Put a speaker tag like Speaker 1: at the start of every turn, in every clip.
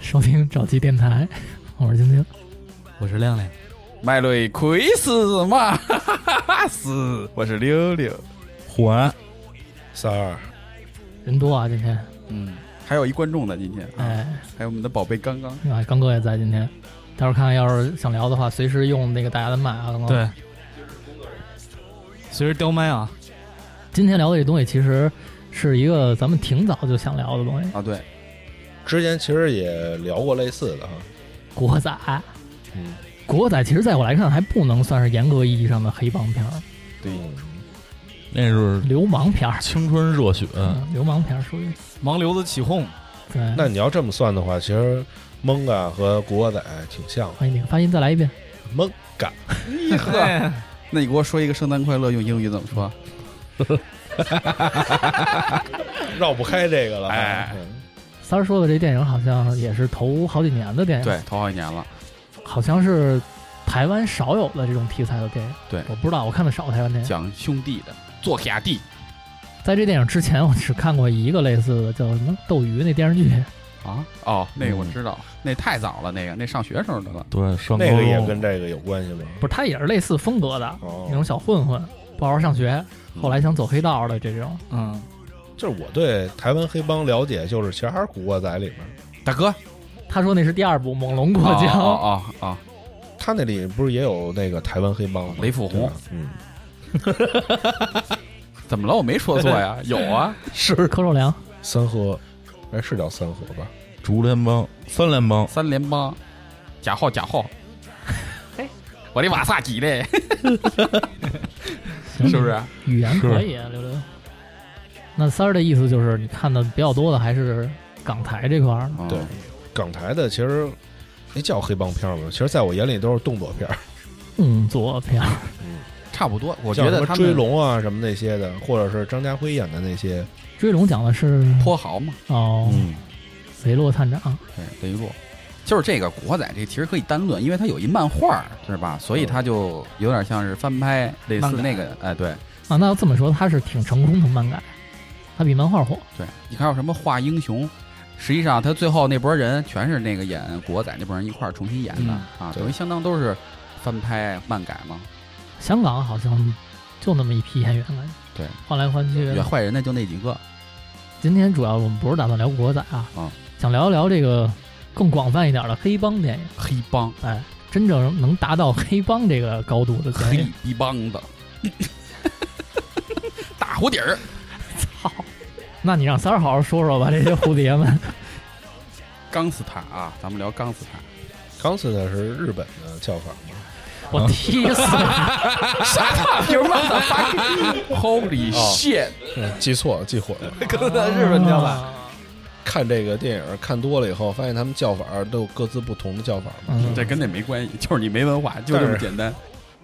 Speaker 1: 收听找鸡电台， 我是晶晶。
Speaker 2: 我是亮亮，
Speaker 3: 麦瑞奎斯嘛， 哈哈哈斯，我是溜溜，
Speaker 4: 虎安三二，
Speaker 1: 人多啊，今天，
Speaker 3: 嗯，还有一观众呢，今天，啊，
Speaker 1: 哎，
Speaker 3: 还有我们的宝贝刚刚，
Speaker 1: 啊，刚哥也在今天，待会儿看看，要是想聊的话，随时用那个大家的麦啊，刚刚。，
Speaker 2: 哦对，随时叼麦啊，
Speaker 1: 今天聊的这东西其实是一个咱们挺早就想聊的东西，
Speaker 3: 啊，对，
Speaker 4: 之前其实也聊过类似的哈，
Speaker 1: 国仔。
Speaker 4: 嗯，
Speaker 1: 国仔其实在我来看还不能算是严格意义上的黑帮片儿，
Speaker 3: 对，
Speaker 4: 嗯
Speaker 5: 那是
Speaker 1: 流氓片儿，
Speaker 5: 青春热血，
Speaker 1: 嗯，流氓片儿属于
Speaker 2: 盲流子起 哄，
Speaker 1: 对。
Speaker 4: 那你要这么算的话，其实蒙嘎和国仔挺像的，
Speaker 1: 哎，你发音再来一遍，
Speaker 4: 蒙嘎
Speaker 3: 呵，那你给我说一个圣诞快乐，用英语怎么说？
Speaker 4: 绕不开这个了。
Speaker 3: 哎
Speaker 4: 嗯
Speaker 1: 三儿说的这电影好像也是头好几年的电影，
Speaker 3: 对，头好几年了，
Speaker 1: 好像是台湾少有的这种题材的电影。
Speaker 3: 对
Speaker 1: 我不知道，我看的少台湾电
Speaker 4: 哎
Speaker 1: 影。
Speaker 3: 讲兄弟的，做下弟
Speaker 1: 在这电影之前，我只看过一个类似的，叫什么《斗鱼》那电视剧，
Speaker 3: 啊，哦，那
Speaker 4: 嗯
Speaker 3: 个我知道，那太早了，那个那上学时候的了，
Speaker 5: 对，上
Speaker 4: 那
Speaker 5: 高
Speaker 4: 个也
Speaker 5: 中
Speaker 4: 跟这个有关系吗？
Speaker 1: 不是，它也是类似风格的，那
Speaker 4: 哦
Speaker 1: 种，小混混，不好好上学，
Speaker 3: 嗯
Speaker 1: 后来想走黑道的这种。
Speaker 2: 嗯，
Speaker 4: 就是我对台湾黑帮了解，就是其实还是古惑仔里面，
Speaker 3: 大哥，
Speaker 1: 他说那是第二部《猛龙过
Speaker 3: 哦
Speaker 1: 江》
Speaker 3: 哦哦哦，
Speaker 4: 他那里不是也有那个台湾黑帮吗？
Speaker 3: 雷富
Speaker 4: 对
Speaker 3: 红
Speaker 4: 吧，嗯，
Speaker 3: 怎么了？我没说错 呀，有啊，
Speaker 1: 是 柯受良，
Speaker 4: 三河，哎，是叫三河吧？
Speaker 5: 竹联帮、三 联帮，
Speaker 3: 三联帮，贾浩贾浩，我的瓦萨吉嘞，
Speaker 4: 嗯
Speaker 1: 行
Speaker 3: 是不是？
Speaker 1: 嗯语言
Speaker 5: 是
Speaker 1: 可以啊，刘刘。那三儿的意思就是，你看的比较多的还是港台这块儿。
Speaker 4: 对
Speaker 3: 嗯
Speaker 4: 港台的其实那叫黑帮片儿吗？其实在我眼里都是动作片儿，
Speaker 3: 嗯
Speaker 1: 动作片儿，
Speaker 3: 差不多，我
Speaker 4: 像
Speaker 3: 觉
Speaker 4: 什
Speaker 3: 得
Speaker 4: 么
Speaker 3: 他
Speaker 4: 追
Speaker 3: 们
Speaker 4: 龙啊什么那些的，或者是张家辉演的那些，
Speaker 1: 《追龙》讲的是
Speaker 3: 泼豪嘛，
Speaker 1: 哦，
Speaker 4: 嗯，
Speaker 1: 雷洛探长。
Speaker 3: 对，雷洛，就是这个古惑仔这个其实可以单论，因为它有一漫画是吧？所以它就有点像是翻拍，类似
Speaker 2: 漫改
Speaker 3: 那个，哎，对
Speaker 1: 啊，那要这么说，他是挺成功的漫改，他比漫画火。
Speaker 3: 对，你看有什么画英雄。实际上，他最后那波人全是那个演古惑仔那波人一块儿重新演的、啊，
Speaker 4: 对
Speaker 3: 等于相当都是翻拍漫改嘛。
Speaker 1: 香港好像就那么一批演员来，
Speaker 3: 对，
Speaker 1: 换来换去。
Speaker 3: 演坏人的就那几个，
Speaker 1: 今天主要我们不是打算聊国仔啊，
Speaker 3: 啊
Speaker 1: 想聊一聊这个更广泛一点的黑帮电影，
Speaker 3: 黑帮、
Speaker 1: 哎，真正能达到黑帮这个高度的电
Speaker 3: 黑
Speaker 1: 影。
Speaker 3: 逼帮 的，大蝴蝶儿。
Speaker 1: 操！那你让三儿好好说说吧，这些蝴蝶 们。
Speaker 3: 钢丝塔啊，咱们聊钢丝塔。
Speaker 4: 钢丝的是日本的叫法吗？
Speaker 1: 我踢死
Speaker 3: 嗯
Speaker 1: 他！
Speaker 3: 有吗？Holy
Speaker 4: 哦
Speaker 3: shit！
Speaker 4: 嗯，记错了，记混了。
Speaker 3: 刚才日本
Speaker 2: 哦
Speaker 3: 叫法。
Speaker 1: 啊
Speaker 4: 看这个电影看多了以后，发现他们叫法都有各自不同的叫法嘛。
Speaker 1: 嗯
Speaker 3: 这跟那没关系，就是你没文化，就这么简单。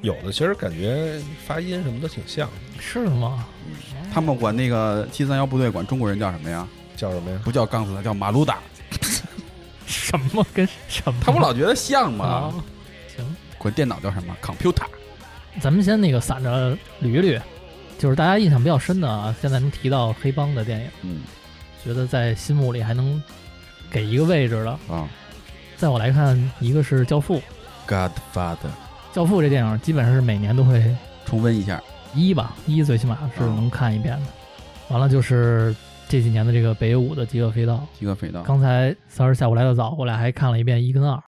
Speaker 4: 有的其实感觉发音什么都挺像的，
Speaker 1: 是吗？
Speaker 3: 他们管那个七三幺部队管中国人叫什么呀？
Speaker 4: 叫什么呀？
Speaker 3: 不叫钢丝塔，叫马路达。
Speaker 1: 什么跟什么？
Speaker 3: 他不老觉得像吗
Speaker 1: 啊？？行，
Speaker 3: 管电脑叫什么？computer。
Speaker 1: 咱们先那个散着捋一捋，就是大家印象比较深的啊，现在能提到黑帮的电影，
Speaker 3: 嗯
Speaker 1: 觉得在心目里还能给一个位置的，
Speaker 3: 啊
Speaker 1: 在我来看，一个是《教父》，《
Speaker 3: ，Godfather。
Speaker 1: 教父》这电影基本上是每年都会
Speaker 3: 重温一下，
Speaker 1: 一吧，一最起码是能看一遍的。完了就是这几年的这个北野武的《极恶飞盗
Speaker 3: 极恶飞盗》，。
Speaker 1: 刚才三儿下午来的早，我俩还看了一遍一跟二，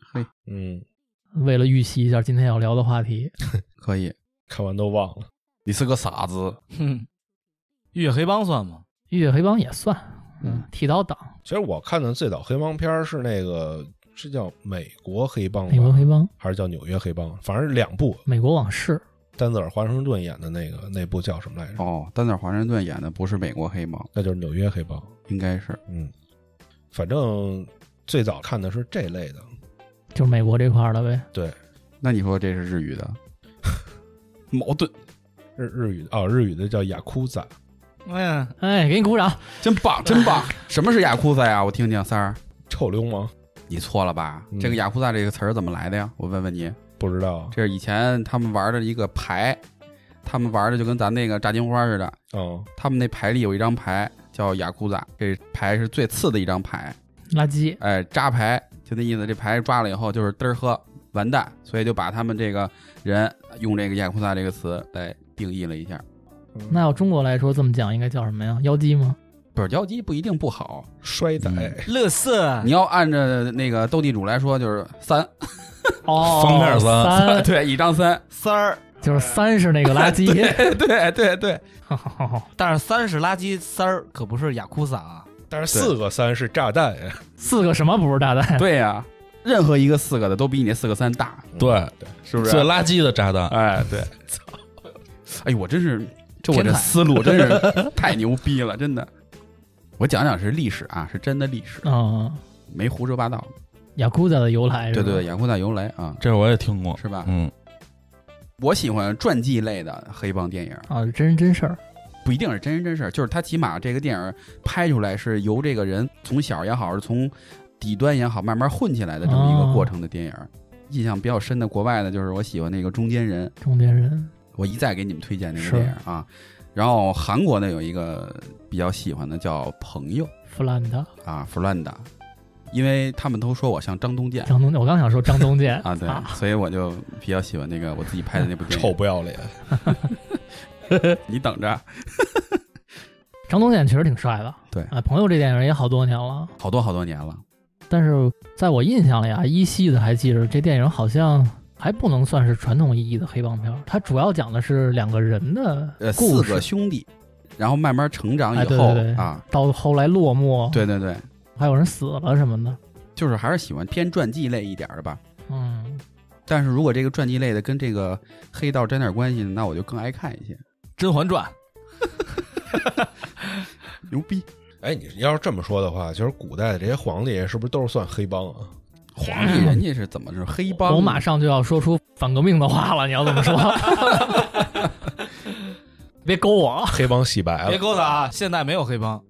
Speaker 4: 嗯，
Speaker 1: 为了预习一下今天要聊的话题，
Speaker 3: 可以。
Speaker 4: 看完都忘了。
Speaker 3: 你是个傻子。
Speaker 2: 哼， 越野黑帮算吗？
Speaker 1: 《越野黑帮》也算，嗯，剃刀党、
Speaker 4: 其实我看的最早黑帮片儿是那个是叫美国黑帮吧，
Speaker 1: 美国黑帮、
Speaker 4: 还是叫纽约黑帮？反正两部，
Speaker 1: 美国往事，
Speaker 4: 丹泽尔华盛顿演的那个那部叫什么来着？
Speaker 3: 哦，丹泽尔华盛顿演的不是美国黑帮，
Speaker 4: 那就是纽约黑帮。
Speaker 3: 应该是
Speaker 4: 嗯，反正最早看的是这类的，
Speaker 1: 就是美国这块儿的呗。
Speaker 4: 对
Speaker 3: 那你说这是日语的？矛盾，
Speaker 4: 日日语哦，日语的叫雅库仔，
Speaker 2: 哎呀，
Speaker 1: 哎，给你鼓掌！
Speaker 3: 真棒，真棒！什么是雅库萨呀？我听听三儿，
Speaker 4: 臭流氓，
Speaker 3: 你错了吧？
Speaker 4: 嗯
Speaker 3: 这个雅库萨这个词儿怎么来的呀？我问问你，
Speaker 4: 不知道啊
Speaker 3: 这是以前他们玩的一个牌，他们玩的就跟咱那个炸金花似的，
Speaker 4: 哦，
Speaker 3: 他们那牌里有一张牌叫雅库萨，这牌是最次的一张牌，
Speaker 1: 垃圾，
Speaker 3: 哎，渣牌就那意思，这牌抓了以后就是嘚儿喝完蛋，所以就把他们这个人用这个“亚库萨”这个词来定义了一下。
Speaker 1: 那要中国来说这么讲，应该叫什么呀？妖姬吗？
Speaker 3: 不是妖姬不一定不好，
Speaker 4: 衰仔，
Speaker 3: 嗯
Speaker 2: 乐色
Speaker 3: 你，要按照那个斗地主来说就是三，呃
Speaker 1: 哦，
Speaker 5: 方片儿三
Speaker 1: 三，
Speaker 3: 对，一张三，
Speaker 2: 三儿，
Speaker 1: 就是三是那个垃圾。
Speaker 3: 对对对对，
Speaker 1: 好好好
Speaker 2: 但是三是垃圾三儿，可不是雅库萨啊。
Speaker 4: 但是四个三是炸弹呀，
Speaker 1: 四个什么不是炸弹？
Speaker 3: 对呀、任何一个四个的都比你那四个三大，
Speaker 5: 对，
Speaker 4: 嗯
Speaker 3: 是不
Speaker 5: 最
Speaker 3: 是？
Speaker 5: 垃圾的炸弹，
Speaker 3: 哎，对， 哎呦，我真是，这我这思路真是太牛逼了，真的。我讲讲是历史啊，是真的历史，
Speaker 1: 嗯，
Speaker 3: 没胡说八道。
Speaker 1: 雅库扎的由来是
Speaker 3: 对
Speaker 1: 吧？
Speaker 3: 对，雅库纳由来啊，
Speaker 5: 这我也听过，
Speaker 3: 是吧？
Speaker 5: 嗯，
Speaker 3: 我喜欢传记类的黑帮电影，
Speaker 1: 啊，真人真事儿。
Speaker 3: 不一定是真人真事儿，就是他起码这个电影拍出来是由这个人从小也好，是从底端也好，慢慢混起来的这么一个过程的电影。印象比较深的国外的就是我喜欢那个《中间人》，
Speaker 1: 中间人
Speaker 3: 我一再给你们推荐那个
Speaker 1: 是
Speaker 3: 电影啊。然后韩国呢有一个比较喜欢的叫《朋友
Speaker 1: 弗兰达，》
Speaker 3: 啊，弗兰达，因为他们都说我像张东健
Speaker 1: 张东，我刚想说张东健
Speaker 3: 啊，对，所以我就比较喜欢那个我自己拍的那部 电
Speaker 4: 臭
Speaker 3: 影。
Speaker 4: 不要脸。
Speaker 3: 你等着，
Speaker 1: 张东健确实挺帅的。
Speaker 3: 对
Speaker 1: 啊，朋友这电影也好多年了，
Speaker 3: 好多好多年了。
Speaker 1: 但是在我印象里啊，依稀的还记着这电影好像还不能算是传统意义的黑帮片儿，它主要讲的是两个人的
Speaker 3: 呃，四
Speaker 1: 故
Speaker 3: 个
Speaker 1: 事，
Speaker 3: 兄弟，然后慢慢成长
Speaker 1: 哎
Speaker 3: 以
Speaker 1: 对
Speaker 3: 后、
Speaker 1: 对对
Speaker 3: 啊，
Speaker 1: 到后来落幕，
Speaker 3: 对对对，
Speaker 1: 还有人死了什么的。
Speaker 3: 就是还是喜欢偏传记类一点儿的吧。
Speaker 1: 嗯，
Speaker 3: 但是如果这个传记类的跟这个黑道沾点关系呢，那我就更爱看一些。
Speaker 2: 《甄嬛传》
Speaker 3: 牛逼，
Speaker 4: 哎，你要是这么说的话，其实古代的这些皇帝是不是都是算黑帮啊？
Speaker 3: 皇帝人家是怎么是黑帮？
Speaker 1: 我嗯马上就要说出反革命的话了，你要这么说， 别勾我。
Speaker 4: 黑帮洗白
Speaker 2: 别
Speaker 4: 了，
Speaker 2: 勾搭啊！现在没有黑帮。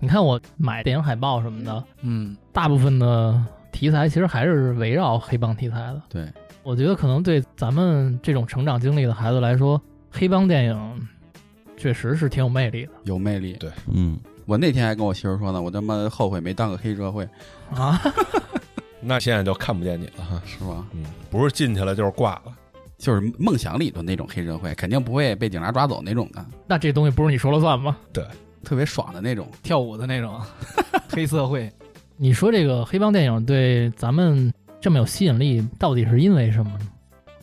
Speaker 1: 你看我买电影海报什么的，
Speaker 2: 嗯，
Speaker 1: 大部分的题材其实还是围绕黑帮题材的。
Speaker 3: 对，
Speaker 1: 我觉得可能对咱们这种成长经历的孩子来说，黑帮电影确实是挺有魅力
Speaker 3: 有魅力。
Speaker 5: 嗯，
Speaker 3: 我那天还跟我媳妇说呢，我他妈后悔没当个黑社会，
Speaker 1: 的啊。
Speaker 4: 那现在就看不见你了哈。
Speaker 3: 是吧？
Speaker 4: 嗯，不是进去了就是挂了。
Speaker 3: 就是梦想里头那种黑社会，肯定不会被警察抓走那种的，
Speaker 1: 那这东西不是你说了算吗？
Speaker 3: 特别爽的那种。
Speaker 2: 跳舞的那 种黑社会，
Speaker 1: 你说这个黑帮电影对咱们这么有吸引力，到底是因为什么呢？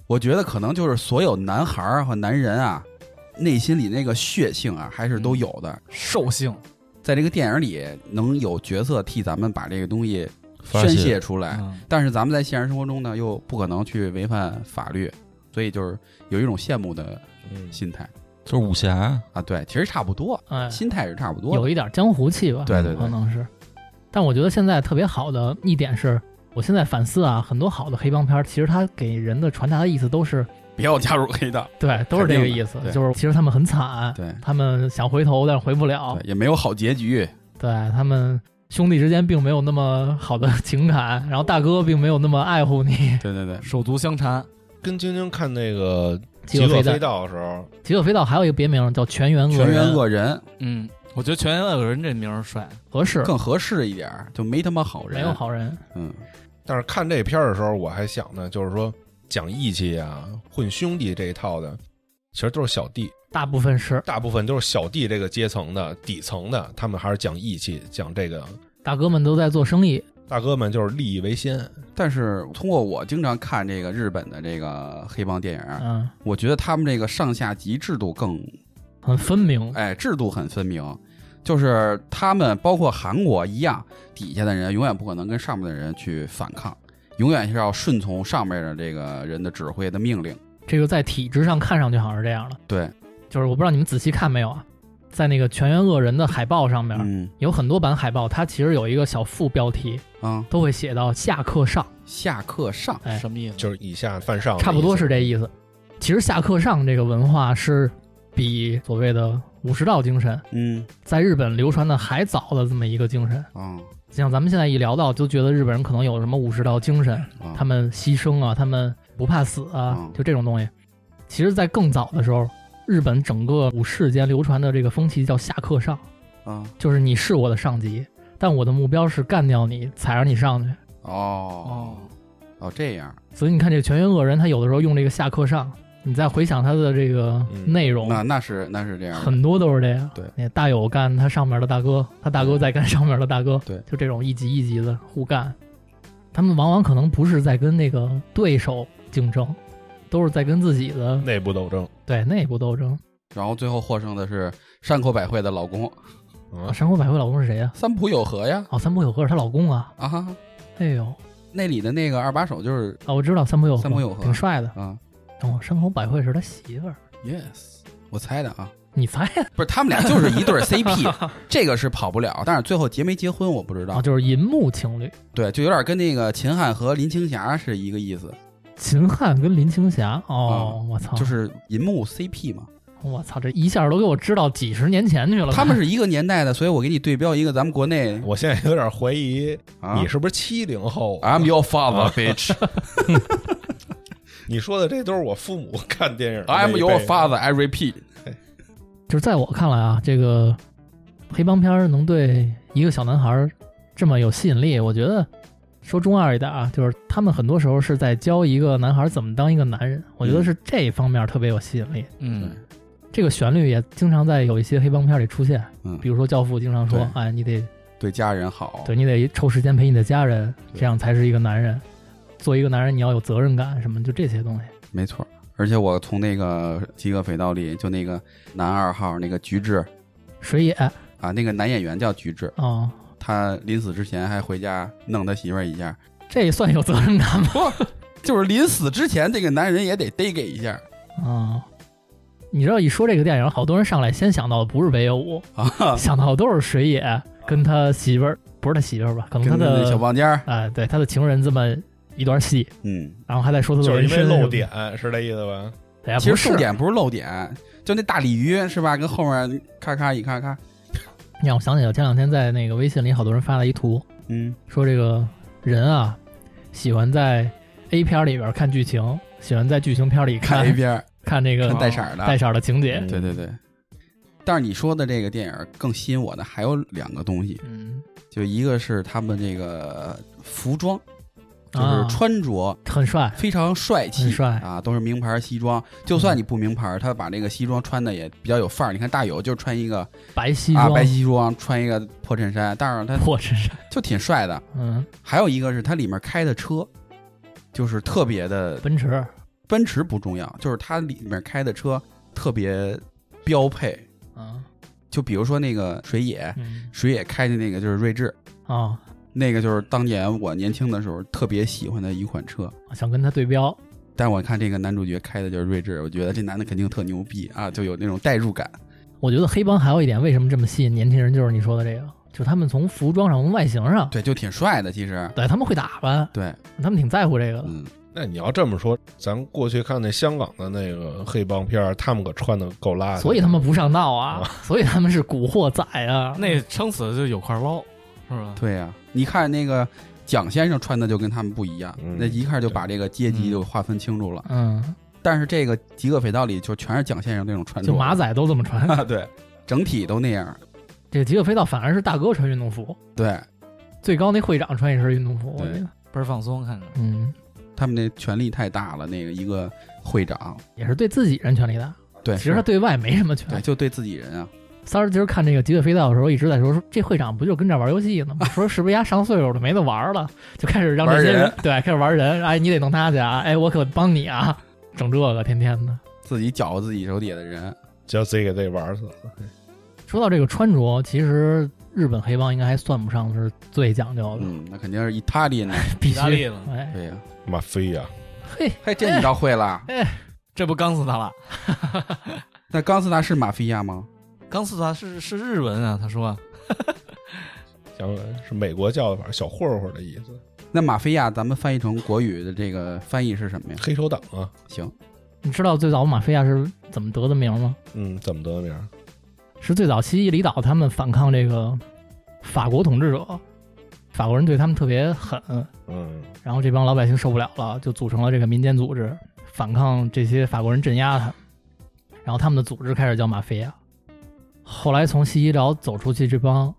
Speaker 3: 我觉得可能就是所有男孩儿和男人啊，内心里那个血性啊，还是都有的。
Speaker 2: 兽性。
Speaker 3: 在这个电影里能有角色替咱们把这个东西
Speaker 5: 发
Speaker 3: 宣
Speaker 5: 泄
Speaker 3: 泄出
Speaker 5: 哎
Speaker 3: 来，
Speaker 2: 嗯
Speaker 3: 但是咱们在现实生活中呢，又不可能去违反法律，所以就是有一种羡慕的
Speaker 4: 嗯，
Speaker 3: 心态
Speaker 5: 就是武侠，
Speaker 3: 啊。对，其实差不多，
Speaker 1: 哎，
Speaker 3: 心态是差不多的。
Speaker 1: 有一点江湖气吧，
Speaker 3: 对对
Speaker 1: 可
Speaker 3: 对，
Speaker 1: 能是。但我觉得现在特别好的一点是，我现在反思啊，很多好的黑帮片儿，其实它给人的传达的意思都是
Speaker 3: 不要加入黑道，
Speaker 1: 对，都是这个意思
Speaker 3: 肯定，的对
Speaker 1: 就是其实他们很惨，
Speaker 3: 对
Speaker 1: 他们想回头但是回不了
Speaker 3: 对，，也没有好结局。
Speaker 1: 对他们兄弟之间并没有那么好的情感，然后大哥并没有那么爱护 你。
Speaker 3: 对对对，
Speaker 2: 手足相缠，
Speaker 4: 跟晶晶看那个《
Speaker 1: 极
Speaker 4: 极
Speaker 1: 恶飞
Speaker 4: 恶
Speaker 1: 弹
Speaker 4: 飞，盗》的时候，
Speaker 1: 极恶飞盗还有一个别名叫全员恶
Speaker 3: 全员
Speaker 1: 人
Speaker 3: 恶人
Speaker 2: 嗯，我觉得全员恶人这名儿帅，
Speaker 1: 合适，
Speaker 3: 更合适一点儿，就没他妈好人，
Speaker 1: 没有，好人，
Speaker 3: 嗯，
Speaker 4: 但是看这片儿的时候，我还想呢，就是说讲义气啊、混兄弟这一套的，其实都是小弟，
Speaker 1: 大部分是
Speaker 4: 大部分都是小弟这个阶层的底层的，他们还是讲义气，讲这个
Speaker 1: 大哥们都在做生意，
Speaker 4: 大哥们就是利益为先。
Speaker 3: 但是通过我经常看这个日本的这个黑帮电影啊，
Speaker 1: 嗯，
Speaker 3: 我觉得他们这个上下级制度更，
Speaker 1: 很分明，
Speaker 3: 哎，制度很分明，就是他们包括韩国一样，底下的人永远不可能跟上面的人去反抗，永远是要顺从上面的这个人的指挥的命令。
Speaker 1: 这个在体制上看上去好像是这样的，
Speaker 3: 对，
Speaker 1: 就是我不知道你们仔细看没有啊，在那个全员恶人的海报上面。
Speaker 3: 嗯
Speaker 1: 有很多版海报，它其实有一个小副标题，
Speaker 3: 啊，
Speaker 1: 都会写到下课上，
Speaker 3: 下课上，
Speaker 1: 哎
Speaker 2: 什么意思？
Speaker 4: 就是以下犯
Speaker 3: 哦
Speaker 4: 上，
Speaker 1: 差不多是这意思。其实下课上这个文化是比所谓的武士道精神
Speaker 3: 嗯
Speaker 1: 在日本流传的还早的这么一个精神。
Speaker 3: 啊
Speaker 1: 像咱们现在一聊到，就觉得日本人可能有什么武士道精神，
Speaker 3: 啊，
Speaker 1: 他们牺牲啊，他们不怕死啊
Speaker 3: 嗯，
Speaker 1: 就这种东西。其实，在更早的时候，日本整个武士间流传的这个风气叫下课上，
Speaker 3: 啊
Speaker 1: 就是你是我的上级，但我的目标是干掉你，踩着你上去。
Speaker 3: 哦
Speaker 2: 哦，
Speaker 3: 哦，这样，
Speaker 1: 所以你看，这个全员恶人，他有的时候用这个下课上，你再回想他的这个
Speaker 4: 嗯
Speaker 1: 内容，
Speaker 3: 那那是那是这样的，
Speaker 1: 哦很多都是这样。
Speaker 3: 对，嗯
Speaker 1: 那大友干他上面的大哥，他大哥再干上面的大哥，
Speaker 3: 对
Speaker 1: 就这种一级一级的互干。他们往往可能不是在跟那个对手竞争，都是在跟自己的
Speaker 4: 内部斗争，
Speaker 1: 对内部斗争。
Speaker 3: 然后最后获胜的是山口百惠的老公
Speaker 1: 啊，
Speaker 4: 嗯，
Speaker 1: 山口百惠老公是谁呀、
Speaker 3: 三浦友和呀，
Speaker 1: 哦，三浦友和是她老公啊。
Speaker 3: 啊哈，
Speaker 1: 哎呦，啊、
Speaker 3: 那里的那个二把手就是
Speaker 1: 我知道三浦友和，
Speaker 3: 三浦友和
Speaker 1: 挺帅的。
Speaker 3: 啊
Speaker 1: 哦，山口百惠是他媳妇儿，
Speaker 3: ，yes，我猜的啊，
Speaker 1: 你猜
Speaker 3: 不是他们俩就是一对 儿 CP，这个是跑不了，但是最后结没结婚我不知
Speaker 1: 啊？
Speaker 3: 道，
Speaker 1: 就是银幕情侣，
Speaker 3: 对，就有点跟那个秦汉和林青霞是一个意思，
Speaker 1: 秦汉跟林青霞。哦，
Speaker 3: 啊
Speaker 1: 我操，
Speaker 3: 就是银幕 CP 嘛，
Speaker 1: 我操，这一下都给我知道几十年前去了吧。
Speaker 3: 他们是一个年代的，所以我给你对标一个咱们国内
Speaker 4: 我现在有点怀疑
Speaker 3: 啊
Speaker 4: 你是不是七零后？啊
Speaker 1: 啊
Speaker 3: ，I'm your father bitch。
Speaker 4: 你说的这都是我父母看电影的那
Speaker 1: 哎
Speaker 3: I'm
Speaker 4: 一
Speaker 3: your
Speaker 4: 辈
Speaker 3: father, I repeat。
Speaker 1: 就是在我看来啊，这个黑帮片儿能对一个小男孩儿这么有吸引力，我觉得说中二一点啊，就是他们很多时候是在教一个男孩儿怎么当一个男人，我
Speaker 3: 嗯
Speaker 1: 觉得是这方面特别有吸引力。
Speaker 2: 嗯，
Speaker 1: 这个旋律也经常在有一些黑帮片儿里出现，
Speaker 3: 嗯
Speaker 1: 比如说《教父》经常说
Speaker 3: 对，
Speaker 1: 哎，你得
Speaker 3: 对家人好，
Speaker 1: 对你得抽时间陪你的家人，
Speaker 3: 对
Speaker 1: 这样才是一个男人。做一个男人，你要有责任感，什么就这些东西。
Speaker 3: 没错。而且我从那个《饥饿肥皂》里，就那个男二号那个菊志
Speaker 1: 水野啊、
Speaker 3: 啊，那个男演员叫菊志，
Speaker 1: 哦
Speaker 3: 他临死之前还回家弄他媳妇儿一下，
Speaker 1: 这也算有责任感吗？
Speaker 3: 就是临死之前，这个男人也得逮给一下
Speaker 1: 啊、你知道一说这个电影，好多人上来先想到的不是北野武，
Speaker 3: 啊，
Speaker 1: 想到的都是水野跟他媳妇儿，不是他媳妇儿吧？可能嗯他
Speaker 3: 跟那小
Speaker 1: 的
Speaker 3: 棒尖儿，
Speaker 1: 哎，对他的情人这么一段戏，
Speaker 3: 嗯。
Speaker 1: 然后还在说他
Speaker 4: 就
Speaker 1: 的
Speaker 4: 是
Speaker 1: 人
Speaker 4: 因为
Speaker 1: 生
Speaker 4: 漏，点，是这意思吧？
Speaker 1: 哎呀，
Speaker 3: 其
Speaker 1: 不
Speaker 3: 实重
Speaker 1: 是，
Speaker 3: 点不是露点，就那大鲤鱼是吧？跟后面咔咔一咔咔，
Speaker 1: 你让我想起来，前两天在那个微信里，好多人发了一图，
Speaker 3: 嗯，
Speaker 1: 说这个人啊，喜欢在 A 片里边看剧情，喜欢在剧情片里
Speaker 3: 看 A
Speaker 1: 看
Speaker 3: 片儿，
Speaker 1: 看这
Speaker 3: 看
Speaker 1: 个
Speaker 3: 带色儿的，
Speaker 1: 嗯哦带色儿的情
Speaker 4: 嗯
Speaker 1: 节，
Speaker 3: 对对对。但是你说的这个电影更吸引我的还有两个东西，
Speaker 1: 嗯，
Speaker 3: 就一个是他们这个服装，嗯就
Speaker 1: 啊
Speaker 3: 是穿着
Speaker 1: 很帅，
Speaker 3: 非常帅气，
Speaker 1: 很帅嗯
Speaker 3: 啊，都是名牌西装。就算你不名牌，他把这个西装穿的也比较有范儿。你看大友就穿一个
Speaker 1: 白西
Speaker 3: 啊
Speaker 1: 装，
Speaker 3: 白西装，穿一个破衬衫，但是他
Speaker 1: 破衬衫，
Speaker 3: 就挺帅的。
Speaker 1: 嗯，
Speaker 3: 还有一个是他里面开的车，就是特别的
Speaker 1: 奔驰，
Speaker 3: 奔驰不重要，就是他里面开的车特别标配。
Speaker 1: 嗯
Speaker 3: 就比如说那个水野，
Speaker 1: 嗯
Speaker 3: 水野开的那个就是锐志，
Speaker 1: 啊。
Speaker 3: 那个就是当年我年轻的时候特别喜欢的一款车。
Speaker 1: 想跟他对标，
Speaker 3: 但我看这个男主角开的就是睿智，我觉得这男的肯定特牛逼啊，就有那种代入感。
Speaker 1: 我觉得黑帮还有一点，为什么这么吸引年轻人，就是你说的这个，就是他们从服装上、从外形上，
Speaker 3: 对，就挺帅的，其实。
Speaker 1: 对他们会打扮，
Speaker 3: 对，
Speaker 1: 他们挺在乎这个的。
Speaker 3: 嗯，
Speaker 4: 那你要这么说，咱过去看那香港的那个黑帮片儿，他们可穿的够辣的，
Speaker 1: 所以他们不上道
Speaker 3: 嗯
Speaker 1: 啊，所以他们是古惑仔啊。
Speaker 2: 那撑死就有块捞，是吧？
Speaker 3: 对呀、你看那个蒋先生穿的就跟他们不一样，
Speaker 4: 嗯
Speaker 3: 那一看就把这个阶级就划分清楚了。
Speaker 1: 嗯，
Speaker 3: 但是这个《极恶肥皂》里就全是蒋先生那种穿着，
Speaker 1: 就马 仔都这么穿。
Speaker 3: 啊， 对，整体都那样。
Speaker 1: 这个极客飞道反而是大哥穿运动服，
Speaker 3: 对
Speaker 1: 最高那会长穿一身运动服。我
Speaker 3: 对
Speaker 1: 觉得，
Speaker 2: 倍儿放松，看着。
Speaker 1: 嗯，
Speaker 3: 他们那权力太大了，那个一个会长，
Speaker 1: 也是对自己人权力大。
Speaker 3: 对，
Speaker 1: 其实他
Speaker 3: 是
Speaker 1: 对外没什么
Speaker 3: 对
Speaker 1: 权。
Speaker 3: 就对自己人啊，
Speaker 1: 三儿今儿看这个极客飞道的时候，一直在说说这会长不就跟这玩游戏呢吗？ 说是不是丫上岁数了没得玩了，就开始让这些
Speaker 3: 玩人
Speaker 1: 对开始玩人。哎，你得弄他去啊！哎，我可帮你啊！整这个天天的。
Speaker 3: 自己搅和自己手底下的人。
Speaker 4: 就自己给自己玩死了。
Speaker 1: 说到这个穿着，其实日本黑帮应该还算不上是最讲究的，
Speaker 3: 嗯，那肯定是意大利呢。
Speaker 1: 必
Speaker 2: 意大利
Speaker 1: 须
Speaker 2: 了，
Speaker 1: 哎
Speaker 3: 对呀、
Speaker 4: 妈飞呀、
Speaker 1: 嘿，
Speaker 3: 嘿，这你倒会了。
Speaker 2: 这不刚死他了？
Speaker 3: 那冈斯达是马菲亚吗？
Speaker 2: 刚死他是是日文啊，他说
Speaker 4: 想想是美国叫法，小混混的意思，
Speaker 3: 那马菲亚咱们翻译成国语的这个翻译是什么呀？
Speaker 4: 黑手党啊。
Speaker 3: 行，
Speaker 1: 你知道最早马菲亚是怎么得的名吗？
Speaker 4: 嗯，怎么得的名儿？
Speaker 1: 是最早西西里岛他们反抗这个法国统治者，法国人对他们特别狠，
Speaker 4: 嗯，
Speaker 1: 然后这帮老百姓受不了了，就组成了这个民间组织，反抗这些法国人镇压他们。然后他们的组织开始叫马菲亚。后来从西西里岛走出去，这帮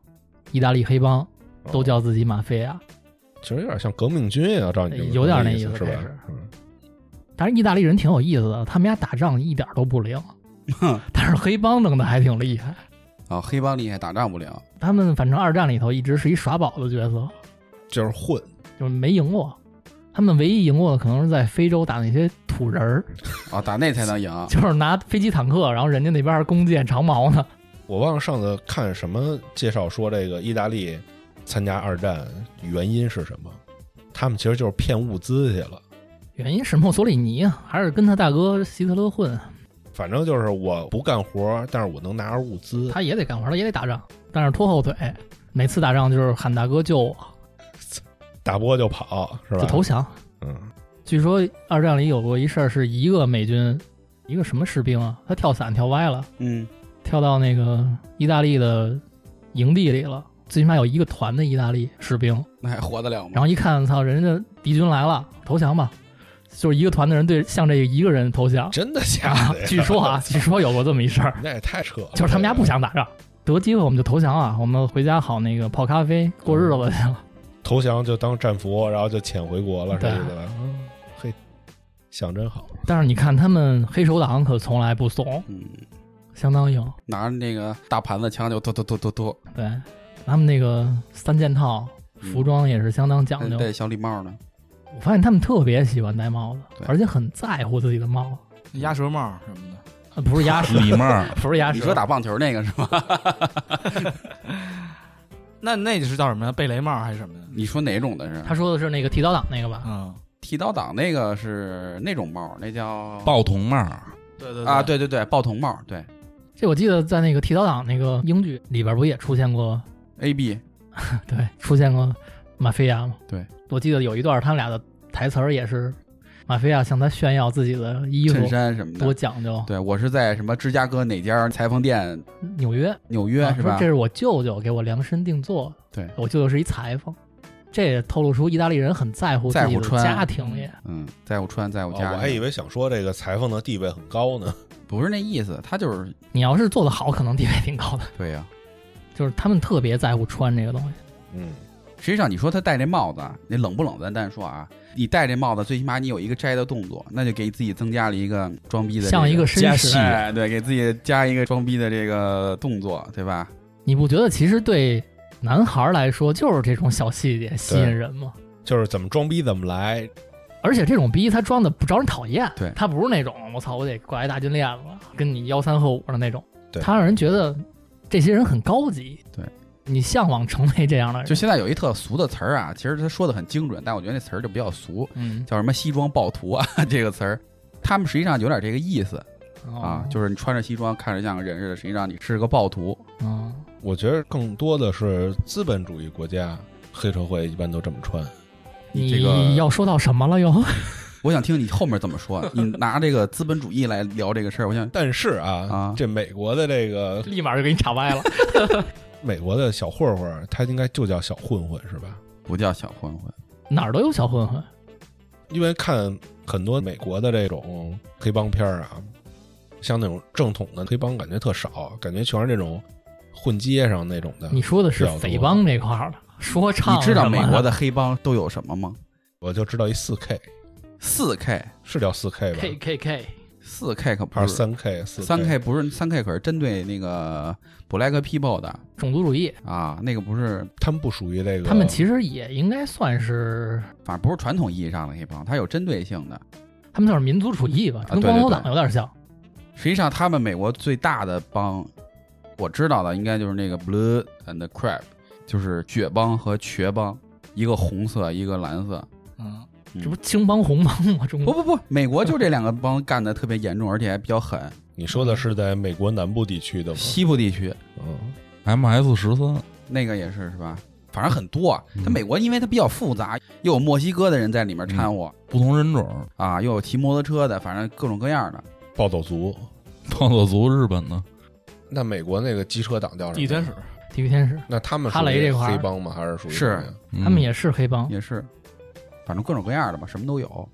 Speaker 1: 意大利黑帮都叫自己马菲亚。
Speaker 4: 哦其实有点像革命军啊，照你这么
Speaker 1: 有点那
Speaker 4: 那
Speaker 1: 意思
Speaker 4: 是吧
Speaker 1: 开始？
Speaker 4: 嗯
Speaker 1: 但是意大利人挺有意思的，他们家打仗一点都不灵，但是黑帮弄得还挺厉害。
Speaker 3: 啊，黑帮厉害，打仗不了。
Speaker 1: 他们反正二战里头一直是一耍宝的角色，
Speaker 4: 就是混，
Speaker 1: 就没赢过。他们唯一赢过的可能是在非洲打那些土人儿，
Speaker 3: 啊，打那才能赢。
Speaker 1: 就是拿飞机坦克，然后人家那边儿弓箭长矛呢。
Speaker 4: 我忘了上次看什么介绍说这个意大利参加二战原因是什么？他们其实就是骗物资去了。
Speaker 1: 原因是墨索里尼啊，还是跟他大哥希特勒混，
Speaker 4: 反正就是我不干活，但是我能拿着物资。
Speaker 1: 他也得干活，他也得打仗，但是拖后腿。每次打仗就是喊大哥救我，
Speaker 4: 打不过就跑，是吧？
Speaker 1: 就投降。
Speaker 4: 嗯，
Speaker 1: 据说二战里有过一事儿，是一个美军，一个什么士兵啊，他跳伞跳歪了，
Speaker 3: 嗯，
Speaker 1: 跳到那个意大利的营地里了。最起码有一个团的意大利士兵，
Speaker 3: 那还活得了
Speaker 1: 然
Speaker 3: 吗？
Speaker 1: 后一看，操，人家敌军来了，投降吧！就是一个团的人对向这一个人投降。
Speaker 4: 真的
Speaker 1: 啊
Speaker 4: 假的呀？
Speaker 1: 据说 啊，据说有过这么一事儿，
Speaker 4: 那也太扯了。
Speaker 1: 啊就是他们家不想打仗，得机会我们就投降啊，我们回家好那个泡咖啡过日子去了。
Speaker 4: 投降就当战俘，然后就潜回国了，是
Speaker 1: 对啊
Speaker 4: 这意思吧？嗯，嘿，想真好。
Speaker 1: 但是你看他们黑手党可从来不怂，
Speaker 3: 嗯，
Speaker 1: 相当硬。
Speaker 3: 拿着那个大盘子枪就突突突突突，
Speaker 1: 对，他们那个三件套
Speaker 3: 嗯
Speaker 1: 服装也是相当讲
Speaker 3: 还
Speaker 1: 究。
Speaker 3: 戴小礼帽呢。
Speaker 1: 我发现他们特别喜欢戴帽子
Speaker 3: 对，
Speaker 1: 而且很在乎自己的帽 子，
Speaker 2: 鸭舌帽什么的，
Speaker 1: 啊不是鸭舌，
Speaker 5: 礼帽儿，
Speaker 1: 不是鸭舌。
Speaker 3: 你说打棒球那个是吧？
Speaker 2: 那那就是叫什么呀？贝雷帽还是什么呀？
Speaker 3: 你说哪种的是？
Speaker 1: 他说的是那个剃刀党那个吧？
Speaker 2: 嗯，
Speaker 3: 剃刀党那个是那种帽，那叫
Speaker 5: 报童帽儿，
Speaker 2: 对对
Speaker 3: 啊，，对对对，报童帽，对
Speaker 1: 这我记得在那个剃刀党那个英剧里边不也出现过？
Speaker 3: A B
Speaker 1: 对，出现过马菲亚吗？
Speaker 3: 对，
Speaker 1: 我记得有一段他们俩的台词儿也是，马菲亚向他炫耀自己的衣服
Speaker 3: 衬衫什么
Speaker 1: 多
Speaker 3: 的。
Speaker 1: 讲究，
Speaker 3: 对，我是在什么芝加哥哪家裁缝店，
Speaker 1: 纽约
Speaker 3: 纽约
Speaker 1: 啊
Speaker 3: 是
Speaker 1: 说
Speaker 3: 吧
Speaker 1: 这？是我舅舅给我量身定做的，
Speaker 3: 对
Speaker 1: 我舅舅是一裁缝，这也透露出意大利人很在乎自
Speaker 3: 在
Speaker 1: 己
Speaker 3: 乎
Speaker 1: 的
Speaker 3: 穿
Speaker 1: 家庭也。
Speaker 3: 嗯，在我穿，在我
Speaker 4: 哦
Speaker 3: 家。
Speaker 4: 我还以为想说这个裁缝的地位很高呢。
Speaker 3: 不是那意思，他就是
Speaker 1: 你要是做得好，可能地位挺高的。
Speaker 3: 对呀、
Speaker 1: 就是他们特别在乎穿这个东西，
Speaker 4: 嗯，
Speaker 3: 实际上，你说他戴这帽子啊，那冷不冷？咱单说啊，你戴这帽子，最起码你有一个摘的动作，那就给自己增加了一个装逼的这、
Speaker 1: 像一个绅
Speaker 5: 加
Speaker 1: 士
Speaker 5: 戏。
Speaker 3: 哎，对，给自己加一个装逼的这个动作，对吧？
Speaker 1: 你不觉得其实对男孩儿来说，就是这种小细节吸引
Speaker 4: 对
Speaker 1: 人吗？
Speaker 4: 就是怎么装逼怎么来，
Speaker 1: 而且这种逼他装的不招人讨厌，
Speaker 3: 对
Speaker 1: 他不是那种我操我得挂一大金链子，跟你吆三喝五的那种，
Speaker 4: 对
Speaker 1: 他让人觉得这些人很高级，
Speaker 3: 对
Speaker 1: 你向往成为这
Speaker 5: 哎
Speaker 1: 样的人，
Speaker 3: 就现在有一特俗的词儿啊，其实他说的很精准，但我觉得那词儿就比较俗，
Speaker 1: 嗯
Speaker 3: 叫什么“西装暴徒”啊， 这个词儿，他们实际上有点这个意思
Speaker 1: 哦
Speaker 5: 哦
Speaker 3: 啊，就是你穿着西装，看着像个人似的，实际上你是个暴徒。
Speaker 1: 嗯，
Speaker 4: 我觉得更多的是资本主义国家黑社会一般都这么穿。
Speaker 3: 你这个
Speaker 1: 你要说到什么了又？
Speaker 3: 我想听你后面怎么说，啊你拿这个资本主义来聊这个事儿，我想
Speaker 4: 但是啊，
Speaker 3: 啊
Speaker 4: 这美国的这个
Speaker 1: 立马就给你岔歪了。
Speaker 4: 美国的小混混，他应该就叫小混混是吧？
Speaker 3: 不叫小混混，
Speaker 1: 哪儿都有小混混，
Speaker 4: 因为看很多美国的这种黑帮片儿啊，像那种正统的黑帮感觉特少，感觉全是那种混街上那种的。
Speaker 1: 你说的是
Speaker 4: 比较多
Speaker 1: 匪帮这块儿的，说唱
Speaker 3: 你知道
Speaker 1: 什么
Speaker 3: 美
Speaker 1: 的
Speaker 3: 国的黑帮都有什么吗？
Speaker 4: 我就知道一四 K
Speaker 3: 四 K。
Speaker 4: 是叫四 K 吧？
Speaker 1: K K K，
Speaker 3: 四 K 可
Speaker 4: 还
Speaker 3: 不
Speaker 4: 是
Speaker 3: 是
Speaker 4: 三 K？四
Speaker 3: 三 K 不是三 K 可是针对那个 Black People 的
Speaker 1: 种族主义，
Speaker 3: 啊，那个不是，
Speaker 4: 他们不属于这个。
Speaker 1: 他们其实也应该算是，
Speaker 3: 反正不是传统意义上的黑帮，它有针对性的。
Speaker 1: 他们算是民族主义吧，
Speaker 3: 啊
Speaker 1: 跟
Speaker 3: 对对
Speaker 1: 光头
Speaker 3: 对嗯
Speaker 1: 党有点像。
Speaker 3: 实际上，他们美国最大的帮，我知道的应该就是那个 Blue and Crab，就是血帮和瘸帮，一个红色，一个蓝色。
Speaker 2: 嗯，
Speaker 1: 这不是青帮红帮吗？中
Speaker 3: 不
Speaker 1: 国
Speaker 3: 不不，美国就这两个帮干的特别严重，而且还比较狠。
Speaker 4: 你说的是在美国南部地区的吗？
Speaker 3: 西部地区
Speaker 4: 嗯，
Speaker 5: M S 十三，
Speaker 3: 那个也是是吧？反正很多啊，它
Speaker 5: 嗯
Speaker 3: 美国因为它比较复杂，又有墨西哥的人在里面掺和，
Speaker 5: 不同人种，
Speaker 3: 啊，又有骑摩托车的，反正各种各样的。
Speaker 4: 暴走族。
Speaker 5: 暴走族，日本的，
Speaker 4: 那美国那个机车党叫什么？
Speaker 2: 地天使。
Speaker 1: 地狱天使，
Speaker 4: 那他们
Speaker 1: 哈雷
Speaker 4: 属于
Speaker 1: 这块儿
Speaker 4: 黑帮吗？还是属于
Speaker 3: 是
Speaker 4: 什么呀
Speaker 5: 嗯
Speaker 1: 他们也是黑帮。
Speaker 3: 也是，反正各种各样的吧，什么都有。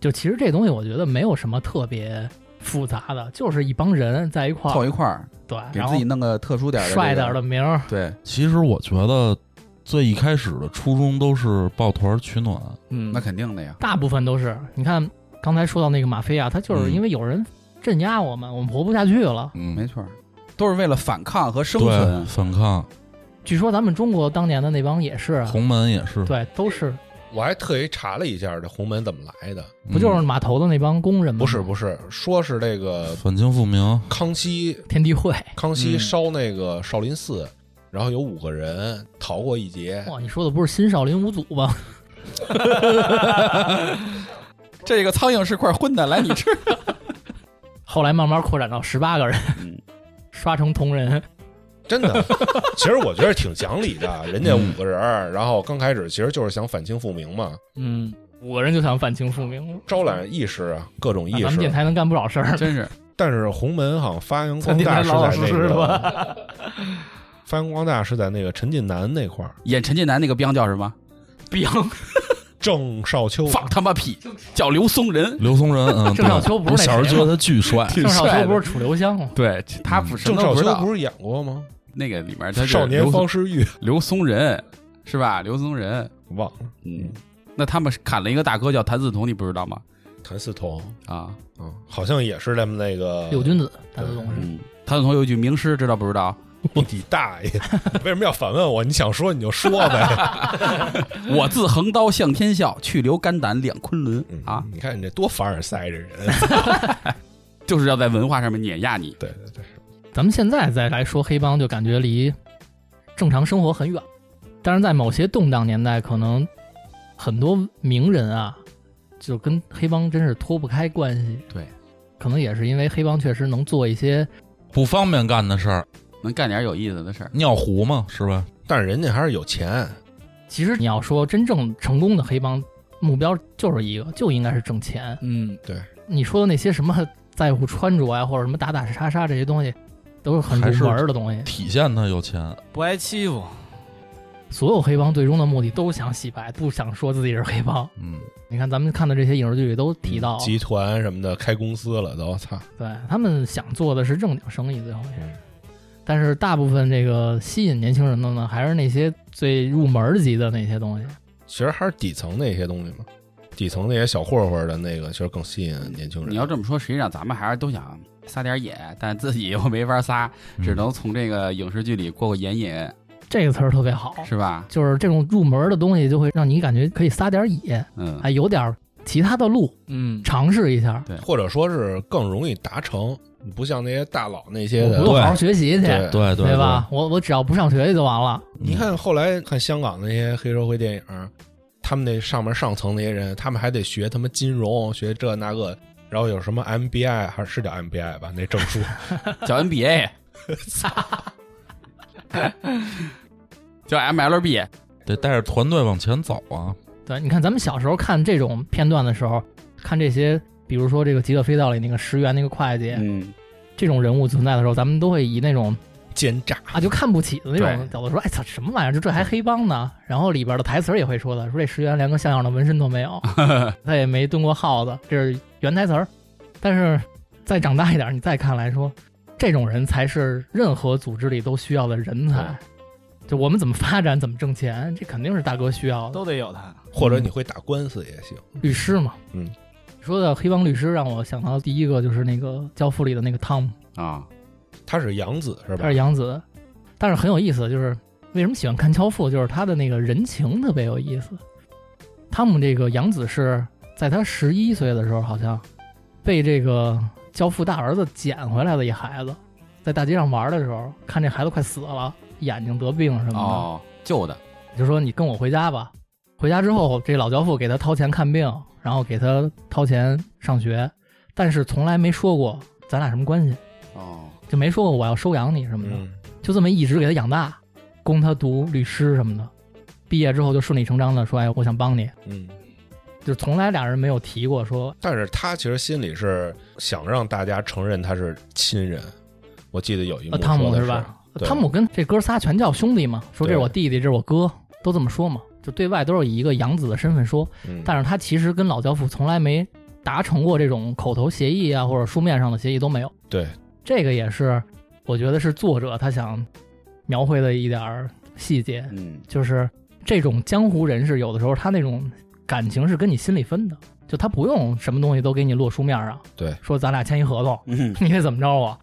Speaker 1: 就其实这东西，我觉得没有什么特别复杂的，就是一帮人在一块
Speaker 3: 凑
Speaker 1: 儿，
Speaker 3: 一块儿，
Speaker 1: 对，
Speaker 3: 给
Speaker 1: 然后
Speaker 3: 自己弄个特殊点儿的、
Speaker 1: 哦帅点儿
Speaker 3: 的。
Speaker 1: 的名儿，
Speaker 3: 对，
Speaker 5: 其实我觉得最一开始的初衷都是抱团取暖，
Speaker 2: 嗯，
Speaker 3: 那肯定的呀。
Speaker 1: 大部分都是。你看刚才说到那个马菲亚，他就是
Speaker 5: 嗯
Speaker 1: 因为有人镇压我们，我们活不下去了。
Speaker 5: 嗯，
Speaker 3: 没错，都是为了反抗和生
Speaker 5: 对，
Speaker 3: 存。
Speaker 5: 反抗，
Speaker 1: 据说咱们中国当年的那帮也是啊，
Speaker 5: 红门也是，
Speaker 1: 对，都是
Speaker 4: 我还特意查了一下这红门怎么来的，
Speaker 5: 嗯
Speaker 1: 不就是码头的那帮工人吗？
Speaker 4: 不是不是，说是这个
Speaker 5: 反清复明？
Speaker 4: 康熙
Speaker 1: 天地会。
Speaker 4: 康熙
Speaker 2: 嗯
Speaker 4: 烧那个少林寺，然后有五个人逃过一劫，
Speaker 1: 哇，你说的不是新少林五祖吧？
Speaker 3: 这个苍蝇是块荤的，来你吃。
Speaker 1: 后来慢慢扩展到十八个人，
Speaker 3: 嗯
Speaker 1: 刷成同人。
Speaker 4: 真的。其实我觉得挺讲理的，人
Speaker 5: 嗯
Speaker 4: 家五个人儿，然后刚开始其实就是想反清复明嘛，
Speaker 2: 嗯，
Speaker 1: 五个人就想反清复明，
Speaker 4: 招揽意识啊，各种
Speaker 1: 那
Speaker 4: 意
Speaker 1: 咱们电
Speaker 4: 识。
Speaker 1: 台能干不少事儿。
Speaker 3: 嗯真是，
Speaker 4: 但是洪门好像发扬
Speaker 2: 咱
Speaker 4: 光
Speaker 2: 电
Speaker 4: 大
Speaker 2: 台
Speaker 4: 是
Speaker 2: 老老实
Speaker 4: 在那
Speaker 2: 实的
Speaker 4: 个
Speaker 2: 吧。
Speaker 4: 发扬光大是在那个陈近南那块儿，
Speaker 3: 演陈近南那个兵叫什么？
Speaker 1: 饼
Speaker 4: 郑少秋
Speaker 3: 放他妈屁，叫刘松 仁。
Speaker 5: 刘松仁，嗯，
Speaker 1: 郑少
Speaker 5: 对
Speaker 1: 秋不是那
Speaker 5: 我小时候
Speaker 1: 谁
Speaker 5: 觉得他巨帅，
Speaker 1: 郑少
Speaker 3: 帅
Speaker 1: 秋
Speaker 3: 的
Speaker 1: 不是楚留香吗？
Speaker 3: 对他不什
Speaker 4: 郑
Speaker 3: 么都
Speaker 4: 少
Speaker 3: 不知
Speaker 4: 秋
Speaker 3: 道
Speaker 4: 不是演过吗？
Speaker 3: 那个里面他就是
Speaker 4: 少年
Speaker 3: 刘
Speaker 4: 方世玉
Speaker 3: 刘松仁是吧？刘松仁，
Speaker 4: 忘了，
Speaker 3: 嗯，那他们砍了一个大哥叫谭嗣同，你不知道吗？
Speaker 4: 谭嗣同，
Speaker 3: 啊，
Speaker 4: 嗯，好像也是他们那个
Speaker 1: 六君子，谭嗣同是。
Speaker 3: 嗯，谭嗣同有一句名诗，知道不知道？
Speaker 4: 你大爷！ 为什么要反问我？你想说你就说 呗。
Speaker 3: 我自横刀向天笑，去留肝胆两昆仑
Speaker 4: 嗯
Speaker 3: 啊！
Speaker 4: 你看你这多凡尔赛这人。
Speaker 3: 就是要在文化上面碾压你。
Speaker 4: 对对对，
Speaker 1: 咱们现在再来说黑帮，就感觉离正常生活很远。但是在某些动荡年代，可能很多名人啊，就跟黑帮真是脱不开关系。
Speaker 3: 对，
Speaker 1: 可能也是因为黑帮确实能做一些
Speaker 5: 不方便干的事儿，
Speaker 3: 能干点有意思的事儿，
Speaker 5: 尿壶嘛，是吧？
Speaker 4: 但是人家还是有钱。
Speaker 1: 其实你要说真正成功的黑帮，目标就是一个，就应该是挣钱。
Speaker 2: 嗯，
Speaker 1: 你说的那些什么 在乎穿着啊呀、或者什么打打杀杀这些东西，都是很
Speaker 5: 还是
Speaker 1: 入门儿的东西。
Speaker 5: 体现他有钱，
Speaker 2: 不挨欺负，
Speaker 1: 所有黑帮最终的目的都想洗白，不想说自己是黑帮。
Speaker 5: 嗯，
Speaker 1: 你看咱们看的这些影视剧里都提到，
Speaker 4: 嗯集团什么的，开公司了都，操！
Speaker 1: 对他们想做的是正经生意，最后也是
Speaker 4: 嗯。
Speaker 1: 但是大部分这个吸引年轻人的呢，还是那些最入门儿级的那些东西。
Speaker 4: 其实还是底层那些东西嘛，底层那些小混混的那个，其实更吸引年轻人。
Speaker 3: 你要这么说，实际上咱们还是都想撒点野，但自己又没法撒，
Speaker 5: 嗯
Speaker 3: 只能从这个影视剧里过过眼瘾，
Speaker 1: 这个词儿特别好，
Speaker 3: 是吧？
Speaker 1: 就是这种入门儿的东西，就会让你感觉可以撒点儿野，
Speaker 3: 嗯，
Speaker 1: 还有点儿其他的路
Speaker 2: 嗯，
Speaker 1: 尝试一下，
Speaker 4: 或者说是更容易达成，你不像那些大佬那些
Speaker 1: 我
Speaker 4: 的
Speaker 1: 不用好好学习去，
Speaker 4: 对
Speaker 5: 嗯对对
Speaker 1: 吧？？我我只要不上学去就完了。
Speaker 5: 对
Speaker 4: 你，看后来看香港那些黑社会电影，他们那上面上层那些人，他们还得学他妈金融，学这那个，然后有什么 MBI 还是叫 MBI 吧，那证书
Speaker 3: 叫 NBA，叫 MLB，
Speaker 5: 得带着团队往前走啊，
Speaker 1: 对，你看咱们小时候看这种片段的时候，看这些，比如说这个《极乐飞盗》里那个石原那个会计、
Speaker 3: 嗯，
Speaker 1: 这种人物存在的时候，咱们都会以那 种
Speaker 4: 奸诈。
Speaker 1: 啊就看不起的那
Speaker 3: 对
Speaker 1: 种角度说：“哎操，什么玩意儿？这这还黑帮呢？”然后里边的台词儿也会说的，说这石原连个像样的纹身都没有， 他也没蹲过耗子，这是原台词儿。但是再长大一点，你再看来说，这种人才是任何组织里都需要的人才。就我们怎么发展，怎么挣钱，这肯定是大哥需要的。
Speaker 2: 都得有他。
Speaker 4: 或
Speaker 1: 嗯
Speaker 4: 者你会打官司也行，
Speaker 1: 律师嘛，
Speaker 4: 嗯，
Speaker 1: 说到黑帮律师，让我想到第一个就是那个《教父》里的那个汤姆，
Speaker 3: 啊，
Speaker 4: 他是养子是吧
Speaker 1: 他是？养子，但是很有意思，就是为什么喜欢看《教父》，就是他的那个人情特别有意思。汤姆这个养子是在他十一岁的时候，好像被这个教父大儿子捡回来的一孩子，在大街上玩的时候，看这孩子快死了，眼睛得病嗯什么的，
Speaker 3: 哦，旧的，
Speaker 1: 就说你跟我回家吧。回家之后，这老教父给他掏钱看病，然后给他掏钱上学，但是从来没说过咱俩什么关系，
Speaker 3: 哦，
Speaker 1: 就没说过我要收养你什么的，
Speaker 4: 嗯，
Speaker 1: 就这么一直给他养大，供他读律师什么的。毕业之后就顺理成章的说：“哎，我想帮你。
Speaker 4: 嗯，”
Speaker 1: 就从来俩人没有提过说
Speaker 4: 但是他其实心里是想让大家承认他是亲人。我记得有一幕
Speaker 1: 呃汤
Speaker 4: 说
Speaker 1: 姆
Speaker 4: 的
Speaker 1: 是吧？
Speaker 4: 对
Speaker 1: 汤姆跟这哥仨全叫兄弟嘛，说这是我弟弟，这是我哥，都这么说嘛，就对外都是以一个养子的身份说。
Speaker 4: 是？嗯，
Speaker 1: 但是他其实跟老教父从来没达成过这种口头协议啊，或者书面上的协议都没有。
Speaker 4: 对，
Speaker 1: 这个也是我觉得是作者他想描绘的一点儿细节，
Speaker 3: 嗯，
Speaker 1: 就是这种江湖人士，有的时候他那种感情是跟你心里分的，就他不用什么东西都给你落书面上，
Speaker 4: 对，
Speaker 1: 说咱俩签一合同，
Speaker 3: 嗯
Speaker 1: 你得怎么着啊？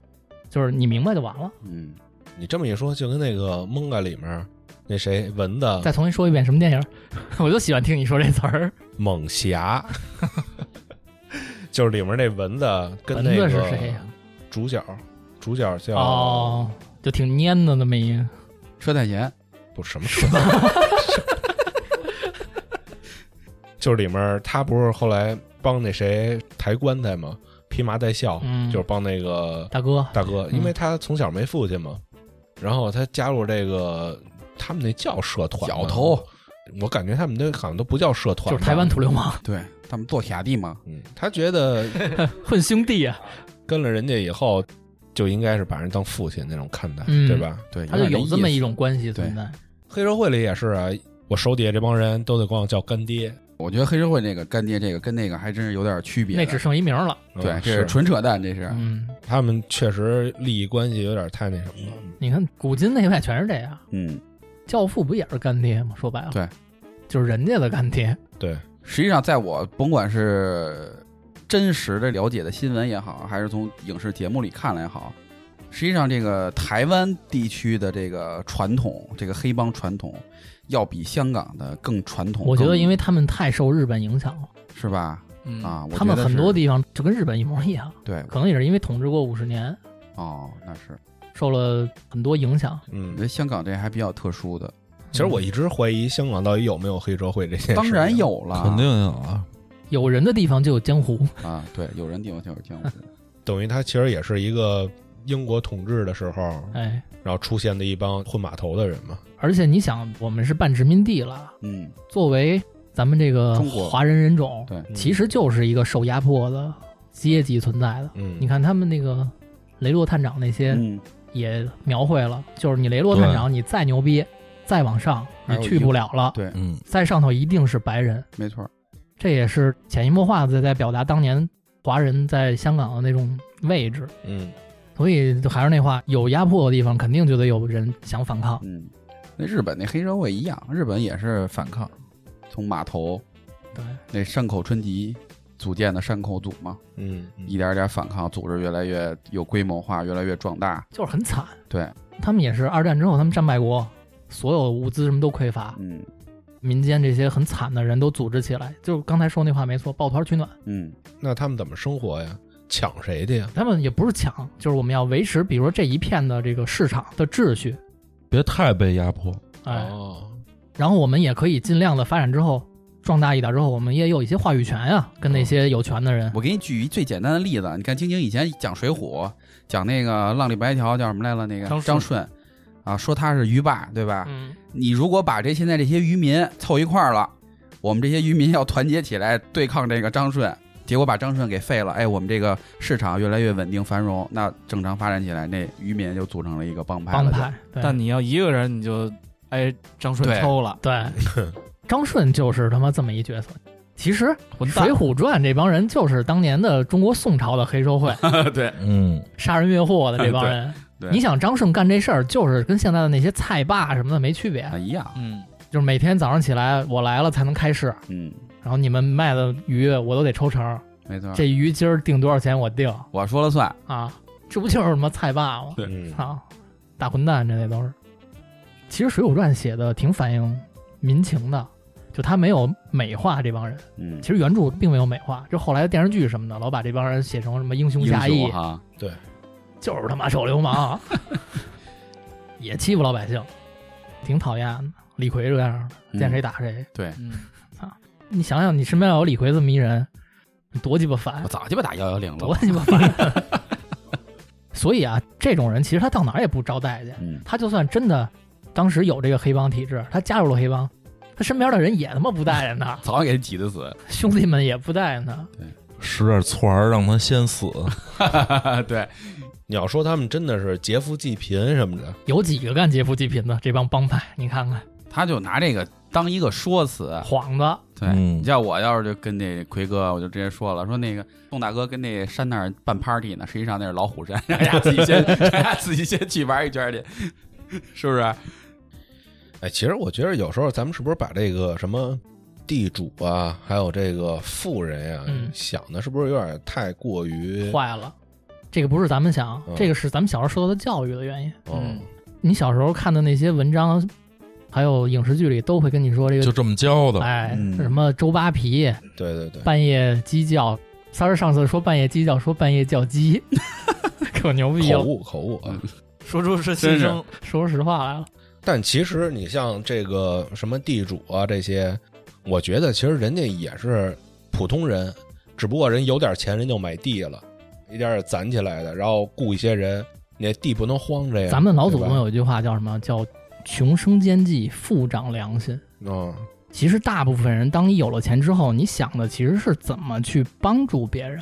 Speaker 1: 就是你明白就完了。
Speaker 3: 嗯，
Speaker 4: 你这么一说，就跟那个蒙嘎里面那谁蚊子
Speaker 1: 再重新说一遍什么电影？ 我就喜欢听你说这词儿。
Speaker 4: 猛侠，就是里面那蚊子跟那
Speaker 1: 蚊子是谁
Speaker 4: 个
Speaker 1: 呀
Speaker 4: 主角，主角叫、哦
Speaker 1: 哦，就挺蔫的那么一
Speaker 3: 车太贤，
Speaker 4: 不什么事儿， 就是里面他不是后来帮那谁抬棺材吗？披麻戴孝，
Speaker 1: 嗯
Speaker 4: 就是帮那个
Speaker 1: 大哥。
Speaker 4: 大哥，
Speaker 1: 嗯
Speaker 4: 因为他从小没父亲嘛，然后他加入这个他们那叫社团吗
Speaker 3: 角头，
Speaker 4: 我感觉他们那好像都不叫社团
Speaker 1: 就
Speaker 4: 吧，
Speaker 1: 是台湾土流氓
Speaker 3: 对他们做铁弟嘛，
Speaker 4: 嗯，他觉得
Speaker 1: 混兄弟啊，
Speaker 4: 跟了人家以后，就应该是把人当父亲那种看待，
Speaker 1: 嗯
Speaker 4: 对吧？
Speaker 3: 对，
Speaker 1: 他就
Speaker 3: 点
Speaker 1: 有这么
Speaker 3: 意
Speaker 1: 一
Speaker 3: 思。
Speaker 1: 种关系存在。
Speaker 4: 黑社会里也是啊，我手底下这帮人都得管我叫干爹，
Speaker 3: 我觉得黑社会这个干爹这个跟那个还真是有点区别的。
Speaker 1: 那只剩一名了，
Speaker 3: 对
Speaker 4: 嗯，
Speaker 3: 这
Speaker 4: 是
Speaker 3: 纯扯淡，这是。
Speaker 1: 嗯，
Speaker 4: 他们确实利益关系有点太那什么了。嗯
Speaker 1: 你看古今内外全是这样，
Speaker 3: 嗯，
Speaker 1: 教父不也是干爹吗？说白了，
Speaker 3: 对，
Speaker 1: 就是人家的干爹。
Speaker 4: 对，
Speaker 3: 实际上，在我甭管是真实的了解的新闻也好，还是从影视节目里看来也好，实际上这个台湾地区的这个传统，这个黑帮传统，要比香港的更传统。
Speaker 1: 我觉得，
Speaker 3: 更
Speaker 1: 因为他们太受日本影响了，
Speaker 3: 是吧？
Speaker 2: 嗯
Speaker 3: 啊，我
Speaker 1: 他们
Speaker 3: 觉得
Speaker 1: 很多
Speaker 3: 是
Speaker 1: 地方就跟日本一模一样，
Speaker 3: 对
Speaker 1: 可能也是因为统治过五十年，
Speaker 3: 哦，那是
Speaker 1: 受了很多影响。
Speaker 3: 我
Speaker 4: 嗯
Speaker 3: 觉，得香港这还比较特殊的，
Speaker 4: 其实我一直怀疑香港到底有没有黑社会这件事。
Speaker 3: 当然，有了，
Speaker 5: 肯定有啊。
Speaker 1: 有人的地方就有江湖，
Speaker 3: 啊，对，有人地方就有江 湖，
Speaker 4: 等于他其实也是一个英国统治的时候，
Speaker 1: 哎，
Speaker 4: 然后出现的一帮混码头的人嘛。
Speaker 1: 而且你想，我们是半殖民地了，
Speaker 3: 嗯，
Speaker 1: 作为咱们这个
Speaker 3: 中国
Speaker 1: 华人人种，
Speaker 3: 对，
Speaker 4: 嗯
Speaker 1: 其实就是一个受压迫的阶级存在的。
Speaker 4: 嗯，
Speaker 1: 你看他们那个雷洛探长那些
Speaker 3: 嗯，
Speaker 1: 也描绘了，就是你雷洛探长，你再牛逼，再往上，
Speaker 3: 还
Speaker 1: 你
Speaker 3: 有
Speaker 1: 去不了了，
Speaker 3: 对，
Speaker 5: 嗯，
Speaker 1: 再上头一定是白人。
Speaker 3: 没错儿，
Speaker 1: 这也是潜移默化的在表达当年华人在香港的那种位置。
Speaker 4: 嗯，
Speaker 1: 所以就还是那话，有压迫的地方，肯定就得有人想反抗。
Speaker 3: 嗯，那日本那黑社会一样，日本也是反抗，从码头
Speaker 1: 对，
Speaker 3: 那山口春吉组建的山口组嘛，
Speaker 4: 嗯嗯，
Speaker 3: 一点儿点儿反抗，组织越来越有规模化，越来越壮大，
Speaker 1: 就是很惨。
Speaker 3: 对，
Speaker 1: 他们也是二战之后，他们战败国，所有物资什么都匮乏，
Speaker 3: 嗯
Speaker 1: 民间这些很惨的人都组织起来，就是刚才说那话没错，抱团取暖。
Speaker 3: 嗯，
Speaker 4: 那他们怎么生活呀？抢谁的呀？
Speaker 1: 他们也不是抢，就是我们要维持，比如说这一片的这个市场的秩序，
Speaker 5: 别太被压迫。
Speaker 1: 哎，
Speaker 4: 哦，
Speaker 1: 然后我们也可以尽量的发展之后，壮大一点之后，我们也有一些话语权呀、跟那些有权的人。
Speaker 3: 我给你举一最简单的例子，你看晶晶以前讲《水浒》，讲那个浪里白条叫什么来了？那个
Speaker 2: 张顺
Speaker 3: 张顺。啊，说他是鱼霸，对吧？
Speaker 1: 嗯，
Speaker 3: 你如果把这现在这些渔民凑一块儿了，我们这些渔民要团结起来对抗这个张顺，结果把张顺给废了，哎，我们这个市场越来越稳定繁荣，那正常发展起来，那渔民就组成了一个帮派了
Speaker 1: 帮
Speaker 3: 就。
Speaker 1: 派。对
Speaker 2: 但你要一个人，你就挨张顺
Speaker 3: 对
Speaker 2: 抽了，
Speaker 1: 对， 张顺就是他妈这么一角色。其实
Speaker 2: 混
Speaker 1: 《
Speaker 2: 蛋
Speaker 1: 水浒传》这帮人就是当年的中国宋朝的黑社 会，
Speaker 3: 对
Speaker 5: 嗯，
Speaker 1: 杀人越货的这帮人。
Speaker 3: 对，
Speaker 1: 你想张顺干这事儿，就是跟现在的那些菜霸什么的没区别
Speaker 3: 啊，一样，
Speaker 2: 嗯，
Speaker 1: 就是每天早上起来我来了才能开市，
Speaker 3: 嗯，
Speaker 1: 然后你们卖的鱼我都得抽成，
Speaker 3: 没错。
Speaker 1: 这鱼今儿定多少钱我定
Speaker 3: 我说了算，
Speaker 1: 啊，这不就是他妈菜霸吗？
Speaker 4: 嗯，
Speaker 1: 啊，大混蛋，这那都是。其实《水浒传》写的挺反映民情的，就他没有美化这帮人。
Speaker 3: 嗯
Speaker 1: 其，实原著并没有美化，就后来的电视剧什么的，老把这帮人写成什么英雄
Speaker 3: 英
Speaker 1: 侠义
Speaker 3: 雄，啊哈，
Speaker 1: 就是他妈手流 氓，也欺负老百姓，挺讨厌的。李逵这样的，见
Speaker 3: 嗯
Speaker 1: 谁打谁。
Speaker 3: 对，
Speaker 2: 嗯，
Speaker 1: 你想想，你身边要有李逵这么一人，你多鸡巴烦
Speaker 3: 我，早鸡巴打幺幺零
Speaker 1: 多
Speaker 3: 了。
Speaker 1: 鸡巴烦。所以啊，这种人其实他到哪儿也不招待去，
Speaker 3: 嗯，，
Speaker 1: 他就算真的当时有这个黑帮体制，他加入了黑帮，他身边的人也他妈不待见他
Speaker 3: 早晚给他挤得死。
Speaker 1: 兄弟们也不待见他。
Speaker 5: 使点错儿让他 先死。
Speaker 3: 对，
Speaker 4: 你要说他们真的是劫富济贫什么的，
Speaker 1: 有几个干劫富济贫的这帮帮派？你看看，
Speaker 3: 他就拿这个当一个说辞。
Speaker 1: 幌子
Speaker 3: 对，
Speaker 5: 嗯
Speaker 3: 你像我要是就跟那奎哥，我就直接说了，说那个宋大哥跟那山那儿办 party 呢，实际上那是老 虎 山，让他自己先让他自己先去玩一圈去，是不是？
Speaker 4: 哎，其实我觉得有时候咱们是不是把这个什么地主啊，还有这个富人呀、
Speaker 1: 嗯
Speaker 4: 想的是不是有点太过于
Speaker 1: 坏了。这个不是咱们想
Speaker 4: 嗯，
Speaker 1: 这个是咱们小时候受到的教育的原因。
Speaker 4: 嗯
Speaker 2: 嗯
Speaker 1: 你小时候看的那些文章，还有影视剧里都会跟你说这
Speaker 5: 就
Speaker 1: 个，
Speaker 5: 这么教的。
Speaker 1: 哎，
Speaker 3: 嗯
Speaker 1: 什么周扒皮、
Speaker 4: 对对对，
Speaker 1: 半夜鸡叫。三儿上次说半夜鸡叫，说半夜叫鸡， 可牛逼
Speaker 4: 口
Speaker 1: 了。
Speaker 4: 误口误啊。
Speaker 2: 说出是心
Speaker 3: 真是
Speaker 2: 声，
Speaker 1: 说实话来了，
Speaker 4: 但其实你像这个什么地主啊这些，我觉得其实人家也是普通人，只不过人有点钱，人就买地了，一点点攒起来的，然后雇一些人，那地不能荒着呀。
Speaker 1: 咱们老祖
Speaker 4: 对吧
Speaker 1: 宗有一句话叫什么？叫“穷生奸计，富长良心”。
Speaker 4: 嗯，
Speaker 1: 其实大部分人，当你有了钱之后，你想的其实是怎么去帮助别人，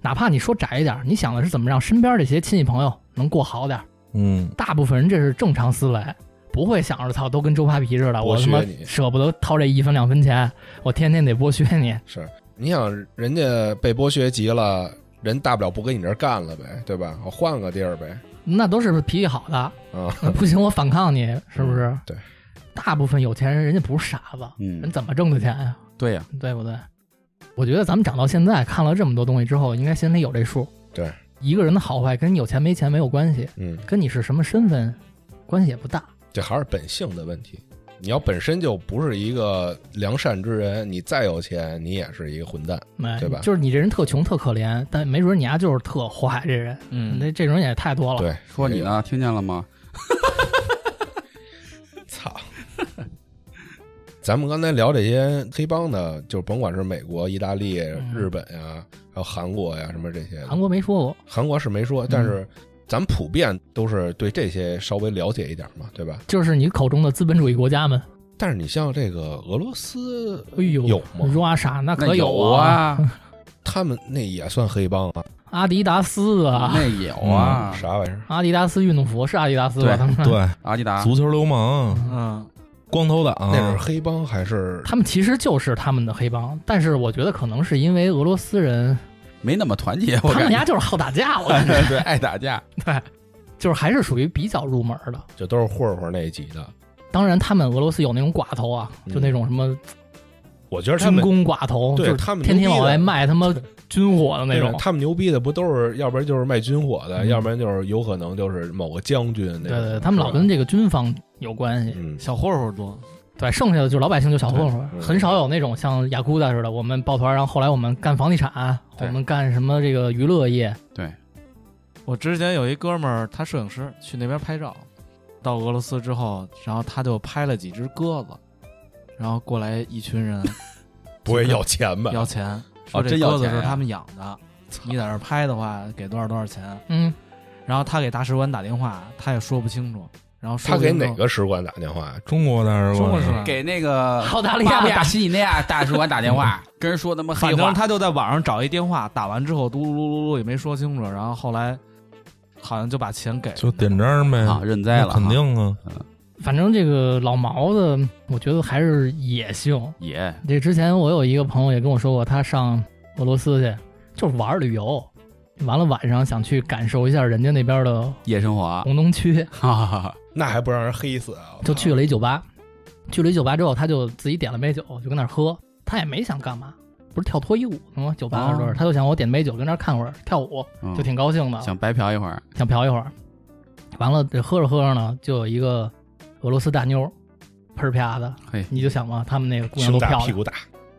Speaker 1: 哪怕你说窄一点，你想的是怎么让身边这些亲戚朋友能过好点儿。
Speaker 5: 嗯，
Speaker 1: 大部分人这是正常思维，不会想着操都跟周扒皮似的，我
Speaker 4: 剥
Speaker 1: 他
Speaker 4: 削
Speaker 1: 妈
Speaker 4: 你
Speaker 1: 舍不得掏这一分两分钱，我天天得剥削你。
Speaker 4: 是你想人家被剥削急了，人大不了不跟你这儿干了呗，对吧？我换个地儿呗，
Speaker 1: 那都是脾气好的，
Speaker 4: 啊、嗯
Speaker 1: 那 不行我反抗你，是不是？
Speaker 4: 对，
Speaker 1: 大部分有钱人人家不是傻子，人
Speaker 3: 嗯，
Speaker 1: 怎么挣的钱呀、
Speaker 3: 对呀，
Speaker 1: 对不对？我觉得咱们长到现在看了这么多东西之后，应该心里有这数。
Speaker 4: 对，
Speaker 1: 一个人的好坏跟你有钱没钱没有关系，
Speaker 4: 嗯，
Speaker 1: 跟你是什么身份关系也不大。
Speaker 4: 这还是本性的问题。你要本身就不是一个良善之人，你再有钱，你也是一个混蛋。
Speaker 1: 哎，
Speaker 4: 对吧
Speaker 1: 就是你这人特穷特可怜，但没准你丫就是特坏这人。
Speaker 2: 嗯，
Speaker 1: 那这种人也太多了。
Speaker 4: 对，
Speaker 3: 说你呢，哎听见了吗？
Speaker 4: 操！咱们刚才聊这些黑帮的，就甭管是美国、意大利、
Speaker 1: 嗯
Speaker 4: 日本呀、还有韩国呀、什么这些的。
Speaker 1: 韩国没嗯说过，
Speaker 4: 韩国是没说，但是咱们普遍都是对这些稍微了解一点嘛，对吧？
Speaker 1: 就是你口中的资本主义国家们。
Speaker 4: 但是你像这个俄罗斯，
Speaker 1: 哎呦，
Speaker 4: 有吗
Speaker 1: r u s s i a 那
Speaker 3: 那
Speaker 1: 可有啊，
Speaker 3: 啊，
Speaker 4: 他们那也算黑帮啊，
Speaker 1: 阿迪达斯啊，嗯
Speaker 3: 那有啊，
Speaker 4: 啥玩意儿？
Speaker 1: 阿迪达斯运动服是阿迪达斯吧？
Speaker 3: 对
Speaker 1: 他们
Speaker 5: 对，
Speaker 3: 阿迪达，
Speaker 5: 足球流氓、
Speaker 2: 嗯，
Speaker 5: 光头党，
Speaker 4: 那是黑帮还是
Speaker 1: 他们其实就是他们的黑帮，但是我觉得可能是因为俄罗斯人，
Speaker 3: 没那么团结，我
Speaker 1: 他们
Speaker 3: 感
Speaker 1: 家
Speaker 3: 觉。
Speaker 1: 就是好打架，我感觉
Speaker 3: 对，爱打架，
Speaker 4: 哎
Speaker 1: 就是还是属于比较入门的。
Speaker 4: 就都是混混那一级的？
Speaker 1: 当然，他们俄罗斯有那种寡头啊，
Speaker 4: 嗯
Speaker 1: 就那种什么
Speaker 4: 我觉得他
Speaker 1: 军
Speaker 4: 们
Speaker 1: 工寡头，
Speaker 4: 对
Speaker 1: 就是
Speaker 4: 他们
Speaker 1: 天天
Speaker 4: 牛逼
Speaker 1: 往
Speaker 4: 的
Speaker 1: 外卖他妈军火的那
Speaker 4: 对
Speaker 1: 种。
Speaker 4: 他们牛逼的不都是，要不然就是卖军火的，
Speaker 1: 嗯
Speaker 4: 要不然就是有可能就是某个将军那种。
Speaker 1: 对对，对他们老
Speaker 4: 是吧
Speaker 1: 跟这个军方有关系。
Speaker 4: 嗯，
Speaker 2: 小混混多，
Speaker 1: 对，剩下的就是老百姓就小混混
Speaker 4: 对，嗯
Speaker 1: 很少有那种像雅库达似的，我们抱团，然后后来我们干房地产，我
Speaker 3: 对
Speaker 1: 们干什么这个娱乐业，
Speaker 2: 我之前有一哥们儿，他摄影师去那边拍照，到俄罗斯之后，然后他就拍了几只鸽子，然后过来一群人
Speaker 4: 不会要钱吧？
Speaker 2: 要钱，说这
Speaker 3: 真要
Speaker 2: 鸽子
Speaker 3: 钱
Speaker 2: 是
Speaker 3: 呀
Speaker 2: 他们养的，你在这儿拍的话给多少多少钱。
Speaker 1: 嗯，
Speaker 2: 然后他给大使馆打电话，他也说不清楚，然后说
Speaker 4: 他
Speaker 2: 不
Speaker 4: 给
Speaker 2: 清楚
Speaker 4: 哪个使馆打电话啊呀？
Speaker 5: 中国大使
Speaker 2: 中国
Speaker 5: 馆
Speaker 2: 使馆
Speaker 3: 给那
Speaker 4: 呃
Speaker 3: 个
Speaker 1: 澳大利 亚
Speaker 3: 巴布亚
Speaker 1: 打
Speaker 3: 新几内亚大使馆打电话，跟人说他妈黑
Speaker 2: 反
Speaker 3: 话
Speaker 2: 正，他就在网上找一电话，打完之后嘟噜噜噜噜也没说清楚，然后后来好像就把钱给了
Speaker 5: 就点章呗，
Speaker 3: 啊认栽了
Speaker 5: 那
Speaker 3: 啊，
Speaker 5: 肯定啊，
Speaker 1: 反正这个老毛子，我觉得还是野性。
Speaker 3: 也
Speaker 1: 这之前我有一个朋友也跟我说过，他上俄罗斯去就是玩儿旅游，完了晚上想去感受一下人家那边的
Speaker 3: 夜生 活，
Speaker 1: 红灯区，
Speaker 3: 哈哈哈哈，
Speaker 4: 那还不让人黑死啊？
Speaker 1: 就去了一酒吧。去了一酒吧之后，他就自己点了杯酒，就跟那儿喝。他也没想干嘛，不是跳脱衣舞的吗？酒吧那儿都是，
Speaker 2: 哦
Speaker 1: 他就想我点杯酒跟那儿看会儿跳舞，
Speaker 3: 嗯
Speaker 1: 就挺高兴的，
Speaker 3: 想白嫖一会儿，
Speaker 1: 想嫖一会儿。完了，这喝着喝着呢，就有一个俄罗斯大妞儿，喷儿啪的，
Speaker 3: 嘿，
Speaker 1: 你就想吧，他们那个姑娘都
Speaker 4: 胸
Speaker 1: 漂
Speaker 4: 大
Speaker 1: 亮
Speaker 4: 屁，股大，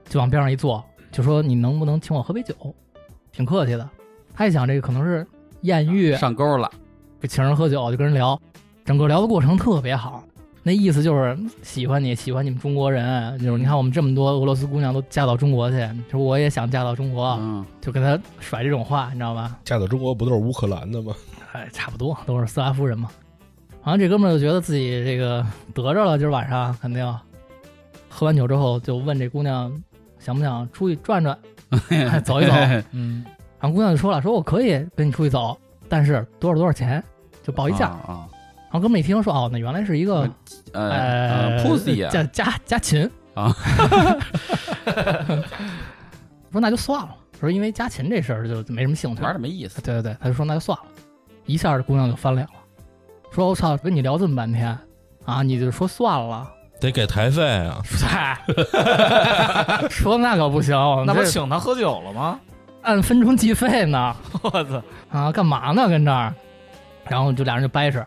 Speaker 1: 就往边上一坐，就说你能不能请我喝杯酒？挺客气的。他一想这个可能是艳遇，
Speaker 3: 上钩了，
Speaker 1: 就请人喝酒，就跟人聊，整个聊的过程特别好。那意思就是喜欢你，喜欢你们中国人，就是你
Speaker 3: 嗯
Speaker 1: 看我们这么多俄罗斯姑娘都嫁到中国去，就是我也想嫁到中国，
Speaker 3: 嗯，
Speaker 1: 就跟他甩这种话，你知道吧？
Speaker 4: 嫁到中国不都是乌克兰的吗？
Speaker 1: 哎，差不多都是斯拉夫人嘛。然后这哥们儿就觉得自己这个得着了，今儿晚上肯定喝完酒之后就问这姑娘想不想出去转 转，哎走一走。
Speaker 2: 嗯，
Speaker 1: 然后姑娘就说了，说我可以跟你出去走，但是多少多少钱，就报一价。
Speaker 3: 啊，
Speaker 1: 然后哥们一听说，哦，那原来是一个
Speaker 3: 啊呃
Speaker 1: 呃
Speaker 3: 呃，pussy
Speaker 1: 加
Speaker 3: 啊
Speaker 1: 加加琴
Speaker 3: 啊，
Speaker 1: 说那就算了，说因为加琴这事儿就没什么兴 趣。
Speaker 3: 玩的没 意思，
Speaker 1: 对对对，他就说那就算了，一下这姑娘就翻脸了，说我操，跟你聊这么半天，啊，你就说算了，
Speaker 5: 得给台费啊，
Speaker 1: 嗨， 说那可不行，我们
Speaker 2: 那不
Speaker 1: 这
Speaker 2: 请他喝酒了吗？
Speaker 1: 按分钟计费呢
Speaker 2: 我操！
Speaker 1: 啊，干嘛呢跟这儿？然后就俩人就掰扯，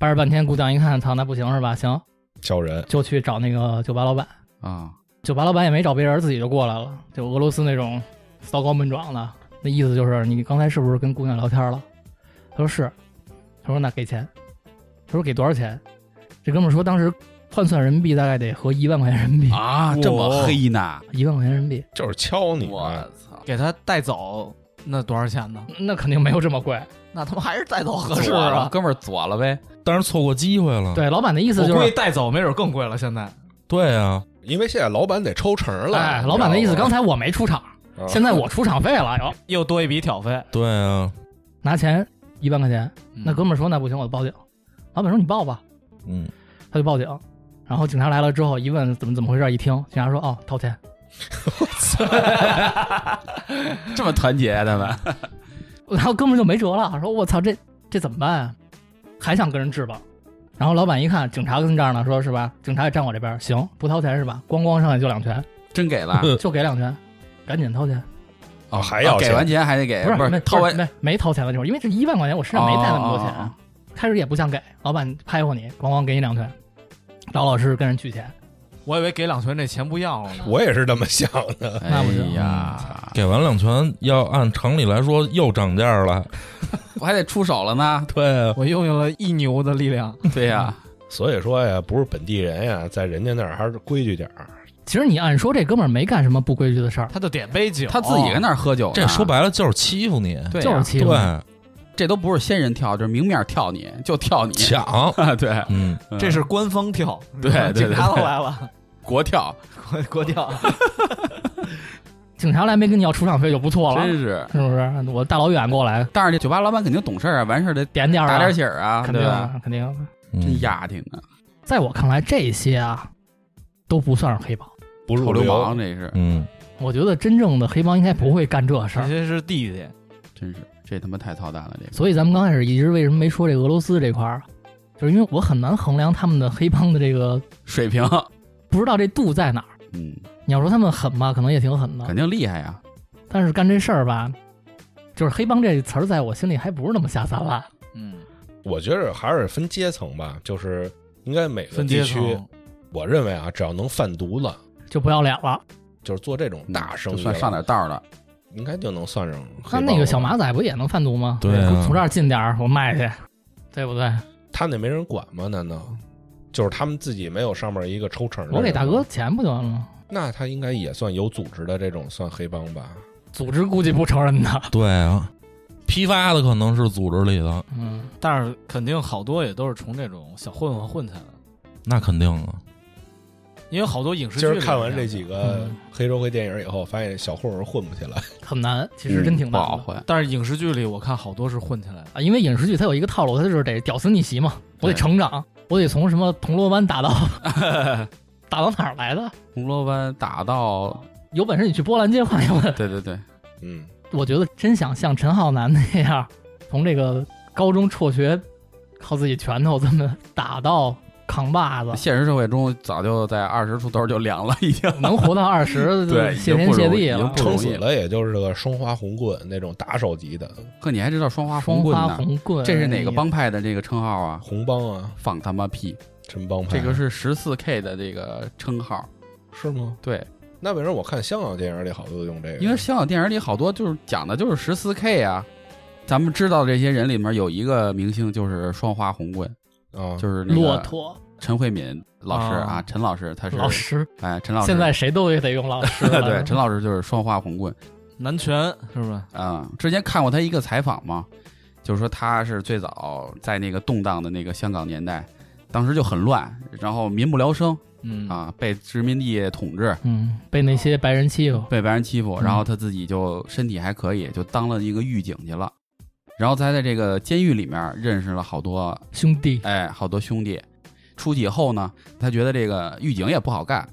Speaker 1: 掰扯半天，姑娘一看，操，那不行是吧？行，
Speaker 4: 小人
Speaker 1: 就去找那个酒吧老板，
Speaker 3: 啊，
Speaker 1: 酒吧老板也没找别人，自己就过来了，就俄罗斯那种骚高闷壮的，那意思就是你刚才是不是跟姑娘聊天了？他说是，他说那给钱，他说给多少钱？这哥们儿说当时换算人民币大概得合一万块钱人民币，
Speaker 3: 啊，这么黑呢？
Speaker 1: 一万块钱人民币，
Speaker 4: 就是敲你啊，
Speaker 3: 操！
Speaker 2: 给他带走，那多少钱呢？
Speaker 1: 那肯定没有这么贵。
Speaker 4: 啊
Speaker 2: 那他妈还是带走合适
Speaker 3: 左了，
Speaker 2: 啊！
Speaker 3: 哥们儿左了呗。
Speaker 5: 但是错过机会了。
Speaker 1: 对，老板的意思
Speaker 2: 我
Speaker 1: 就
Speaker 2: 估计
Speaker 1: 是，
Speaker 2: 带走没准更贵了。现在
Speaker 5: 对啊，
Speaker 4: 因为现在老板得抽成了。
Speaker 1: 哎，老板的意思，刚才我没出场，
Speaker 4: 啊
Speaker 1: 现在我出场费了，哟，
Speaker 2: 又多一笔挑费，
Speaker 5: 对啊，
Speaker 1: 拿钱一万块钱。
Speaker 3: 嗯
Speaker 1: 那哥
Speaker 2: 们
Speaker 1: 们儿说那不行，我报警。老板说你报吧，
Speaker 5: 嗯，
Speaker 1: 他就报警。然后警察来了之后一问怎么怎么回事，一听警察说哦掏钱，
Speaker 3: 这么团结他们，
Speaker 1: 然后哥们儿就没辙了，说我操这这怎么办啊？还想跟人质吧。然后老板一看警察跟这儿呢，说是吧？警察也站我这边儿，行不掏钱是吧？咣咣上来就两拳，
Speaker 3: 真给了
Speaker 1: 就给两拳，赶紧掏钱。
Speaker 4: 啊还要
Speaker 3: 啊给
Speaker 4: 钱
Speaker 3: 完钱还得给，
Speaker 1: 不
Speaker 3: 不
Speaker 1: 是没
Speaker 3: 是掏完
Speaker 1: 没没掏钱的地方，因为这一万块钱我身上没带那么多钱，啊
Speaker 3: 哦哦
Speaker 1: 开始也不想给，老板拍过你，咣咣给你两拳，找老师跟人取钱，
Speaker 2: 我以为给两拳这钱不要了呢。
Speaker 4: 我也是这么想的。
Speaker 1: 那
Speaker 3: 哎
Speaker 1: 不行
Speaker 3: 呀，
Speaker 5: 给完两拳，要按常理来说又涨价了。
Speaker 3: 我还得出手了呢。
Speaker 5: 对啊，
Speaker 2: 我用了一牛的力量，
Speaker 3: 对呀，
Speaker 4: 所以说呀，不是本地人呀，在人家那儿还是规矩点儿。
Speaker 1: 其实你按说这哥们儿没干什么不规矩的事儿，
Speaker 2: 他就点杯酒，
Speaker 3: 他自己跟那儿喝酒呢，
Speaker 5: 这说白了就是欺负你。
Speaker 3: 对呀
Speaker 1: 就是欺
Speaker 5: 对
Speaker 1: 负你。，
Speaker 3: 这都不是仙人跳，就是明面跳你，就跳你。，
Speaker 5: 抢
Speaker 3: 啊，对，
Speaker 5: 嗯，
Speaker 3: 嗯
Speaker 2: 这是官方 跳，
Speaker 3: 对对对
Speaker 2: 警察都来 了，
Speaker 3: 国跳，
Speaker 2: 国国跳，
Speaker 1: 警察来没跟你要出场费就不错了，
Speaker 3: 真
Speaker 1: 是
Speaker 3: 是。
Speaker 1: 不是？我大老远过来
Speaker 3: 但是这酒吧老板肯定懂事儿啊，完事儿得
Speaker 1: 点点儿、
Speaker 3: 打
Speaker 1: 啊，
Speaker 3: 点喜儿啊，
Speaker 1: 肯
Speaker 3: 对
Speaker 1: 定
Speaker 3: 吧？
Speaker 1: 啊肯定啊。
Speaker 5: 嗯
Speaker 3: 真丫挺的，
Speaker 1: 在我看来，这些啊都不算是黑帮。
Speaker 4: 不入
Speaker 3: 臭
Speaker 4: 流
Speaker 3: 流氓这是，
Speaker 5: 嗯，
Speaker 1: 我觉得真正的黑帮应该不会干这事
Speaker 2: 这
Speaker 1: 儿，
Speaker 2: 些是弟弟，
Speaker 3: 真是这他妈太操蛋了，这个
Speaker 1: 所以咱们刚开始一直为什么没说这俄罗斯这块儿啊，就是因为我很难衡量他们的黑帮的这个
Speaker 3: 水平，
Speaker 1: 不知道这度在哪儿。
Speaker 3: 嗯，
Speaker 1: 你要说他们狠吧，可能也挺狠
Speaker 3: 肯
Speaker 1: 的，
Speaker 3: 定厉害呀。
Speaker 1: 但是干这事儿吧，就是黑帮这词儿在我心里还不是那么下三滥。
Speaker 2: 嗯，
Speaker 4: 我觉着还是分阶层吧，就是应该每个
Speaker 2: 分
Speaker 4: 地
Speaker 2: 阶
Speaker 4: 区，
Speaker 2: 层，
Speaker 4: 我认为啊，只要能贩毒的，
Speaker 1: 就不要脸了。
Speaker 4: 就是做这种大
Speaker 3: 嗯
Speaker 4: 生
Speaker 3: 就
Speaker 4: 意，
Speaker 3: 算上点，道了，
Speaker 4: 应该就能算上黑
Speaker 1: 那
Speaker 4: 帮了。
Speaker 1: 那个小马仔不也能贩毒吗？
Speaker 5: 对啊
Speaker 1: 从这儿进点儿，我卖去，对不对？
Speaker 4: 他那没人管吗？难道就是他们自己没有上面一个抽成？
Speaker 1: 我给大哥，钱不就完了吗？
Speaker 4: 那他应该也算有组织的这种算黑帮吧？
Speaker 1: 组织估计不承认的。
Speaker 5: 对啊，批发的可能是组织里的，
Speaker 1: 嗯，
Speaker 2: 但是肯定好多也都是从这种小混混混起来的，
Speaker 5: 那肯定啊，
Speaker 2: 因为好多影视剧
Speaker 4: 今
Speaker 2: 里
Speaker 4: 儿
Speaker 2: 面
Speaker 4: 看完这几个
Speaker 1: 嗯
Speaker 4: 黑社会电影以后，发现小混混混不起来。
Speaker 1: 很难，其实真挺
Speaker 3: 嗯不
Speaker 1: 难
Speaker 3: 好
Speaker 1: 的、
Speaker 3: 混。
Speaker 2: 但是影视剧里我看好多是混起来的，
Speaker 1: 啊。因为影视剧它有一个套路，它就是得屌丝逆袭嘛，我得
Speaker 3: 对
Speaker 1: 成长，我得从什么铜锣湾打 到打到哪儿来的？
Speaker 3: 红罗湾打到，
Speaker 1: 有本事你去波兰街晃一晃。
Speaker 3: 对对 对，
Speaker 4: 嗯，
Speaker 1: 我觉得真想像陈浩南那样，从这个高中辍学，靠自己拳头这么打到扛把 子，
Speaker 3: 现实社会中早就在二十出头就凉了，已经。
Speaker 1: 能活到二十，
Speaker 3: 对
Speaker 1: 谢天谢地
Speaker 3: 已经
Speaker 1: 了
Speaker 3: 不。
Speaker 4: 撑
Speaker 3: 容易
Speaker 4: 死了也就是个双花红棍那种打手级的
Speaker 3: 呵，你还知道双花
Speaker 1: 双
Speaker 3: 棍
Speaker 1: 花
Speaker 3: 呢？
Speaker 1: 红棍，
Speaker 3: 这是哪个帮派的这个称号啊？
Speaker 4: 红帮啊，
Speaker 3: 放他妈屁！
Speaker 4: 真帮派。
Speaker 3: 这个是十四 K 的这个称号。
Speaker 4: 是吗？
Speaker 3: 对，
Speaker 4: 那为什么我看香港电影里好多用这个？
Speaker 3: 因为香港电影里好多就是讲的就是十四 K 啊。咱们知道这些人里面有一个明星就是双花红棍，
Speaker 4: 啊，
Speaker 3: 就是那
Speaker 1: 骆
Speaker 3: 个
Speaker 1: 驼
Speaker 3: 陈慧敏老师啊，
Speaker 2: 啊
Speaker 3: 陈老师他是
Speaker 1: 老师？
Speaker 3: 哎，陈老师
Speaker 1: 现在谁都也得用老师了。
Speaker 3: 对陈老师就是双花红棍
Speaker 2: 南拳是不是？
Speaker 3: 啊、之前看过他一个采访嘛，就是说他是最早在那个动荡的那个香港年代，当时就很乱，然后民不聊生
Speaker 2: 嗯，
Speaker 3: 啊，被殖民地统治，
Speaker 1: 嗯，被那些白人欺负，
Speaker 3: 被白人欺负，
Speaker 1: 嗯
Speaker 3: 然后他自己就身体还可以，就当了一个狱警去了。然后他在这个监狱里面认识了好多
Speaker 1: 兄弟，
Speaker 3: 哎好多兄弟。出去以后呢，他觉得这个狱警也不好干，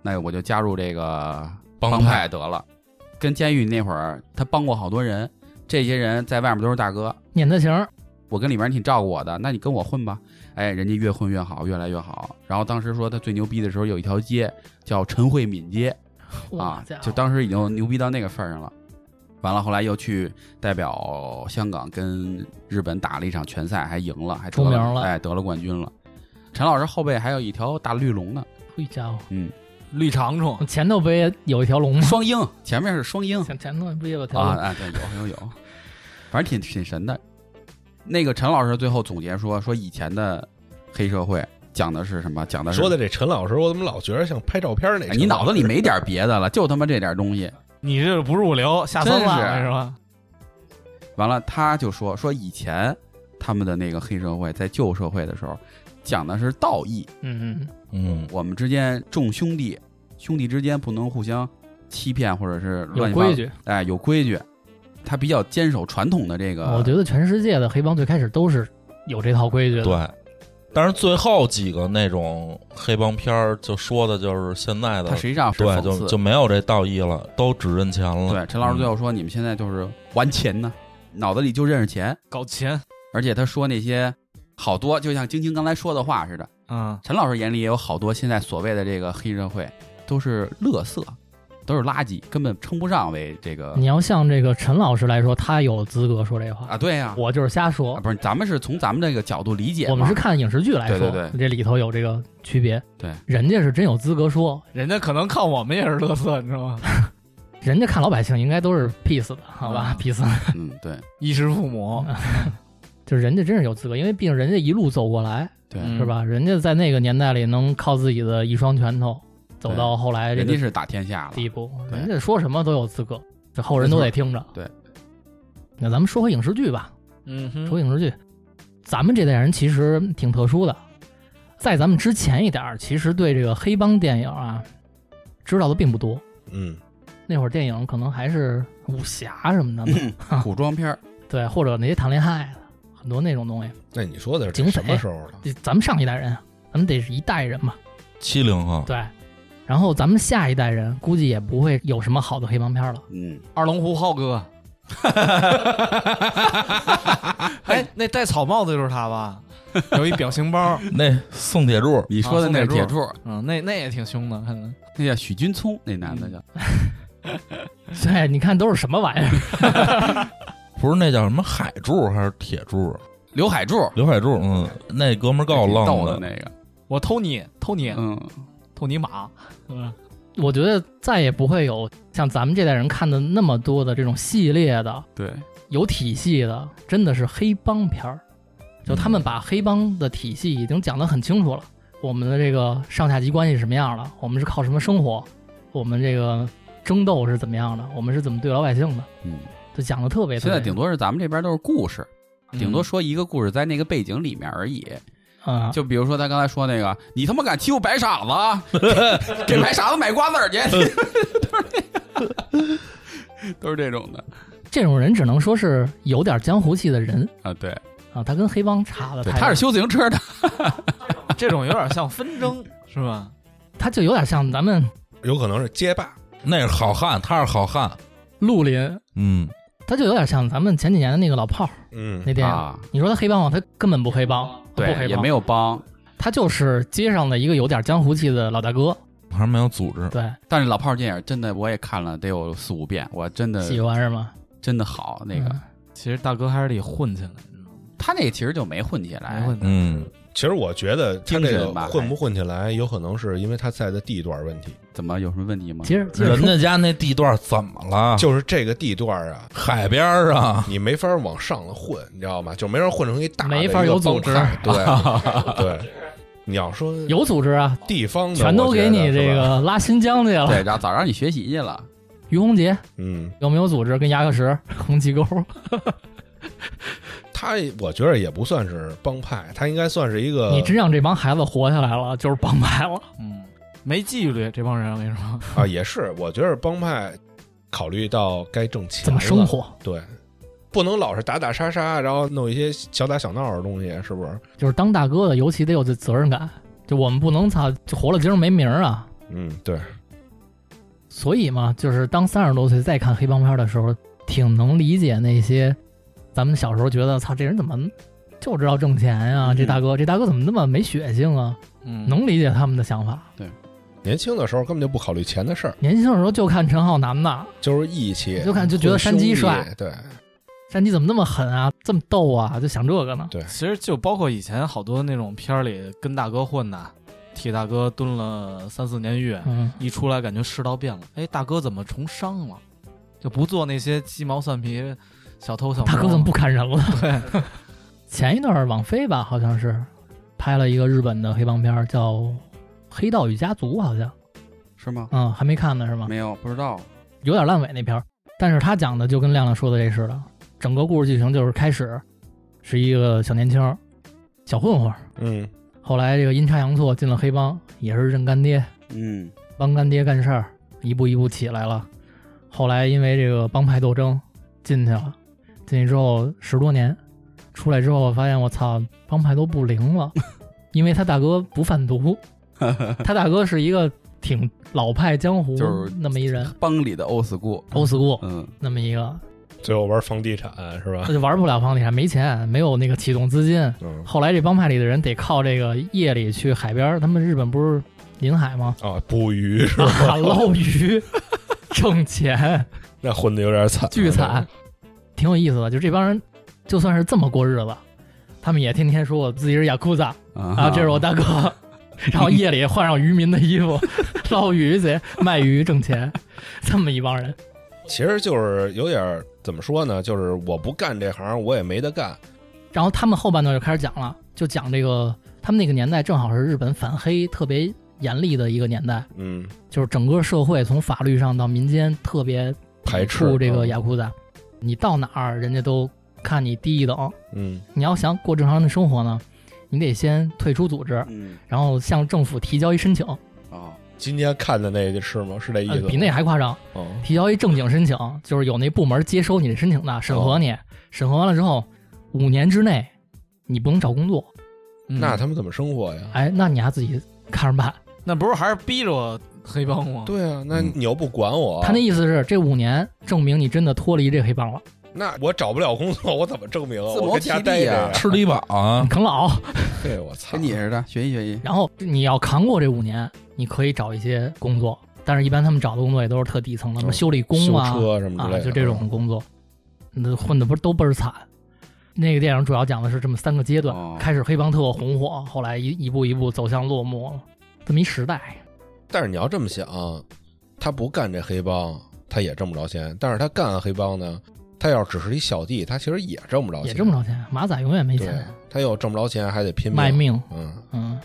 Speaker 3: 那我就加入这个帮
Speaker 5: 派，
Speaker 3: 得了。跟监狱那会儿他帮过好多人，这些人在外面都是大哥，啊
Speaker 1: 撵他情儿，
Speaker 3: 我跟里面挺照顾我的，那你跟我混吧。哎，人家越混越好，越来越好。然后当时说他最牛逼的时候，有一条街叫陈慧敏街啊
Speaker 1: 哇家，伙
Speaker 3: 就当时已经牛逼到那个份儿上了。完了，后来又去代表香港跟日本打了一场拳赛，还赢了，还得
Speaker 1: 出名了
Speaker 3: 哎，得了冠军了。陈老师后背还有一条大绿龙呢，
Speaker 1: 嘿家伙，
Speaker 3: 嗯，
Speaker 2: 绿长虫，
Speaker 1: 前头不也有一条龙吗？
Speaker 3: 双鹰，前面是双鹰，
Speaker 1: 前前头不也有条
Speaker 3: 啊
Speaker 1: 龙？
Speaker 3: 啊，对，有有有，反正挺挺神的。那个陈老师最后总结说，说以前的黑社会讲的是什么？讲的是
Speaker 4: 说的这陈老师，我怎么老觉得像拍照片那
Speaker 3: 哎
Speaker 4: 陈老师？
Speaker 3: 你脑子里没点别的了，就他妈这点东西。
Speaker 2: 你这不入流，下三滥
Speaker 3: 真
Speaker 2: 了
Speaker 3: 是
Speaker 2: 是吧？
Speaker 3: 完了，他就说说以前他们的那个黑社会在旧社会的时候讲的是道义，
Speaker 1: 嗯嗯，
Speaker 5: 嗯，
Speaker 3: 我们之间众兄弟，兄弟之间不能互相欺骗或者是乱
Speaker 1: 有
Speaker 3: 七八
Speaker 1: 规
Speaker 3: 糟，
Speaker 1: 矩。
Speaker 3: 哎，有规矩。他比较坚守传统的这个，
Speaker 1: 我觉得全世界的黑帮最开始都是有这套规矩的。
Speaker 5: 对。但是最后几个那种黑帮片儿，就说的就是现在的
Speaker 3: 他实际上是
Speaker 5: 对，
Speaker 3: 讽嗯
Speaker 5: 就
Speaker 3: 刺，
Speaker 5: 就没有这道义了，都只认钱了。嗯
Speaker 3: 对，陈老师最后说：“你们现在就是玩钱呢，脑子里就认识钱。
Speaker 2: 搞钱，”
Speaker 3: 而且他说那些好多，就像晶晶刚才说的话似的，
Speaker 2: 嗯，
Speaker 3: 陈老师眼里也有好多现在所谓的这个黑社会都是垃圾，都是垃圾，根本称不上为这个
Speaker 1: 你要像这个陈老师来说，他有资格说这话，
Speaker 3: 啊，对呀、
Speaker 1: 我就是瞎
Speaker 3: 啊，
Speaker 1: 说。
Speaker 3: 不是，咱们是从咱们这个角度理解嘛，
Speaker 1: 我们是看影视剧来说，
Speaker 3: 对对对
Speaker 1: 这里头有这个区别。
Speaker 3: 对，
Speaker 1: 人家是真有资格说，
Speaker 2: 人家可能看我们也是乐色，你知道吗？
Speaker 1: 人家看老百姓应该都是 peace 的，好吧、
Speaker 2: 啊
Speaker 1: p e a c e
Speaker 3: 嗯，对
Speaker 2: 衣食父母，
Speaker 1: 就是人家真是有资格，因为毕竟人家一路走过来，
Speaker 3: 对，
Speaker 2: 嗯
Speaker 1: 是吧？人家在那个年代里能靠自己的一双拳头走到后来这
Speaker 3: 人家
Speaker 1: 个
Speaker 3: 是打天下了，
Speaker 1: 地步，
Speaker 3: 对
Speaker 1: 人家说什么都有资格，这后人都得听着。
Speaker 3: 对，
Speaker 1: 那咱们说回影视剧吧，
Speaker 2: 嗯
Speaker 1: 说
Speaker 2: 哼，
Speaker 1: 回影视剧，咱们这代人其实挺特殊的，在咱们之前一点儿，其实对这个黑帮电影啊知道的并不多。
Speaker 4: 嗯，
Speaker 1: 那会儿电影可能还是武侠什么的嘛，
Speaker 3: 古装片儿
Speaker 1: 对，或者那些谈恋爱的，很多那种东西。
Speaker 4: 那你说的
Speaker 1: 警
Speaker 4: 是
Speaker 1: 匪
Speaker 4: 什
Speaker 3: 哎
Speaker 4: 么时候了？
Speaker 1: 这咱们上一代人啊，咱们得是一代人嘛，
Speaker 5: 七零后，
Speaker 1: 对。然后咱们下一代人估计也不会有什么好的黑帮片了。
Speaker 3: 嗯，
Speaker 2: 二龙湖浩 哥，哎，那戴草帽子就是他吧？有一表情包，
Speaker 5: 那宋铁柱
Speaker 3: 你说的那是铁柱，
Speaker 2: 嗯，那那也挺凶的，看着
Speaker 3: 那叫许君聪，那男
Speaker 1: 嗯
Speaker 3: 的叫，
Speaker 1: 对，你看都是什么玩意儿？
Speaker 5: 不是那叫什么海柱还是铁柱？
Speaker 3: 刘海柱，
Speaker 5: 刘海柱，嗯，那哥们儿够
Speaker 3: 挺
Speaker 5: 愣
Speaker 3: 逗的那个，
Speaker 2: 我偷你，偷你，
Speaker 3: 嗯，
Speaker 2: 偷你马，嗯，
Speaker 1: 我觉得再也不会有像咱们这代人看的那么多的这种系列的
Speaker 3: 对，
Speaker 1: 有体系的，真的是黑帮片儿。就他们把黑帮的体系已经讲得很清楚了，我们的这个上下级关系是什么样的，我们是靠什么生活，我们这个争斗是怎么样的，我们是怎么对老百姓的，
Speaker 3: 嗯，
Speaker 1: 就讲得特别特
Speaker 3: 现
Speaker 1: 别。
Speaker 3: 在顶多是咱们这边都是故事。顶多
Speaker 2: 嗯
Speaker 3: 说一个故事在那个背景里面而已。
Speaker 1: 啊，
Speaker 3: 就比如说他刚才说那个，你他妈敢欺负白傻子啊，给白傻子买瓜子儿去， 都是这都是这种的
Speaker 1: 这种人只能说是有点江湖气的人
Speaker 3: 啊。对，
Speaker 1: 啊，他跟黑帮差的
Speaker 3: 对，
Speaker 1: 太
Speaker 3: 他
Speaker 1: 远
Speaker 3: 是修自行车的，
Speaker 2: 这种有点像纷 争，是吧？
Speaker 1: 他就有点像咱们
Speaker 4: 有可能是街霸，
Speaker 5: 那是好汉，他是好汉，
Speaker 1: 绿林，
Speaker 5: 嗯，
Speaker 1: 他就有点像咱们前几年的那个老炮儿
Speaker 4: 嗯，
Speaker 1: 那电影。
Speaker 3: 啊
Speaker 1: 你说他黑帮吗？他根本不黑帮，他不
Speaker 3: 对，
Speaker 1: 黑
Speaker 3: 也
Speaker 1: 帮
Speaker 3: 没，有帮。
Speaker 1: 他就是街上的一个有点江湖气的老大哥。
Speaker 5: 还是没有组
Speaker 3: 嗯
Speaker 5: 织。
Speaker 1: 对，
Speaker 3: 但是老炮儿电影真的我也看了得有四五遍，我真的
Speaker 1: 喜欢是吗？
Speaker 3: 真的好呃那个
Speaker 1: 嗯，
Speaker 2: 其实大哥还是得混起来，你知道吗
Speaker 3: 他那个其实就没混起来
Speaker 2: 来，混的。
Speaker 5: 嗯，
Speaker 4: 其实我觉得他
Speaker 3: 精
Speaker 4: 这个
Speaker 3: 神吧哎还
Speaker 4: 混不混起来，有可能是因为他在的地段问题，
Speaker 3: 怎么有什么问题吗？
Speaker 1: 其实其实
Speaker 5: 人
Speaker 1: 说
Speaker 5: 家家那地段怎么了？
Speaker 4: 就是这个地段 啊，
Speaker 5: 海边儿啊，
Speaker 4: 你没法往上了混，你知道吗？就没法混成一大的
Speaker 1: 没法有
Speaker 4: 一个帮
Speaker 1: 组织
Speaker 4: 派 对对，你要说
Speaker 1: 有组织啊，
Speaker 4: 地方的
Speaker 1: 全都
Speaker 4: 我觉
Speaker 1: 给
Speaker 4: 得
Speaker 1: 你
Speaker 4: 是
Speaker 1: 这
Speaker 4: 吧，
Speaker 1: 个拉新疆去了。
Speaker 3: 对，然后早让你学习去了，
Speaker 1: 于洪杰
Speaker 4: 嗯，
Speaker 1: 有没有组织？跟牙克石、红旗沟，
Speaker 4: 他我觉得也不算是帮派，他应该算是一
Speaker 3: 呃
Speaker 4: 个
Speaker 1: 你真让这帮孩子活下来了，就是帮派了。
Speaker 2: 嗯，没纪律这帮人，我跟你说，
Speaker 4: 啊，也是，我觉得帮派考虑到该挣钱
Speaker 1: 怎么生
Speaker 4: 了
Speaker 1: 活？
Speaker 4: 对，不能老是打打杀杀，然后弄一些小打小闹的东西，是不是？
Speaker 1: 就是当大哥的，尤其得有这责任感。就我们不能操，就活了今儿没名儿啊。
Speaker 4: 嗯，对，
Speaker 1: 所以嘛，就是当三十多岁再看黑帮片的时候，挺能理解那些咱们小时候觉得操这人怎么就知道挣钱呀、
Speaker 3: 嗯
Speaker 1: 这大哥，这大哥怎么那么没血性啊？
Speaker 2: 嗯，
Speaker 1: 能理解他们的想法。
Speaker 4: 年轻的时候根本就不考虑钱的事儿，
Speaker 1: 年轻的时候就看陈浩南呐，
Speaker 4: 就是义气，
Speaker 1: 就看就觉得山鸡帅
Speaker 4: 混兄弟，对
Speaker 1: 山鸡怎么那么狠啊，这么逗啊，就想这个呢。
Speaker 2: 其实就包括以前好多那种片儿里跟大哥混的，替大哥蹲了三四年狱，
Speaker 1: 嗯，
Speaker 2: 一出来感觉世道变了，哎，大哥怎么从商了？就不做那些鸡毛蒜皮小偷小摸
Speaker 1: 大
Speaker 2: 了。
Speaker 1: 哥怎么不砍人了？
Speaker 2: 对，
Speaker 1: 前一段网飞吧，好像是拍了一个日本的黑帮片儿，叫《黑道与家族》，好像，
Speaker 3: 是吗？
Speaker 1: 嗯，还没看呢是吗？
Speaker 3: 没有，不知道。
Speaker 1: 有点烂尾那片儿，但是他讲的就跟亮亮说的这似的，整个故事剧情就是开始是一个小年轻儿小混混儿，
Speaker 4: 嗯，
Speaker 1: 后来这个阴差阳错进了黑帮，也是认干爹，
Speaker 3: 嗯
Speaker 1: 帮干爹干事儿，一步一步起来了。后来因为这个帮派斗争进去了，进去之后十多年，出来之后发现我操，帮派都不灵了，因为他大哥不贩 毒，他大哥是一个挺老派江湖
Speaker 3: 就是
Speaker 1: 那么一 人
Speaker 3: 帮里的 old school，
Speaker 1: ，old school
Speaker 3: 嗯，
Speaker 1: 那么一个，
Speaker 4: 最后玩房地产是吧
Speaker 1: 他？就玩不了房地产，没钱，没有那个启动资金。
Speaker 4: 嗯，
Speaker 1: 后来这帮派里的人得靠这个夜里去海边儿，他们日本不是临海 吗？
Speaker 4: 啊，捕鱼 是吧？
Speaker 1: 啊，捞鱼挣钱，
Speaker 4: 那混的有点惨，
Speaker 1: 巨惨，挺有意思的。就这帮人，就算是这么过日子，他们也天天说我自己是雅库扎啊，
Speaker 3: 啊
Speaker 1: 这是我大 哥。然后夜里换上渔民的衣服， 捞鱼去卖鱼挣钱，这么一帮人。
Speaker 4: 其实就是有点儿怎么说呢？就是我不干这行，我也没得干。
Speaker 1: 然后他们后半段就开始讲了，就讲这个他们那个年代正好是日本反黑特别严厉的一个年代，
Speaker 4: 嗯，
Speaker 1: 就是整个社会从法律上到民间特别
Speaker 4: 排斥
Speaker 1: 抵触这个
Speaker 4: 嗯
Speaker 1: 雅库达，你到哪儿人家都看你低一等。
Speaker 4: 嗯，
Speaker 1: 你要想过正常人的生活呢，你得先退出组织，
Speaker 3: 嗯
Speaker 1: 然后向政府提交一申请，
Speaker 3: 哦，
Speaker 4: 今天看的那个是吗？是这意
Speaker 1: 呃
Speaker 4: 思吗？
Speaker 1: 比那还夸张，
Speaker 4: 哦，
Speaker 1: 提交一正经申请，就是有那部门接收你的申请的，审核
Speaker 4: 哦
Speaker 1: 你，审核完了之后，五年之内你不能找工作，
Speaker 2: 嗯
Speaker 4: 那他们怎么生活呀？
Speaker 1: 哎，那你还自己看着办。
Speaker 4: 哦
Speaker 2: 那不是还是逼着我黑帮吗？
Speaker 4: 对啊，那
Speaker 3: 嗯
Speaker 4: 你又不管我，
Speaker 1: 他那意思是，这五年证明你真的脱离这黑帮了，
Speaker 4: 那我找不了工作，我怎么证明啊？
Speaker 3: 自谋
Speaker 4: 我跟家
Speaker 3: 其
Speaker 4: 待
Speaker 3: 力
Speaker 4: 着
Speaker 3: 啊
Speaker 4: 呀
Speaker 5: 吃低保啊
Speaker 1: 你，啃老，
Speaker 4: 对，我操，
Speaker 3: 跟哎你似的，学习学习。
Speaker 1: 然后你要扛过这五年，你可以找一些工作，但是一般他们找的工作也都是特底层的，什么
Speaker 4: 嗯
Speaker 1: 修理工
Speaker 4: 修
Speaker 1: 啊、
Speaker 4: 车什么之类
Speaker 1: 啊，
Speaker 4: 的，嗯
Speaker 1: 就这
Speaker 3: 嗯
Speaker 1: 种工作，那混的不是都倍儿惨。那个电影主要讲的是这么三个阶段：
Speaker 3: 哦
Speaker 1: 开始黑帮特红火，后来一一步一步走向落寞了，这么一时代。
Speaker 4: 但是你要这么想，他不干这黑帮，他也挣不着钱；但是他干黑帮呢，他要只是一小弟，他其实也挣不着钱，
Speaker 1: 也挣不着钱，马仔永远没
Speaker 4: 对
Speaker 1: 钱，，
Speaker 4: 他又挣不着钱，还得拼命
Speaker 1: 卖。命。
Speaker 4: 嗯，
Speaker 1: 嗯，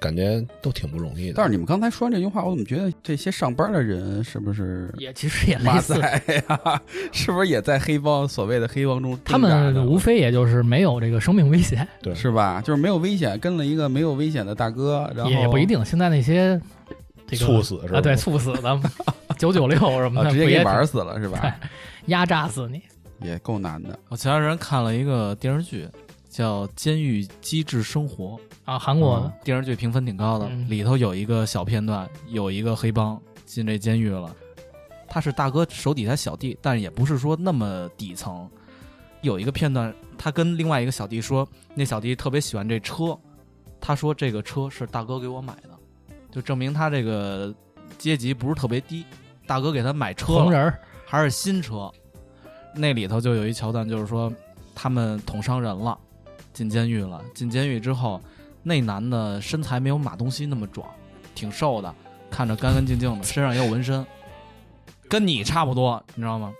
Speaker 4: 感觉都挺不容易的。
Speaker 3: 但是你们刚才说完这句话，我怎么觉得这些上班的人是不是
Speaker 1: 也其实也类
Speaker 3: 马
Speaker 1: 似
Speaker 3: 仔，呀？ 是不是也在黑帮所谓的黑帮中挣扎
Speaker 1: 他
Speaker 3: 呢？
Speaker 1: 们无非也就是没有这个生命危险，
Speaker 4: 对
Speaker 3: 是吧？就是没有危险，跟了一个没有危险的大哥， 然后
Speaker 1: 也也不一定。现在那些这个
Speaker 4: 猝死是吧？
Speaker 1: 啊，对，猝死的 九九六什么
Speaker 3: 啊，
Speaker 1: 的，
Speaker 3: 直接
Speaker 1: 不也
Speaker 3: 给
Speaker 1: 挺
Speaker 3: 玩死了 是吧？
Speaker 1: 压榨死你。
Speaker 3: 也够难的。
Speaker 2: 我前段时间看了一个电视剧，叫《监狱机智生活》，
Speaker 1: 啊，韩国
Speaker 3: 嗯
Speaker 1: 的，
Speaker 2: 嗯电视剧评分挺高的，
Speaker 1: 嗯
Speaker 2: 里头有一个小片段，有一个黑帮进这监狱了，他是大哥手底下小弟，但是也不是说那么底层。有一个片段，他跟另外一个小弟说，那小弟特别喜欢这车，他说这个车是大哥给我买的，就证明他这个阶级不是特别低，大哥给他买车
Speaker 1: 红
Speaker 2: 了，
Speaker 1: 人儿
Speaker 2: 还是新车。那里头就有一桥段，就是说他们捅伤人了，进监狱了。进监狱之后，那男的身材没有马东锡那么壮，挺瘦的，看着干干净净的，身上也有纹身，跟你差不多，你知道吗？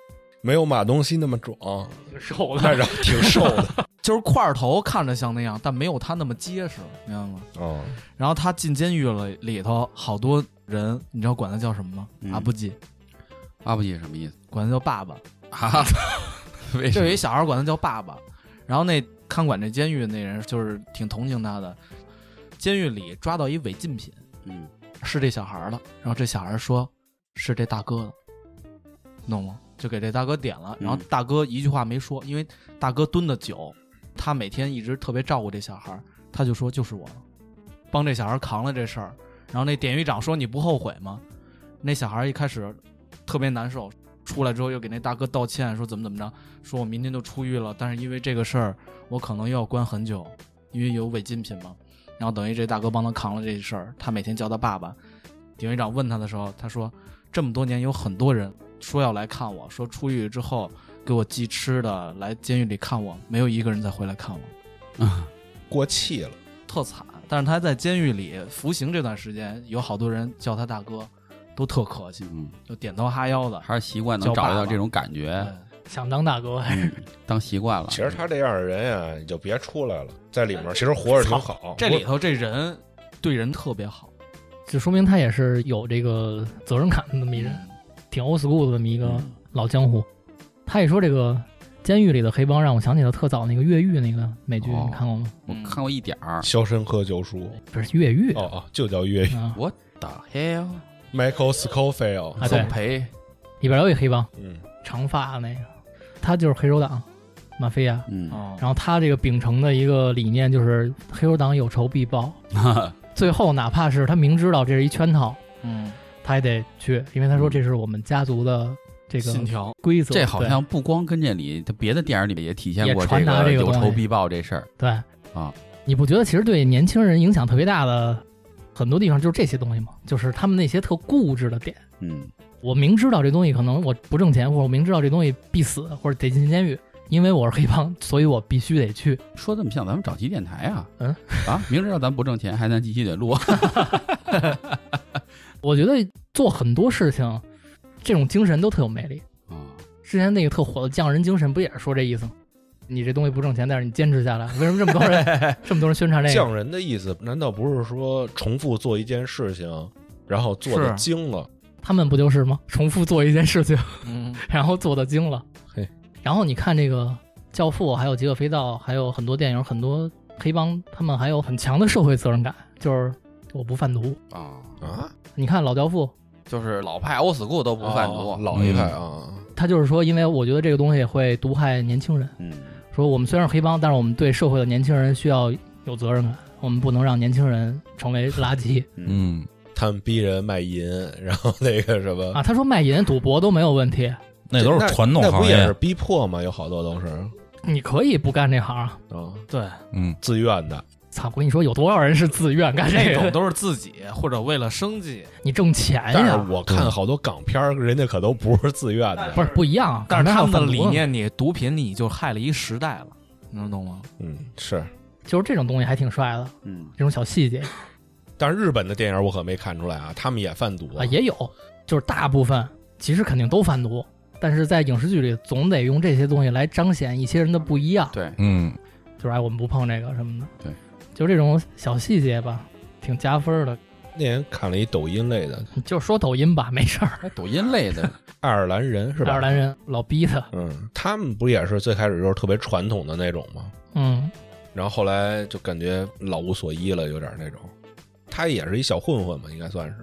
Speaker 4: 没有马东锡那么壮，
Speaker 3: 嗯
Speaker 1: 瘦
Speaker 4: 但是挺瘦 的。
Speaker 2: 就是块儿头看着像那样，但没有他那么结实，明白吗？
Speaker 1: 嗯
Speaker 4: 哦，
Speaker 2: 然后他进监狱了，里头好多人，你知道管他叫什么吗？啊
Speaker 3: 嗯
Speaker 2: 阿布吉，
Speaker 3: 阿布姐什么意思
Speaker 2: 管他叫爸爸。
Speaker 3: 啊？为
Speaker 2: 就有一小孩管他叫爸爸，然后那看管这监狱那人就是挺同情他的。监狱里抓到一违禁品，
Speaker 3: 嗯，
Speaker 2: 是这小孩的，然后这小孩说是这大哥的，懂吗？就给这大哥点了，然后
Speaker 3: 嗯
Speaker 2: 大哥一句话没说，因为大哥蹲的久，他每天一直特别照顾这小孩，他就说就是我了，帮这小孩扛了这事儿。然后那典狱长说你不后悔吗？那小孩一开始特别难受，出来之后又给那大哥道歉，说怎么怎么着，说我明天就出狱了，但是因为这个事儿，我可能又要关很久，因为有违禁品嘛。然后等于这大哥帮他扛了这事儿，他每天叫他爸爸。典狱长问他的时候，他说这么多年有很多人说要来看我，说出狱之后给我寄吃的，来监狱里看我，没有一个人再回来看我。
Speaker 1: 嗯
Speaker 3: 啊，
Speaker 4: 过气了，
Speaker 2: 特惨。但是他在监狱里服刑这段时间，有好多人叫他大哥，都特客气，
Speaker 3: 嗯，
Speaker 2: 就点头哈腰的。
Speaker 3: 还是习惯能找到这种感觉，
Speaker 1: 嗯
Speaker 2: 哎
Speaker 1: 想当大哥还是
Speaker 3: 当习惯了。
Speaker 4: 其实他这样的人呀、你就别出来了，哎在里面其实活着挺好。
Speaker 2: 这里头这人对人特别好，
Speaker 1: 就说明他也是有这个责任感的那么一人，挺 old school 的那么一
Speaker 3: 嗯
Speaker 1: 个老江湖。他一说这个监狱里的黑帮，让我想起了特早那个越狱那个美剧，
Speaker 3: 哦
Speaker 1: 你看过
Speaker 4: 嗯
Speaker 1: 吗？
Speaker 3: 我看过一点儿
Speaker 4: 《肖申克救 赎》
Speaker 1: 不是越狱
Speaker 4: 哦哦，就叫越狱
Speaker 1: 啊，
Speaker 3: ，What the hell？
Speaker 4: Michael Scofield，
Speaker 1: 啊对
Speaker 3: 索赔
Speaker 1: 里边有一黑帮，
Speaker 4: 嗯，
Speaker 1: 长发那个，他就是黑手党马菲亚。
Speaker 3: 嗯，
Speaker 4: 哦
Speaker 2: 嗯，
Speaker 1: 然后他这个秉承的一个理念就是黑手党有仇必报， 最后哪怕是他明知道这是一圈套，
Speaker 2: 嗯，
Speaker 1: 他也得去，因为他说这是我们家族的这个
Speaker 2: 信条，
Speaker 1: 规则。
Speaker 3: 嗯这好
Speaker 1: 对
Speaker 3: 像不光跟这里，它别的电影里面也体现
Speaker 1: 也
Speaker 3: 过
Speaker 1: 传达这个
Speaker 3: 有
Speaker 1: 东
Speaker 3: 仇
Speaker 1: 西
Speaker 3: 必报这事儿。
Speaker 1: 对
Speaker 3: 啊，
Speaker 1: 你不觉得其实对年轻人影响特别大的很多地方就是这些东西吗？就是他们那些特固执的点。
Speaker 3: 嗯，
Speaker 1: 我明知道这东西可能我不挣钱，或者我明知道这东西必死，或者得进监狱，因为我是黑帮，所以我必须得去。
Speaker 3: 说这么像咱们找期电台啊，
Speaker 1: 嗯
Speaker 3: 啊，明知道咱不挣钱，还咱继续得 录。
Speaker 1: 我觉得做很多事情，这种精神都特有魅力。
Speaker 3: 啊，
Speaker 1: 之前那个特火的匠人精神不也是说这意思吗？你这东西不挣钱，但是你坚持下来。为什么这么多人 这么多人宣传这 个？
Speaker 4: 匠人的意思难道不是说重复做一件事情，然后做的
Speaker 2: 是
Speaker 4: 精了？
Speaker 1: 他们不就是吗？重复做一件事情，
Speaker 2: 嗯，
Speaker 1: 然后做的精了。
Speaker 4: 嘿，
Speaker 1: 然后你看这个《教父》，还有《极恶飞盗》，还有很多电影，很多黑帮他们还有很强的社会责任感，就是我不贩毒。
Speaker 3: 啊，
Speaker 4: 啊，
Speaker 1: 你看老教父，
Speaker 3: 就是老派 old school 都不贩毒
Speaker 4: 哦，老一派啊，
Speaker 1: 他就是说，因为我觉得这个东西会毒害年轻人，
Speaker 3: 嗯，
Speaker 1: 说我们虽然是黑帮，但是我们对社会的年轻人需要有责任感，我们不能让年轻人成为垃 圾
Speaker 5: 嗯，
Speaker 4: 他们逼人卖淫，然后那个什么，
Speaker 1: 啊。他说卖淫、赌博都没有问题，
Speaker 5: 那都是传统
Speaker 4: 那
Speaker 5: 行
Speaker 4: 不也是
Speaker 5: 业，
Speaker 4: 逼迫吗？有好多都是
Speaker 1: 你可以不干这行啊。
Speaker 4: 啊，
Speaker 2: 对，
Speaker 5: 嗯，
Speaker 4: 自愿的。
Speaker 1: 操！我跟你说，有多少人是自愿干这
Speaker 2: 那
Speaker 1: 个
Speaker 2: 种？都是自己或者为了生计，
Speaker 1: 你挣钱
Speaker 4: 但
Speaker 1: 哎呀
Speaker 4: 是，我看好多港片儿，人家可都不是自愿的。
Speaker 1: 不是不一样啊。
Speaker 2: 但是
Speaker 1: 可能还
Speaker 2: 他
Speaker 1: 有
Speaker 2: 们
Speaker 1: 贩
Speaker 2: 的
Speaker 1: 毒
Speaker 2: 理
Speaker 1: 呢
Speaker 2: 念里，毒品里就害了一时代了，你能懂吗？
Speaker 4: 嗯，是。
Speaker 1: 就是这种东西还挺帅的，
Speaker 3: 嗯，
Speaker 1: 这种小细节啊
Speaker 4: 但是日本的电影我可没看出来啊，他们也贩毒
Speaker 1: 啊也有，就是大部分其实肯定都贩毒，但是在影视剧里总得用这些东西来彰显一些人的不一样，
Speaker 3: 对，
Speaker 5: 嗯，
Speaker 1: 就是哎我们不碰这个什么的，
Speaker 3: 对，
Speaker 1: 就是这种小细节吧，挺加分的。
Speaker 4: 那天看了一抖音类的，
Speaker 1: 就说抖音吧，没事儿，
Speaker 3: 还抖音类的，
Speaker 4: 爱尔兰人是
Speaker 1: 爱
Speaker 4: 吧？
Speaker 1: 尔兰人老逼他，
Speaker 4: 嗯，他们不也是最开始就是特别传统的那种吗？
Speaker 1: 嗯，
Speaker 4: 然后后来就感觉老无所依了，有点那种。他也是一小混混嘛，应该算是。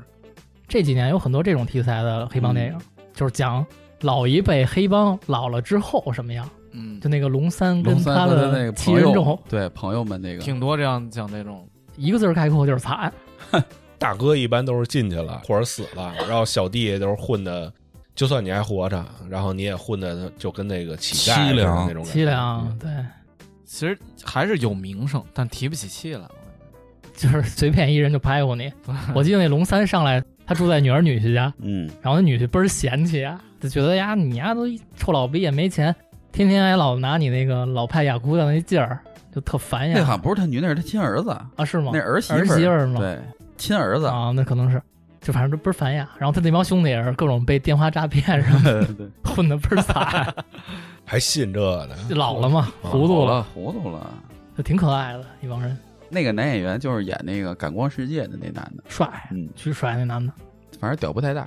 Speaker 1: 这几年有很多这种题材的黑帮电影，
Speaker 3: 嗯
Speaker 1: 就是讲老一辈黑帮老了之后什么样，
Speaker 2: 嗯，
Speaker 1: 就那个龙三跟
Speaker 3: 龙三和他那
Speaker 1: 的
Speaker 3: 个
Speaker 1: 七
Speaker 3: 朋
Speaker 1: 人
Speaker 3: 友
Speaker 1: 众，，
Speaker 3: 对朋友们那个，嗯
Speaker 2: 挺多这样讲这种，
Speaker 1: 一个字儿概括就是惨。
Speaker 4: 大哥一般都是进去了或者死了，然后小弟都是混的，就算你还活着，然后你也混的就跟那个乞丐
Speaker 5: 凄
Speaker 4: 似的
Speaker 5: 凉
Speaker 4: 那种感觉
Speaker 1: 凄凉
Speaker 4: 嗯，
Speaker 1: 对，
Speaker 2: 其实还是有名声，但提不起气来了。
Speaker 1: 就是随便一人就拍 过你。我记得那龙三上来，他住在女儿女婿家，
Speaker 3: 嗯，
Speaker 1: 然后他女婿倍儿嫌弃啊，就觉得呀，你呀都一臭老逼也没钱，天天还老拿你那个老派雅姑的那劲儿，就特烦
Speaker 3: 那好
Speaker 1: 呀。
Speaker 3: 像不是他女，那是他亲儿子，
Speaker 1: 啊，是吗？
Speaker 3: 那儿媳妇
Speaker 1: 儿媳儿吗
Speaker 3: 对，亲儿子，
Speaker 1: 啊，那可能是，就反正都倍儿烦呀。然后他那帮兄弟也是各种被电话诈骗什么的，
Speaker 3: 对，
Speaker 1: 混的倍儿惨，
Speaker 4: 还信这呢？
Speaker 1: 老了 嘛，糊涂
Speaker 3: 糊
Speaker 1: 了，
Speaker 2: 哦
Speaker 3: 了，糊涂了。
Speaker 1: 就挺可爱的一帮人，
Speaker 3: 那个男演员就是演那个《感光世界》的那男的，
Speaker 1: 帅，
Speaker 3: 嗯，
Speaker 1: 巨帅那男的。
Speaker 3: 反正屌不太大。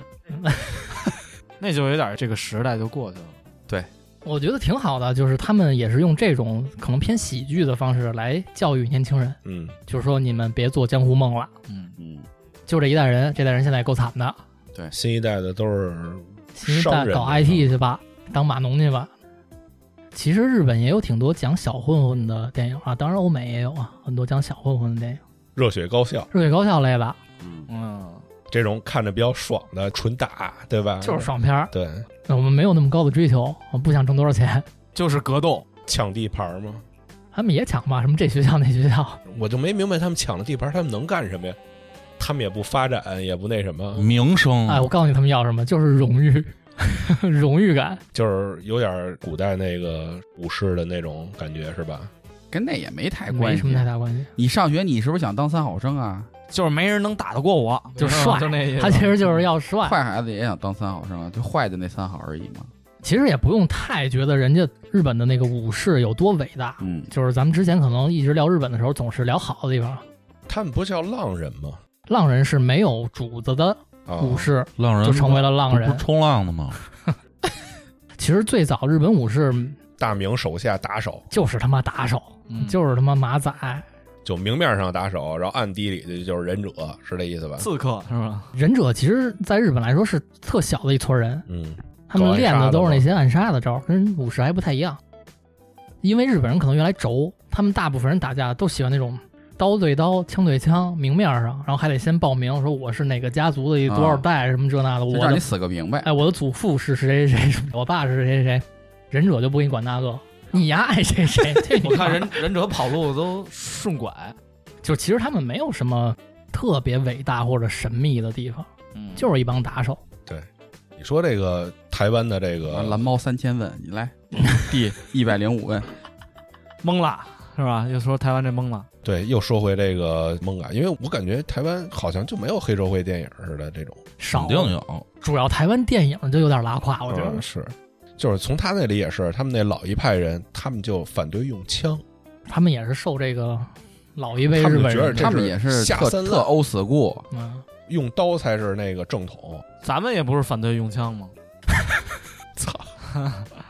Speaker 2: 那就有点这个时代就过去了。
Speaker 1: 我觉得挺好的，就是他们也是用这种可能偏喜剧的方式来教育年轻人，
Speaker 4: 嗯，
Speaker 1: 就是说你们别做江湖梦了，
Speaker 2: 嗯，
Speaker 3: 嗯，
Speaker 1: 就这一代人，这代人现在也够惨的，
Speaker 4: 新一代的都是
Speaker 1: 新一
Speaker 4: 商
Speaker 1: 代
Speaker 4: 人
Speaker 1: 搞
Speaker 4: 嘛
Speaker 1: IT 去吧，当码农去吧。其实日本也有挺多讲小混混的电影啊，当然欧美也有啊，很多讲小混混的电影，
Speaker 4: 热血高校
Speaker 1: 热血高校类的，
Speaker 3: 嗯，
Speaker 2: 嗯，
Speaker 4: 这种看着比较爽的纯打，对吧？
Speaker 1: 就是爽片儿。
Speaker 4: 对，
Speaker 1: 我们没有那么高的追求，我不想挣多少钱，
Speaker 2: 就是格斗，
Speaker 4: 抢地盘儿吗？
Speaker 1: 他们也抢吧，什么这学校那学校，
Speaker 4: 我就没明白他们抢了地盘儿，他们能干什么呀？他们也不发展，也不那什么，
Speaker 5: 名声，
Speaker 3: 啊
Speaker 1: 哎，我告诉你他们要什么，就是荣誉， 荣誉感。
Speaker 4: 就是有点儿古代那个武士的那种感觉，是吧？
Speaker 3: 跟那也没太
Speaker 1: 没
Speaker 3: 哎关
Speaker 1: 什么太
Speaker 3: 系。嗯
Speaker 1: 大关系。
Speaker 3: 你上学你是不是想当三好生啊？
Speaker 2: 就是没人能打得过我，
Speaker 1: 就是帅
Speaker 2: 就那意思。
Speaker 1: 他其实就是要帅，
Speaker 3: 坏孩子也想当三好生啊，就坏的那三好而已嘛。
Speaker 1: 其实也不用太觉得人家日本的那个武士有多伟大。
Speaker 3: 嗯，
Speaker 1: 就是咱们之前可能一直聊日本的时候，总是聊好的地方。
Speaker 4: 他们不叫浪人吗？
Speaker 1: 浪人是没有主子的
Speaker 3: 哦
Speaker 4: 啊，
Speaker 1: 武士，
Speaker 5: 浪人
Speaker 1: 就成为了
Speaker 5: 不
Speaker 1: 浪
Speaker 5: 嗯不
Speaker 1: 人
Speaker 5: 是。冲浪的吗？
Speaker 1: 其实最早日本武士
Speaker 4: 大明手下打手，
Speaker 1: 就是他妈打手，
Speaker 2: 嗯
Speaker 1: 就是他妈马仔、
Speaker 4: 就明面上打手，然后暗地里的就是忍者，是这意思吧？
Speaker 2: 刺客是吧？
Speaker 1: 忍者。其实，在日本来说是特小的一撮人，
Speaker 4: 嗯，
Speaker 1: 他们练的都是那些暗杀的招儿，跟武士还不太一样。因为日本人可能原来轴，他们大部分人打架都喜欢那种刀对刀、枪对枪，明面上，然后还得先报名，说我是哪个家族的多少代，什么这那的。
Speaker 3: 啊就
Speaker 1: 我
Speaker 3: 让你
Speaker 1: 的
Speaker 3: 死个明白。
Speaker 1: 哎，我的祖父是谁谁谁，我爸是谁谁谁，忍者就不给你管那个，你呀爱谁谁。这 你
Speaker 2: 我看 忍忍者跑路都顺拐，
Speaker 1: 就其实他们没有什么特别伟大或者神秘的地方，
Speaker 2: 嗯
Speaker 1: 就是一帮打手。
Speaker 4: 你说这个台湾的这个
Speaker 3: 呃蓝猫三千问，你来第一百零五问，
Speaker 2: 懵了是吧？又说台湾这懵了，
Speaker 4: 对，又说回这个梦感，因为我感觉台湾好像就没有黑社会电影似的这种，
Speaker 1: 少
Speaker 5: 肯定有，
Speaker 1: 主要台湾电影哦就有点拉胯，我觉得
Speaker 4: 嗯、是，就是从他那里也是，他们那老一派人，他们就反对用枪，
Speaker 1: 他们也是受这个老一辈
Speaker 4: 他
Speaker 1: 日
Speaker 4: 们
Speaker 1: 本
Speaker 4: 觉得
Speaker 1: 人
Speaker 4: 这
Speaker 1: 的，
Speaker 3: 他们也是
Speaker 4: 下
Speaker 3: 特
Speaker 4: 三滥
Speaker 3: 特欧死固，
Speaker 1: 嗯，
Speaker 4: 用刀才是那个正统。
Speaker 2: 咱们也不是反对用枪吗？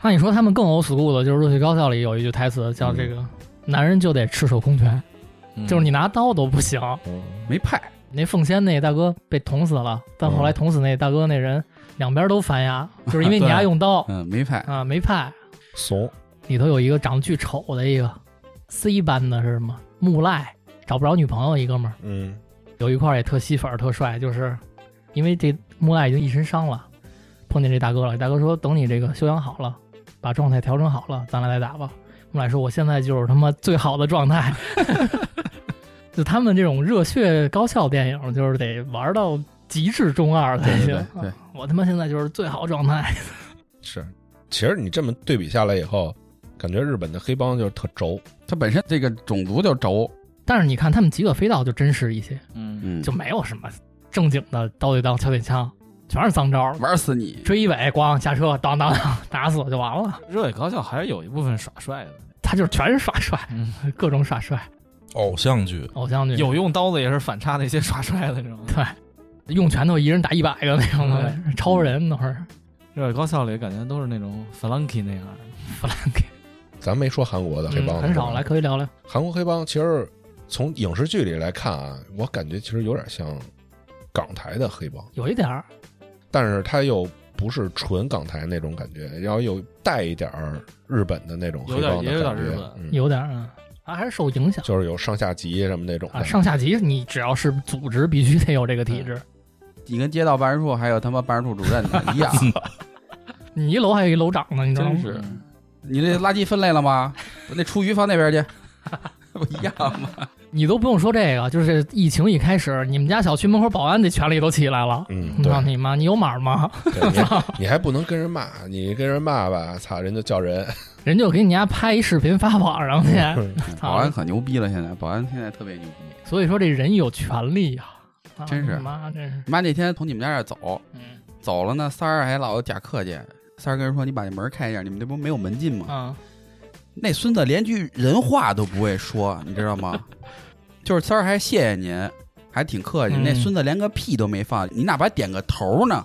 Speaker 1: 那你说他们更 old school 的，就是《热血高校》里有一句台词
Speaker 4: 嗯
Speaker 1: 叫“这个男人就得赤手空拳”，
Speaker 2: 嗯
Speaker 1: 就是你拿刀都不行。
Speaker 4: 嗯，
Speaker 3: 没派。
Speaker 1: 那奉先那大哥被捅死了，但后来捅死那大哥那人两边都反牙，就是因为你
Speaker 2: 对
Speaker 1: 丫用刀
Speaker 3: 嗯，没 派。
Speaker 1: 啊没派。
Speaker 4: 怂，
Speaker 1: 里头有一个长得巨丑的一个 C 班的是什么木赖，找不着女朋友一哥们儿，
Speaker 4: 嗯，
Speaker 1: 有一块儿也特吸粉儿特帅，就是因为这木赖已经一身伤了，碰见这大哥了。大哥说：“等你这个休养好了，把状态调整好了，咱俩再打吧。”木赖说：“我现在就是他妈最好的状态。” 就他们这种热血高校电影，就是得玩到极致中二才
Speaker 3: 对
Speaker 1: 行。
Speaker 3: 对对
Speaker 1: 啊我他妈现在就是最好状态。
Speaker 4: 是。其实你这么对比下来以后，感觉日本的黑帮就是特轴，
Speaker 3: 他本身这个种族就轴，
Speaker 1: 但是你看他们极恶飞盗就真实一些，
Speaker 2: 嗯，
Speaker 3: 嗯，
Speaker 1: 就没有什么正经的刀对刀、枪对枪，全是脏招儿。
Speaker 3: 玩死你。
Speaker 1: 追一尾，咣下车，当当当，打死就完了。
Speaker 2: 热血高校还是有一部分耍帅的，
Speaker 1: 他就是全是耍帅，
Speaker 3: 嗯
Speaker 1: 各种耍帅，
Speaker 5: 偶像剧，
Speaker 1: 偶像剧
Speaker 2: 有用刀子也是反差那些耍帅的，你知道吗？
Speaker 1: 对，用拳头一人打一百个那种的，
Speaker 3: 嗯
Speaker 1: 超人那会儿。
Speaker 2: 热血高校里感觉都是那种 flanky 那样的，
Speaker 4: 咱没说韩国的黑
Speaker 1: 嗯
Speaker 4: 帮、
Speaker 1: 很少来，可以聊聊。
Speaker 4: 韩国黑帮其实从影视剧里来看啊，我感觉其实有点像港台的黑帮，
Speaker 1: 有一点
Speaker 3: 嗯
Speaker 1: 儿，
Speaker 4: 但是它又不是纯港台那种感觉，然后又带一点儿日本的那种黑帮的感
Speaker 2: 有
Speaker 4: 觉，
Speaker 2: 点也有点日本
Speaker 4: 嗯
Speaker 1: 有点儿啊，他还是受影响
Speaker 4: 就是有上下级什么那种的
Speaker 1: 啊。上下级，你只要是组织，必须得有这个体制。
Speaker 3: 你跟街道办事处还有他妈办事处主任呢一样，嗯
Speaker 1: 你一楼还有一楼长呢，你知道吗
Speaker 3: 真？是。
Speaker 2: 嗯
Speaker 3: 你这垃圾分类了吗？把那厨余放那边去，不一样吗？
Speaker 1: 你都不用说这个，就是疫情一开始，你们家小区门口保安的权利都起来了。
Speaker 4: 嗯，
Speaker 1: 我
Speaker 4: 对
Speaker 1: 操，你妈！你有码吗？
Speaker 4: 对你还你还不能跟人骂，你跟人骂吧，操，人就叫人。
Speaker 1: 人就给你家拍一视频发网上去。
Speaker 3: 嗯保安可牛逼了，现在保安现在特别牛逼。
Speaker 1: 所以说这人有权利呀、啊，
Speaker 3: 真是
Speaker 1: 你妈真是，
Speaker 3: 妈那天从你们家这儿走，
Speaker 1: 嗯
Speaker 3: 走了呢，三儿还老假客气。三儿跟人说：“你把那门开一下，你们那不没有门禁吗？”
Speaker 1: 啊，
Speaker 3: 那孙子连句人话都不会说，你知道吗？就是三儿还谢谢您，还挺客气。
Speaker 1: 嗯
Speaker 3: 那孙子连个屁都没放，你哪怕点个头呢？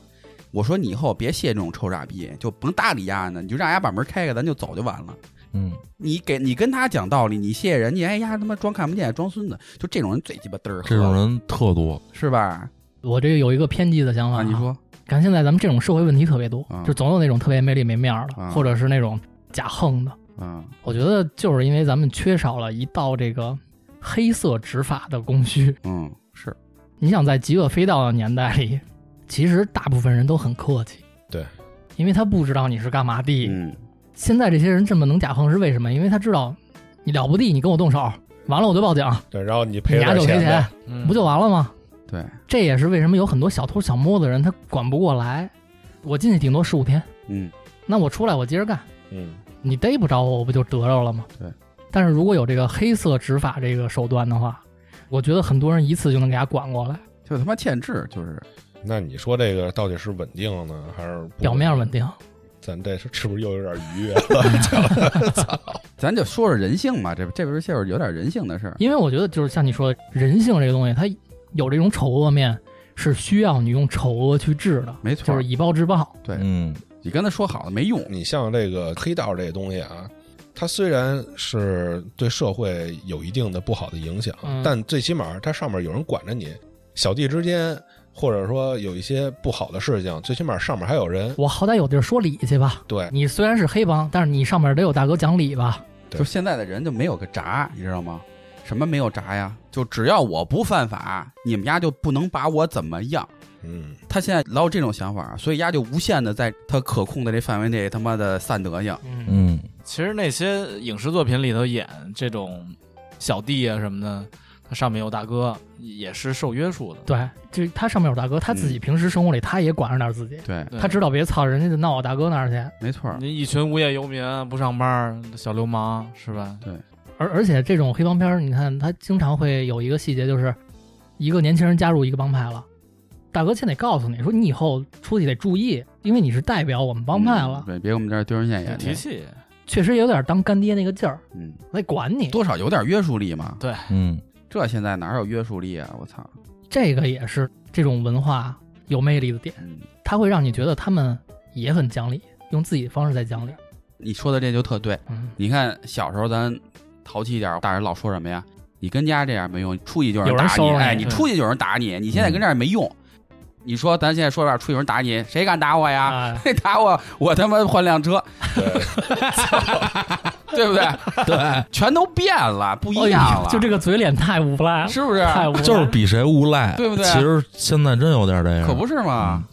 Speaker 3: 我说你以后别谢这种臭傻逼，就甭搭理丫呢，你就让丫把门开开，咱就走就完了。
Speaker 5: 嗯，
Speaker 3: 你给你跟他讲道理，你谢谢人家，哎呀他妈装看不见，装孙子，就这种人最鸡巴嘚儿喝，
Speaker 5: 这种人特多，
Speaker 3: 是吧？
Speaker 1: 我这个有一个偏激的想法、
Speaker 3: 啊，你，说
Speaker 1: 看现在咱们这种社会问题特别多，
Speaker 3: 啊
Speaker 1: 就总有那种特别没里没面儿的，
Speaker 3: 啊
Speaker 1: 或者是那种假横的。
Speaker 3: 啊，
Speaker 1: 我觉得就是因为咱们缺少了一道这个黑色执法的供 需。
Speaker 3: 嗯，是
Speaker 1: 你想在极恶飞盗的年代里，其实大部分人都很客气，
Speaker 4: 对，
Speaker 1: 因为他不知道你是干嘛的。
Speaker 3: 嗯，
Speaker 1: 现在这些人这么能假横是为什么？因为他知道你了不地，你跟我动手，完了我就报警，
Speaker 4: 对，然后你
Speaker 1: 你
Speaker 4: 赔
Speaker 1: 俩
Speaker 4: 了
Speaker 1: 就
Speaker 4: 点
Speaker 1: 赔钱啊
Speaker 4: 呗，，
Speaker 2: 嗯
Speaker 1: 不就完了吗？
Speaker 3: 对，
Speaker 1: 这也是为什么有很多小偷小摸的人他管不过来，我进去顶多十五天，
Speaker 3: 嗯，
Speaker 1: 那我出来我接着干，
Speaker 4: 嗯，
Speaker 1: 你逮不着我，我不就得着了吗？
Speaker 3: 对。
Speaker 1: 但是如果有这个黑色执法这个手段的话，我觉得很多人一次就能给他管过来，
Speaker 3: 就他妈欠治，就是
Speaker 4: 那你说这个到底是稳定呢，还是不
Speaker 1: 表面稳？定。
Speaker 3: 嗯
Speaker 4: 咱这是是不是又有点啊愉悦了？
Speaker 3: 咱就说说人性嘛，这这不是就是有点人性的事儿。
Speaker 1: 因为我觉得就是像你说的，人性这个东西，它有这种丑恶面，是需要你用丑恶去治的，
Speaker 3: 没错
Speaker 1: 就是以暴制暴。
Speaker 3: 对
Speaker 5: 嗯
Speaker 3: 你跟他说好了没用，
Speaker 4: 你像这个黑道这东西啊，它虽然是对社会有一定的不好的影响，
Speaker 1: 嗯
Speaker 4: 但最起码它上面有人管着你，小弟之间或者说有一些不好的事情，最起码上面还有人。
Speaker 1: 我好歹有地儿说理去吧。
Speaker 4: 对，
Speaker 1: 你虽然是黑帮，但是你上面得有大哥讲理吧？
Speaker 4: 对
Speaker 3: 就现在的人就没有个闸，你知道吗？什么没有闸呀？就只要我不犯法，你们家就不能把我怎么样。
Speaker 4: 嗯，
Speaker 3: 他现在老有这种想法，所以丫就无限的在他可控的这范围内他妈的散德性。
Speaker 1: 嗯，
Speaker 5: 嗯，
Speaker 2: 其实那些影视作品里头演这种小弟啊什么的，他上面有大哥，也是受约束的。
Speaker 1: 对，这他上面有大哥，他自己平时生活里他也管着点儿自己，
Speaker 3: 嗯对，
Speaker 2: 对
Speaker 1: 他知道别操人家就闹我大哥那儿去。
Speaker 3: 没错儿，
Speaker 2: 你一群无业游民啊不上班，小流氓是吧？
Speaker 1: 而而且这种黑帮片儿，你看他经常会有一个细节，就是一个年轻人加入一个帮派了，大哥先得告诉你说，你以后出去得注意，因为你是代表我们帮派了
Speaker 3: 嗯，对，别给我们这儿丢人现眼
Speaker 2: 提
Speaker 3: 去。
Speaker 2: 气，
Speaker 1: 确实有点当干爹那个劲儿，
Speaker 3: 嗯，
Speaker 1: 得管你。
Speaker 3: 多少有点约束力嘛。
Speaker 5: 嗯，
Speaker 3: 这现在哪有约束力啊？我操！
Speaker 1: 这个也是这种文化有魅力的点，
Speaker 3: 嗯，
Speaker 1: 它会让你觉得他们也很讲理，用自己的方式在讲理。
Speaker 3: 你说的这就特对。
Speaker 1: 嗯，
Speaker 3: 你看小时候咱淘气一点儿，大人老说什么呀？你跟家这样没用，出去就
Speaker 1: 有人
Speaker 3: 打
Speaker 1: 收拾
Speaker 3: 你。
Speaker 1: 你
Speaker 3: 哎，你
Speaker 1: 对
Speaker 3: 出去就有人打你，你现在跟这儿没用。你说咱现在说这儿出去有人打你，谁敢打我呀？
Speaker 1: 啊，
Speaker 3: 谁打我，我他妈换辆车，
Speaker 4: 对，
Speaker 3: 对不对？ 对，全都变了，不一样了，
Speaker 1: 哎就这个嘴脸太无赖了，
Speaker 3: 是不是？
Speaker 1: 太无赖了，
Speaker 5: 就是比谁无赖，
Speaker 3: 对不对啊
Speaker 5: 其实嗯现在真有点这样，
Speaker 3: 可不是嘛。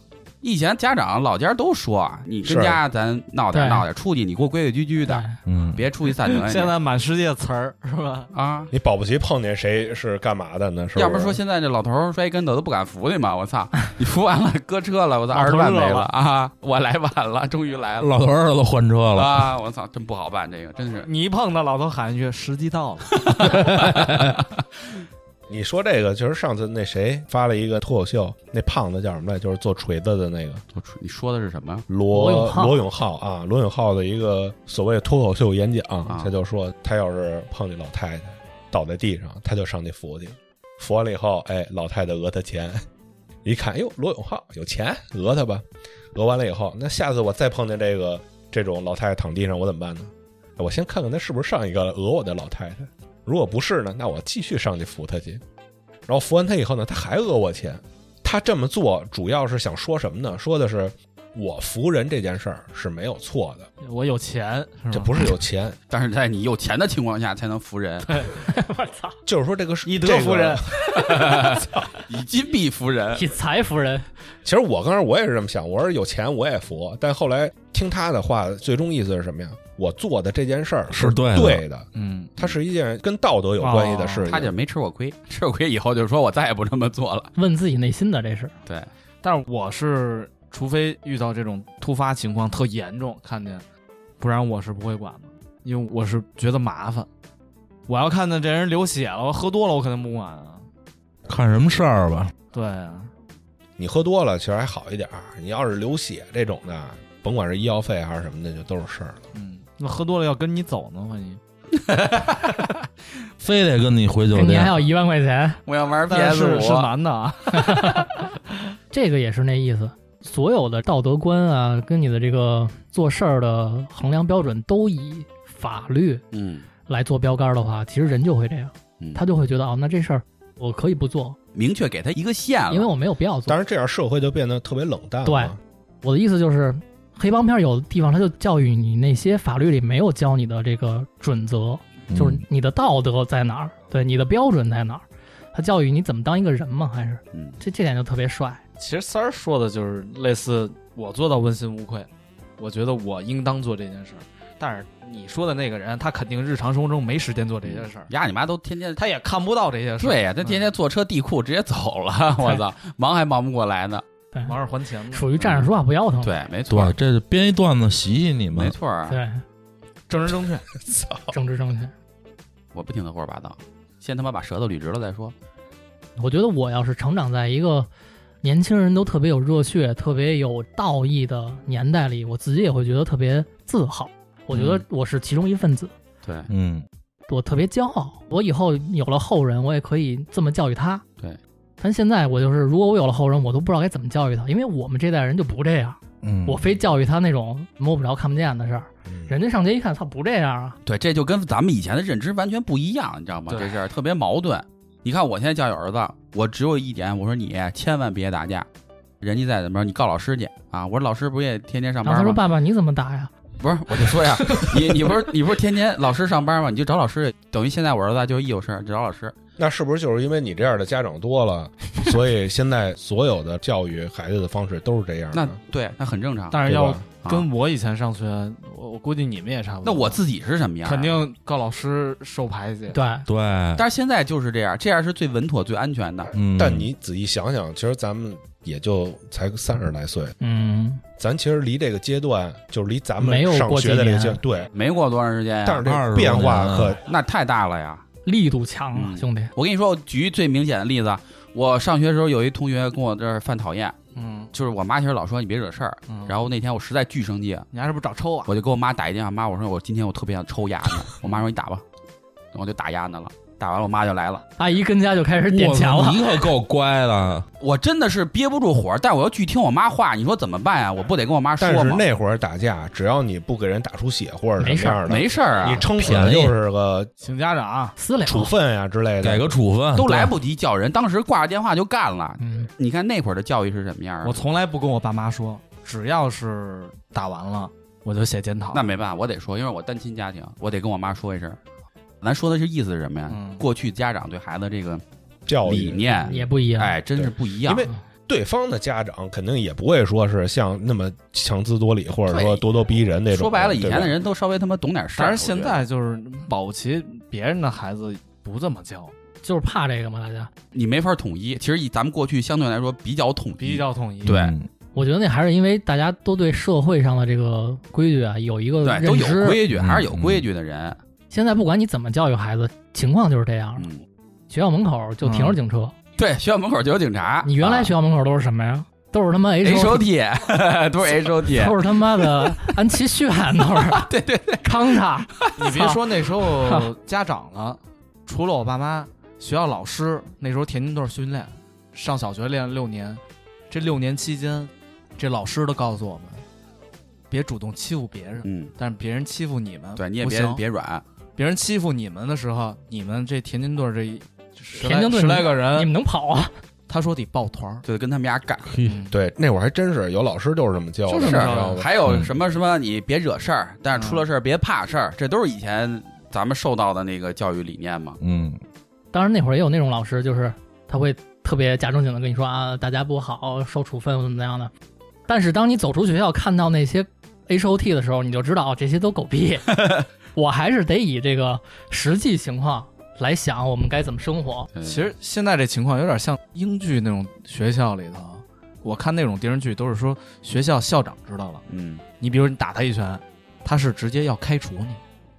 Speaker 3: 以前家长老家都说，啊你跟
Speaker 4: 是
Speaker 3: 家咱闹点
Speaker 1: 对
Speaker 3: 闹点，出去你给我规规矩矩的，
Speaker 1: 对
Speaker 5: 嗯，
Speaker 3: 别出 去散德去。
Speaker 2: 现在满世界词儿是吧？
Speaker 3: 啊，
Speaker 4: 你保不齐碰见谁是干嘛的呢？是不
Speaker 3: 要不说现在这老头儿摔一跟头都不敢扶你嘛，我操！ 你扶完了搁车了，我操，
Speaker 2: 老
Speaker 3: 二十
Speaker 2: 头
Speaker 3: 万
Speaker 2: 热
Speaker 3: 没
Speaker 2: 了
Speaker 3: 了啊！我来晚了， 终于来了
Speaker 5: 老头儿都换车了，
Speaker 3: 啊！我操，真不好办，这个真是。
Speaker 2: 你一碰到老头喊一句“时机到了
Speaker 4: 你说这个，就是上次那谁发了一个脱口秀，那胖子叫什么来？就是做锤子的那个
Speaker 3: 我出你说的是什么？
Speaker 1: 罗
Speaker 4: 罗
Speaker 1: 永浩
Speaker 4: 罗永浩啊，罗永浩的一个所谓脱口秀演讲，
Speaker 3: 啊
Speaker 4: 他就说他要是碰见老太太倒在地上，他就上去扶去，扶完了以后，哎，老太太讹他钱， 一看，哟，罗永浩有钱，讹他吧，讹完了以后，那下次我再碰见这个这种老太太躺地上，我怎么办呢？哎我先看看她是不是上一个讹我的老太太，如果不是呢，那我继续上去扶她去，然后扶完她以后呢，她还讹我钱。他这么做主要是想说什么呢？说的是我服人这件事儿是没有错的，”，
Speaker 2: 我有钱是吧？
Speaker 4: 这不是有钱，
Speaker 3: 但是在你有钱的情况下才能扶人，
Speaker 1: 我 操，
Speaker 4: 就是说这个是
Speaker 2: 以德
Speaker 4: 这个
Speaker 2: 服人。
Speaker 3: 以金币 扶人。
Speaker 1: 以财服人，
Speaker 4: 其实我刚开始我也是这么想，我是有钱我也服，但后来听他的话，最终意思是什么呀？我做的这件事儿
Speaker 5: 是对的
Speaker 4: 对的，哦
Speaker 2: 嗯，
Speaker 4: 它是一件跟道德有关系的事情。
Speaker 3: 他就没吃过亏， 吃过亏以后就说我再也不这么做 了。
Speaker 1: 问自己内心的这是。
Speaker 3: 对，
Speaker 2: 但是我是，除非遇到这种突发情况特严重，看见，不然我是不会管的，因为我是觉得麻烦。我要看见这人流血了，我喝多了，我肯定不管啊。
Speaker 5: 看什么事儿吧，
Speaker 2: 对啊，
Speaker 4: 你喝多了其实还好一点儿，你要是流血这种的，甭管是医药费还是什么的，就都是事儿了。
Speaker 2: 嗯，那喝多了要跟你走呢，万一。
Speaker 5: 非得跟你回酒
Speaker 1: 肯定还
Speaker 5: 店，
Speaker 1: 要一万块钱，
Speaker 3: 我要玩
Speaker 2: 但
Speaker 3: PS
Speaker 2: 是是
Speaker 3: 五，
Speaker 2: 男的啊，
Speaker 1: 这个也是那意思。所有的道德观啊，跟你的这个做事儿的衡量标准，都以法律
Speaker 3: 嗯，
Speaker 1: 来做标杆的话，其实人就会这样，
Speaker 3: 嗯
Speaker 1: 他就会觉得哦，那这事儿我可以不做，
Speaker 3: 明确给他一个线了。
Speaker 1: 因为我没有必要做
Speaker 4: 当。然这样社会就变得特别冷淡了。
Speaker 1: 对我的意思就是，黑帮片有的地方他就教育你那些法律里没有教你的这个准则，
Speaker 5: 嗯
Speaker 1: 就是你的道德在哪儿，对你的标准在哪儿，他教育你怎么当一个人嘛，还是
Speaker 3: 嗯
Speaker 1: 这这点就特别帅。
Speaker 2: 其实三儿说的就是类似我做到问心无愧，我觉得我应当做这件事儿。但是你说的那个人，他肯定日常生活中没时间做这些事儿，
Speaker 3: 呀，嗯你妈都天天
Speaker 2: 他也看不到这些事儿。
Speaker 3: 对呀，他天天坐车地库直接走了，我操，忙还忙不过来呢。
Speaker 2: 嗯忙着还钱呢，
Speaker 1: 属于站着说话不腰疼。
Speaker 3: 对，没错
Speaker 5: 对，，这就编一段子洗洗你
Speaker 3: 没
Speaker 5: 们。
Speaker 3: 错
Speaker 1: 哦
Speaker 3: 啊，
Speaker 1: 对，
Speaker 2: 正 人正确。
Speaker 4: 操，
Speaker 1: 政治正确。
Speaker 3: 我不听他胡说八道，先他妈把舌头捋直了再说。
Speaker 1: 我觉得我要是成长在一个年轻人都特别有热血、特别有道义的年代里，我自己也会觉得特别自豪。我觉得我是其中一份子，
Speaker 3: 对
Speaker 5: 嗯，
Speaker 1: 我特别骄傲。我以后有了后人，我也可以这么教育他。
Speaker 3: 对，
Speaker 1: 但现在我就是，如果我有了后人，我都不知道该怎么教育他，因为我们这代人就不这样，
Speaker 5: 嗯，
Speaker 1: 我非教育他那种摸不着、看不见的事儿。
Speaker 4: 嗯
Speaker 1: 人家上街一看，他不这样啊，
Speaker 3: 对，这就跟咱们以前的认知完全不一样，你知道吗？
Speaker 2: 对
Speaker 3: 这事儿特别矛盾。你看我现在教育儿子，我只有一点，我说你千万别打架，人家再怎么着，你告老师去啊！我说老师不也天天上
Speaker 1: 然后他
Speaker 3: 班
Speaker 1: 说：“
Speaker 3: 吗？
Speaker 1: 爸爸，你怎么打呀
Speaker 3: 不是，我就说 呀，你你不是你不是天天老师上班吗？你就找老师去，等于现在我儿子就一有事儿就找老师。
Speaker 4: 那是不是就是因为你这样的家长多了，所以现在所有的教育孩子的方式都是这样的？
Speaker 3: 那对，那很正常。
Speaker 2: 嗯但是
Speaker 4: 对
Speaker 2: 要
Speaker 4: 吧
Speaker 3: 啊
Speaker 2: 跟我以前上学，我我估计你们也差不多。
Speaker 3: 那我自己啊是什么样？
Speaker 2: 肯。定告老师受排
Speaker 3: 呃
Speaker 2: 挤。？”
Speaker 1: 对，
Speaker 5: 对，
Speaker 3: 但是现在就是这样，这样是最稳妥、最安全的。
Speaker 5: 嗯，
Speaker 4: 但你仔细想想，其实咱们也就才三十来岁，
Speaker 1: 嗯，
Speaker 4: 咱其实离这个阶段，就是离咱
Speaker 1: 没有
Speaker 4: 们
Speaker 1: 过
Speaker 4: 上学的
Speaker 1: 几
Speaker 4: 这个
Speaker 1: 年
Speaker 4: 阶段，对。
Speaker 3: 没过多长时间呀、
Speaker 4: 但是
Speaker 5: 二
Speaker 4: 这
Speaker 5: 十
Speaker 4: 变
Speaker 5: 多
Speaker 4: 化
Speaker 5: 年啊
Speaker 4: 可
Speaker 3: 那太大了呀！
Speaker 1: 力度强啊，
Speaker 3: 嗯
Speaker 1: 兄弟，
Speaker 3: 我跟你说，我举一最明显的例子，我上学的时候有一同学跟我这儿犯讨厌，
Speaker 2: 嗯，
Speaker 3: 就是我妈其实老说你别惹事儿，
Speaker 2: 嗯
Speaker 3: 然后那天我实在巨生气，
Speaker 2: 你还是不是找抽啊？
Speaker 3: 我就给我妈打一电话，妈，我说我今天我特别想抽鸭子，我妈说你打吧，然后我就打鸭子了，打完了我妈就来了，
Speaker 1: 阿姨跟家就开始点
Speaker 5: 我
Speaker 1: 钱了
Speaker 5: 你。可够乖 的，
Speaker 3: 我真的是憋不住火，但我要去听我妈话，你说怎么办呀？我不得跟我妈说
Speaker 4: 但是
Speaker 3: 吗？
Speaker 4: 那会儿打架，只要你不给人打出血或者什
Speaker 1: 没事
Speaker 4: 么
Speaker 1: 儿
Speaker 4: 样的，
Speaker 3: 没事儿啊
Speaker 4: 你，撑死
Speaker 5: 便宜
Speaker 4: 就是个
Speaker 2: 请家长啊，
Speaker 1: 私了
Speaker 4: 处分呀、之类的。
Speaker 5: 给个处分
Speaker 3: 都来不及叫人，当时挂着电话就干了。
Speaker 1: 嗯，
Speaker 3: 你看那会儿的教育是什么样啊？
Speaker 2: 我从来不跟我爸妈说，只要是打完了，我就写检讨。
Speaker 3: 那没办法，我得说，因为我单亲家庭，我得跟我妈说一声。咱说的是意思是什么呀？
Speaker 2: 嗯
Speaker 3: 过去家长对孩子这个
Speaker 4: 教育
Speaker 3: 理念，
Speaker 1: 也不一样。
Speaker 3: 哎，真是不一样
Speaker 4: 因。为对方的家长肯定也不会说是像那么强词夺理，或者说
Speaker 3: 对
Speaker 4: 咄咄逼人那种的。
Speaker 3: 说白了，以前的
Speaker 4: 对吧
Speaker 3: 人都稍微他妈懂点事儿。
Speaker 2: 但是现
Speaker 3: 我觉得
Speaker 2: 在就是保不齐别人的孩子不这么教，
Speaker 1: 就是怕这个嘛，大家。
Speaker 3: 你没法统一，其实以咱们过去相对来说比较统一，
Speaker 2: 比较统一。
Speaker 3: 对
Speaker 5: 嗯
Speaker 1: 我觉得那还是因为大家都对社会上的这个规矩啊有一个
Speaker 3: 对都
Speaker 1: 认
Speaker 3: 有
Speaker 1: 知。
Speaker 3: 规矩，
Speaker 5: 嗯
Speaker 3: 还是有规矩的人。
Speaker 1: 现在不管你怎么教育孩子，情况就是这样。
Speaker 3: 嗯，
Speaker 1: 学校门口就停着警车，
Speaker 3: 对，学校门口就有警察。啊
Speaker 1: 你原来学校门口都是什么呀？都是他妈
Speaker 3: H O
Speaker 1: T，
Speaker 3: T 都是 H O T，
Speaker 1: 都是他妈的安琪 炫，都是。对对对，康塔。
Speaker 2: 你别说那时 候家长了，除了我爸妈，学校老师那时候田径队训练，上小学练了六年，这六年期间，这老师都告诉我们，别主动欺负别人，
Speaker 3: 嗯，
Speaker 2: 但是别人欺负你们，
Speaker 3: 对，你也
Speaker 2: 不
Speaker 3: 别
Speaker 2: 行
Speaker 3: 别软，
Speaker 2: 别人欺负你们的时候，你们这田径队这一十来
Speaker 1: 田径队
Speaker 2: 十来
Speaker 1: 你
Speaker 2: 个
Speaker 3: 呃
Speaker 2: 人，
Speaker 1: 们能跑啊？
Speaker 2: 他说得抱团儿，
Speaker 3: 就得跟他们俩干。
Speaker 5: 嘿
Speaker 4: 对那会儿还真是有老师就是这么教的，
Speaker 2: 就是
Speaker 4: 你
Speaker 2: 这么
Speaker 4: 知
Speaker 3: 是
Speaker 2: 着
Speaker 4: 道
Speaker 2: 的
Speaker 4: 吗？
Speaker 1: 嗯
Speaker 3: 还有什么什么，你别惹事儿，但是出了事儿别怕事儿，这都是以前咱们受到的那个教育理念嘛。
Speaker 5: 嗯，
Speaker 1: 当然那会儿也有那种老师，就是他会特别假正经的跟你说啊，大家不好，受处分怎么怎么样的。但是当你走出学校看到那些 H O T 的时候，你就知道哦这些都狗屁。我还是得以这个实际情况来想我们该怎么生活。
Speaker 3: 对
Speaker 2: 嗯其实现在这情况有点像英剧那种学校里头，我看那种电视剧都是说学校校长知道了，
Speaker 3: 嗯
Speaker 2: 你比如你打他一拳，他是直接要开除你，